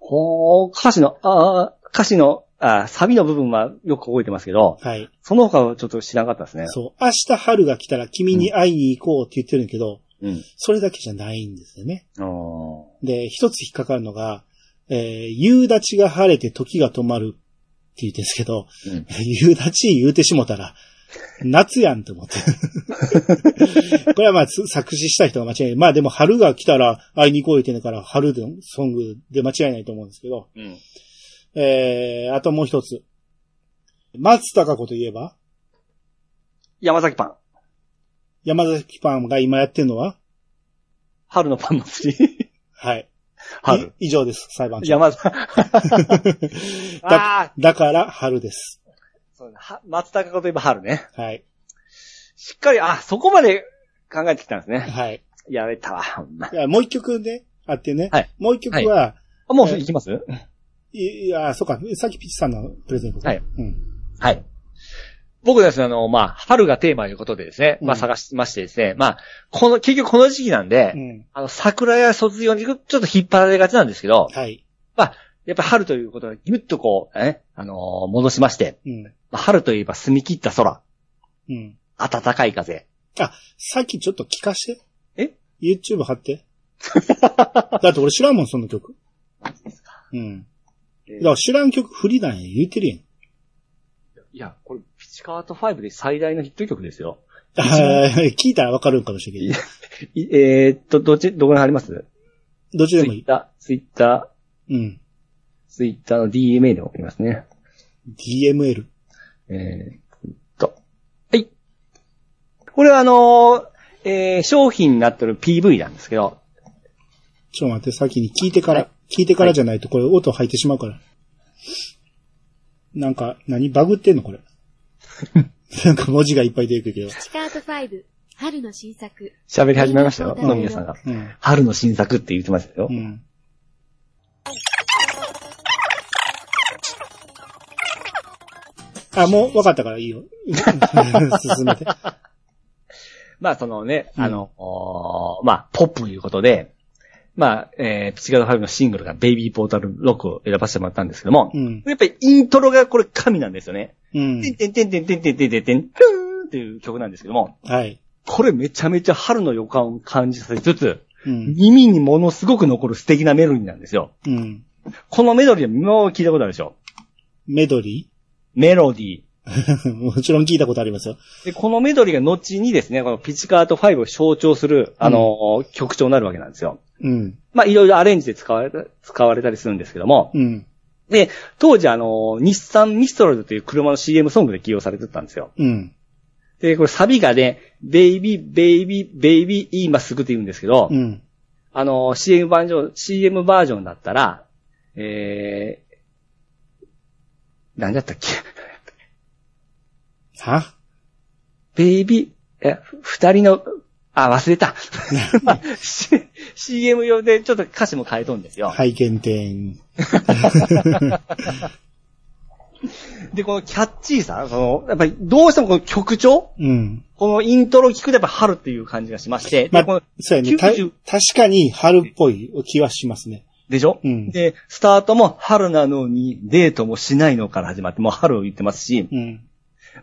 Speaker 3: ほー、歌詞の、あー歌詞の、あーサビの部分はよく覚えてますけど、
Speaker 2: はい。
Speaker 3: その他はちょっと知らなかったですね。
Speaker 2: そう。明日春が来たら君に会いに行こうって言ってるんだけど、
Speaker 3: うん。
Speaker 2: それだけじゃないんですよね。
Speaker 3: あー
Speaker 2: で、一つ引っかかるのが、えー夕立ちが晴れて時が止まるって言ってるんですけど、
Speaker 3: うん
Speaker 2: 夕立ち言うてしもたら、夏やんと思 って。これはまあ、つ作詞した人が間違いない。まあでも春が来たら会いに行こう言ってんだから、春でソングで間違いないと思うんですけど、
Speaker 3: うん。
Speaker 2: えー、あともう一つ。松高子といえば、
Speaker 3: 山崎パン。
Speaker 2: 山崎パンが今やってるのは
Speaker 3: 春のパン祭り。
Speaker 2: はい。
Speaker 3: 春。
Speaker 2: い以上です、裁判長。
Speaker 3: 山崎。
Speaker 2: だ
Speaker 3: ああ、
Speaker 2: だから、春です。
Speaker 3: そうだは松高子といえば春ね。
Speaker 2: はい。
Speaker 3: しっかり、あ、そこまで考えてきたんですね。
Speaker 2: はい。
Speaker 3: やれたわ、ほんま。
Speaker 2: いや、もう一曲ね、あってね。
Speaker 3: はい
Speaker 2: もう一曲は、
Speaker 3: あもう行きます
Speaker 2: い、いや、そうか、さっきピッチさんのプレゼント。
Speaker 1: はい。
Speaker 2: うん。
Speaker 1: はい。僕ですね、あの、まあ、春がテーマということでですね、まあ、
Speaker 2: うん
Speaker 1: 探しましてですね、まあ、この、結局この時期なんで、
Speaker 2: うん。
Speaker 1: あの、桜や卒業にちょっと引っ張られがちなんですけど、
Speaker 2: はい。
Speaker 1: やっぱ春ということはぎゅっとこう、ね、あのー戻しまして、
Speaker 2: うん。
Speaker 1: まあ、春といえば澄み切った空、
Speaker 2: うん。
Speaker 1: 暖かい風。
Speaker 2: さっきちょっと聞かして。
Speaker 3: え
Speaker 2: ?YouTube 貼って。 だって俺知らんもん、その曲。うん。だから知らん曲不利なんや、言うてるやん。
Speaker 1: いや、これ、ピチカート5で最大のヒット曲ですよ。
Speaker 2: はい 聞いたらわかるんかもしれんけ
Speaker 3: いえーっと、どっち、どこにあります
Speaker 2: ど。どっちで
Speaker 3: ツ
Speaker 2: もい
Speaker 3: イッ
Speaker 2: い。
Speaker 3: ター、ツイッタ
Speaker 2: うん。
Speaker 3: ー、ツイッターの DMA で送りますね。
Speaker 2: DML。
Speaker 3: えーっと。はい。これはあのーえー商品になってる PV なんですけど、
Speaker 2: ちょっと待って、先に聞いてから、聞いてからじゃないとこれ音入ってしまうから。なんか、何バグってんの これ。なんか文字がいっぱい出てくるけ
Speaker 5: ピチカート5、春の新作。
Speaker 3: 喋り始めましたよ、
Speaker 5: うん
Speaker 3: のみやさんが。
Speaker 2: ど。うん。
Speaker 3: 春の新作って言ってましたよ
Speaker 2: う。ん。あ、もう分かったからいいよ。 進めて。
Speaker 3: まあ、そのね、
Speaker 2: うん
Speaker 3: あの、おーまあ、ポップということで、まあ、えー、ピチカード5のシングルがベイビーポータルロックを選ばせてもらったんですけども
Speaker 2: う、ん。
Speaker 3: やっぱりイントロがこれ神なんですよね。
Speaker 2: うん。
Speaker 3: てんてんてんてんてんてんてんてんてん、トゥーンっていう曲なんですけども、
Speaker 2: はい。
Speaker 3: これめちゃめちゃ春の予感を感じさせつつ、
Speaker 2: うん。
Speaker 3: 耳にものすごく残る素敵なメロディーなんですよ。
Speaker 2: うん。
Speaker 3: このメロディーはもう聞いたことあるでしょ
Speaker 2: メドリ
Speaker 3: メロディー。
Speaker 2: ー もちろん聞いたことありますよ。
Speaker 3: で、このメドリーが後にですね、このピチカート5を象徴する、あの、曲調になるわけなんですよ。
Speaker 2: うん。
Speaker 3: まあ、いろいろアレンジで使われた、使われたりするんですけども、
Speaker 2: うん。
Speaker 3: で、当時あの、日産ミストラルという車の CM ソングで起用されてたんですよ。
Speaker 2: うん。
Speaker 3: で、これサビがね、ベイビー、ベイビー、ベイビー、今すぐって言うんですけど、
Speaker 2: うん。
Speaker 3: あの、CM バージョン、CM バージョンだったら、えー、何だったっけ
Speaker 2: は
Speaker 3: ベイビー、え、二人の、あ、忘れた。C- CM 用でちょっと歌詞も変えとんですよ。
Speaker 2: 拝見点。
Speaker 3: で、このキャッチーさ、その、やっぱりどうしてもこの曲調
Speaker 2: うん。
Speaker 3: このイントロを聞くとやっぱ春っていう感じがしまして、
Speaker 2: ま
Speaker 3: で、この
Speaker 2: あ、そうやね。た確
Speaker 3: 90
Speaker 2: かに春っぽい気はしますね。
Speaker 3: でしょ、
Speaker 2: うん
Speaker 3: で、スタートも春なのにデートもしないのから始まって、もう春を言ってますし、
Speaker 2: うん。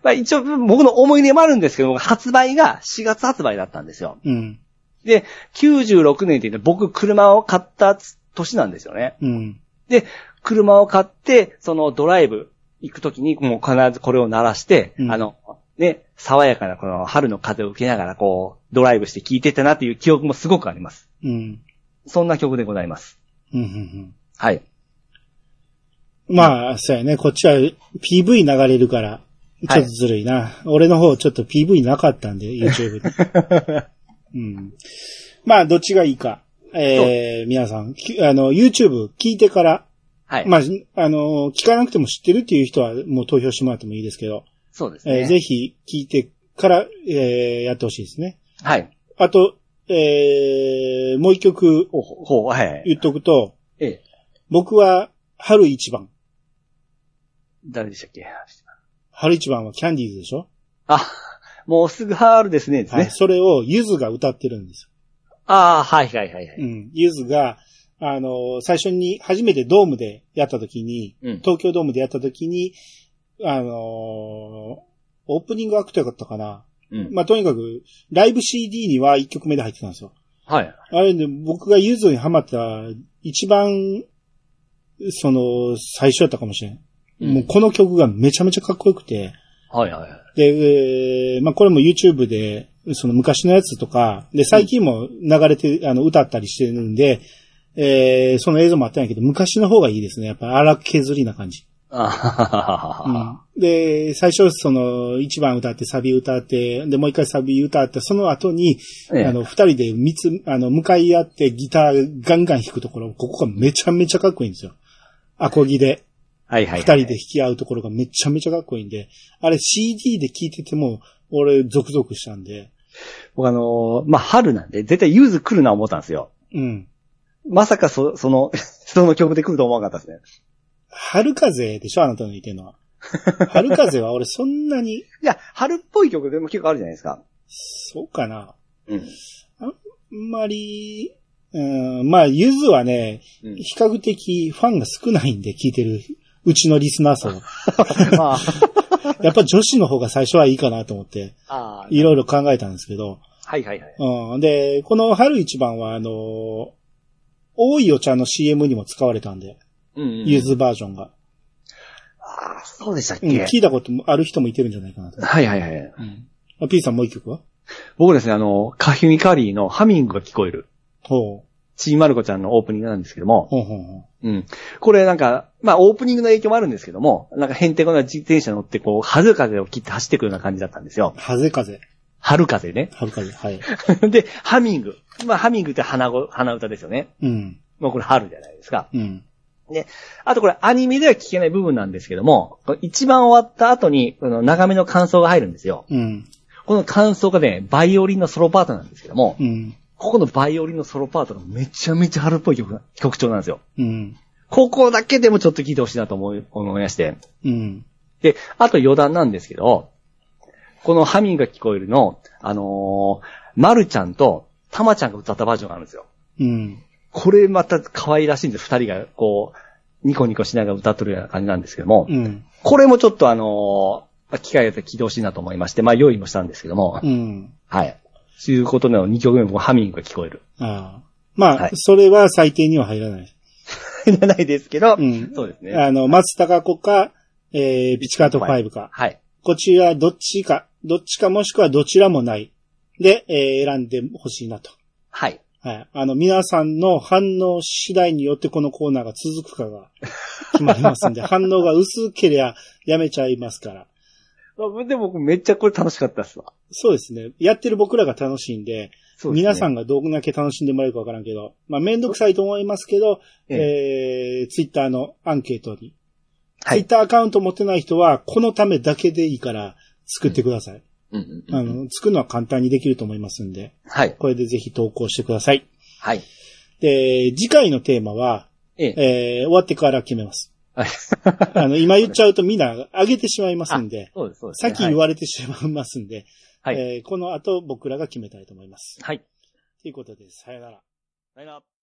Speaker 3: まあ一応僕の思い出もあるんですけど、発売が4月発売だったんですよ。
Speaker 2: うん。
Speaker 3: で、96年って言って僕車を買った年なんですよね。
Speaker 2: うん。
Speaker 3: で、車を買って、そのドライブ行くときにもう必ずこれを鳴らして、
Speaker 2: うん
Speaker 3: あの、ね、爽やかなこの春の風を受けながらこう、ドライブして聴いてたなっていう記憶もすごくあります。
Speaker 2: うん。
Speaker 3: そんな曲でございます。
Speaker 2: うん。うん。
Speaker 3: はい。
Speaker 2: まあ、そうやね。こっちは PV 流れるから、ちょっとずるいな。俺の方ちょっと PV なかったんで、YouTube で。 うん。まあ、どっちがいいか。えー、皆さん、きあの、YouTube 聞いてから、
Speaker 3: はい。
Speaker 2: まあ、あの、聞かなくても知ってるっていう人はもう投票してもらってもいいですけど、
Speaker 3: そうです
Speaker 2: え
Speaker 3: ね。
Speaker 2: ーぜひ聞いてから、えー、やってほしいですね。
Speaker 3: はい。
Speaker 2: あと、えー、もう一曲
Speaker 3: ほうほう、はい。
Speaker 2: 言っとくと、
Speaker 3: ええ。
Speaker 2: 僕は春一番。
Speaker 3: 誰でしたっけ
Speaker 2: 春一番はキャンディーズでしょ
Speaker 3: あ、もうすぐ春ですね、です
Speaker 2: は
Speaker 3: ね。
Speaker 2: い。それをゆずが歌ってるんです
Speaker 1: ああ、はいはいはいは
Speaker 2: よ。う
Speaker 1: い。
Speaker 2: ん。ゆずが、あの、最初に、初めてドームでやった時に、
Speaker 1: うん
Speaker 2: 東京ドームでやった時に、あのーオープニングアクトやったかな。
Speaker 1: うん
Speaker 2: まあ、とにかく、ライブ CD には1曲目で入ってたんですよ。
Speaker 1: はい。
Speaker 2: あれね、僕がゆずにハマった、一番、その、最初やったかもしれん。
Speaker 1: うん
Speaker 2: もうこの曲がめちゃめちゃかっこよくて、
Speaker 1: はいはい。
Speaker 2: で、えーまあ、これも YouTube で、その昔のやつとか、で、最近も流れて、あの、歌ったりしてるんで、えーその映像もあったんやけど、昔の方がいいですね。やっぱ荒削りな感じ。
Speaker 1: あははははは。
Speaker 2: うんで、最初その、1番歌って、サビ歌って、で、もう一回サビ歌って、その後に、
Speaker 1: ええ
Speaker 2: あの、二人で三つ、あの、向かい合ってギターガンガン弾くところ、ここがめちゃめちゃかっこいいんですよ。アコギで、
Speaker 1: はいはい。
Speaker 2: 二人で弾き合うところがめちゃめちゃかっこいいんで、あれ CD で聴いてても、俺、ゾクゾクしたんで、
Speaker 3: 僕あのーまあ、春なんで、絶対ユーズ来るな思ったんですよ。
Speaker 2: うん。
Speaker 3: まさかそ、 その、その曲で来ると思わなかったですね。
Speaker 2: 春風でしょあなたの言ってる のは。春風は俺そんなに、
Speaker 3: いや、春っぽい曲でも結構あるじゃないですか。
Speaker 2: そうかな。
Speaker 3: うん。
Speaker 2: あんまり、うん、まあ、ゆずはね、
Speaker 1: うん
Speaker 2: 比較的ファンが少ないんで聞いてる。うちのリスナー層。
Speaker 3: まあ、
Speaker 2: やっぱ女子の方が最初はいいかなと思って、
Speaker 3: ああ
Speaker 2: いろいろ考えたんですけど。
Speaker 3: はいはいはい。
Speaker 2: うん、で、この春一番は、あのー多いお茶の CM にも使われたんで、
Speaker 1: うん
Speaker 2: ゆずバージョンが。
Speaker 3: ああ、そうでしたっ
Speaker 2: うん、
Speaker 3: け、
Speaker 2: 聞いたこともある人もいてるんじゃないかなと。
Speaker 3: はいはいはい。
Speaker 2: あ P さんもう一曲は
Speaker 3: 僕ですね、あの、カヒュミカリーのハミングが聞こえる。
Speaker 2: ほう。
Speaker 3: ちーまる子ちゃんのオープニングなんですけども、
Speaker 2: ほうほうほう。
Speaker 3: うん。これなんか、まあオープニングの影響もあるんですけども、なんか変てこな自転車乗ってこう、春風を切って走ってくるような感じだったんですよ。
Speaker 2: はぜ風。
Speaker 3: 春風ね。
Speaker 2: 春風。はい。
Speaker 3: で、ハミング。まあハミングって花語、花歌ですよね。
Speaker 2: うん。
Speaker 3: もうこれ春じゃないですか。
Speaker 2: うん。
Speaker 3: あとこれアニメでは聞けない部分なんですけども、これ一番終わった後に、この長めの感想が入るんですよ。
Speaker 2: うん。
Speaker 3: この感想がね、バイオリンのソロパートなんですけども、
Speaker 2: うん。
Speaker 3: ここのバイオリンのソロパートがめちゃめちゃ春っぽい曲な、曲調なんですよ。
Speaker 2: うん。
Speaker 3: ここだけでもちょっと聞いてほしいなと思い、思いまして。
Speaker 2: うん。
Speaker 3: で、あと余談なんですけど、このハミングが聞こえるの、あのー、まるちゃんとたまちゃんが歌ったバージョンがあるんですよ。
Speaker 2: うん。
Speaker 3: これまた可愛らしいんです二人がこう、ニコニコしながら歌っとるような感じなんですけども、
Speaker 2: うん。
Speaker 3: これもちょっとあのー、機会があったら聞いてほしいなと思いまして、まあ用意もしたんですけども、
Speaker 2: うん。
Speaker 3: はい。ということなの2曲目もハミングが聞こえる。
Speaker 2: ああ。まあ、
Speaker 3: はい
Speaker 2: それは最低には入らない。
Speaker 3: じゃないですけど、
Speaker 2: うん
Speaker 3: そうですね。
Speaker 2: あの、松たか子か、えー、ピチカート5か。
Speaker 3: はい。
Speaker 2: こちらどっちか、どっちかもしくはどちらもない。で、えー選んでほしいなと。
Speaker 3: はい。
Speaker 2: はい。あの、皆さんの反応次第によってこのコーナーが続くかが決まりますん で、反応が薄けりゃやめちゃいますから。
Speaker 3: でも僕めっちゃこれ楽しかったっすわ。
Speaker 2: そうですね。やってる僕らが楽しいんで、
Speaker 3: そうですね
Speaker 2: 皆さんがどんだけ楽しんでもらえるかわからんけど、まあ、めんどくさいと思いますけど、
Speaker 3: え
Speaker 2: えー、ツイッターのアンケートに。
Speaker 3: は
Speaker 2: ツイッ
Speaker 3: い。
Speaker 2: ターアカウント持ってない人は、このためだけでいいから作ってください。
Speaker 1: うん
Speaker 2: あの、作るのは簡単にできると思いますんで、
Speaker 3: はい。
Speaker 2: これでぜひ投稿してください。
Speaker 3: はい。
Speaker 2: で、次回のテーマは、
Speaker 3: ええ
Speaker 2: えー終わってから決めます。
Speaker 3: は い
Speaker 2: あの、今言っちゃうとみんな上げてしまいますんで、
Speaker 3: そうです、そうです
Speaker 2: さ
Speaker 3: ね、
Speaker 2: っき言われてしまいますんで、
Speaker 3: はい
Speaker 2: えーこの後僕らが決めたいと思います。
Speaker 3: はい。
Speaker 2: ということで、さよなら。
Speaker 3: はい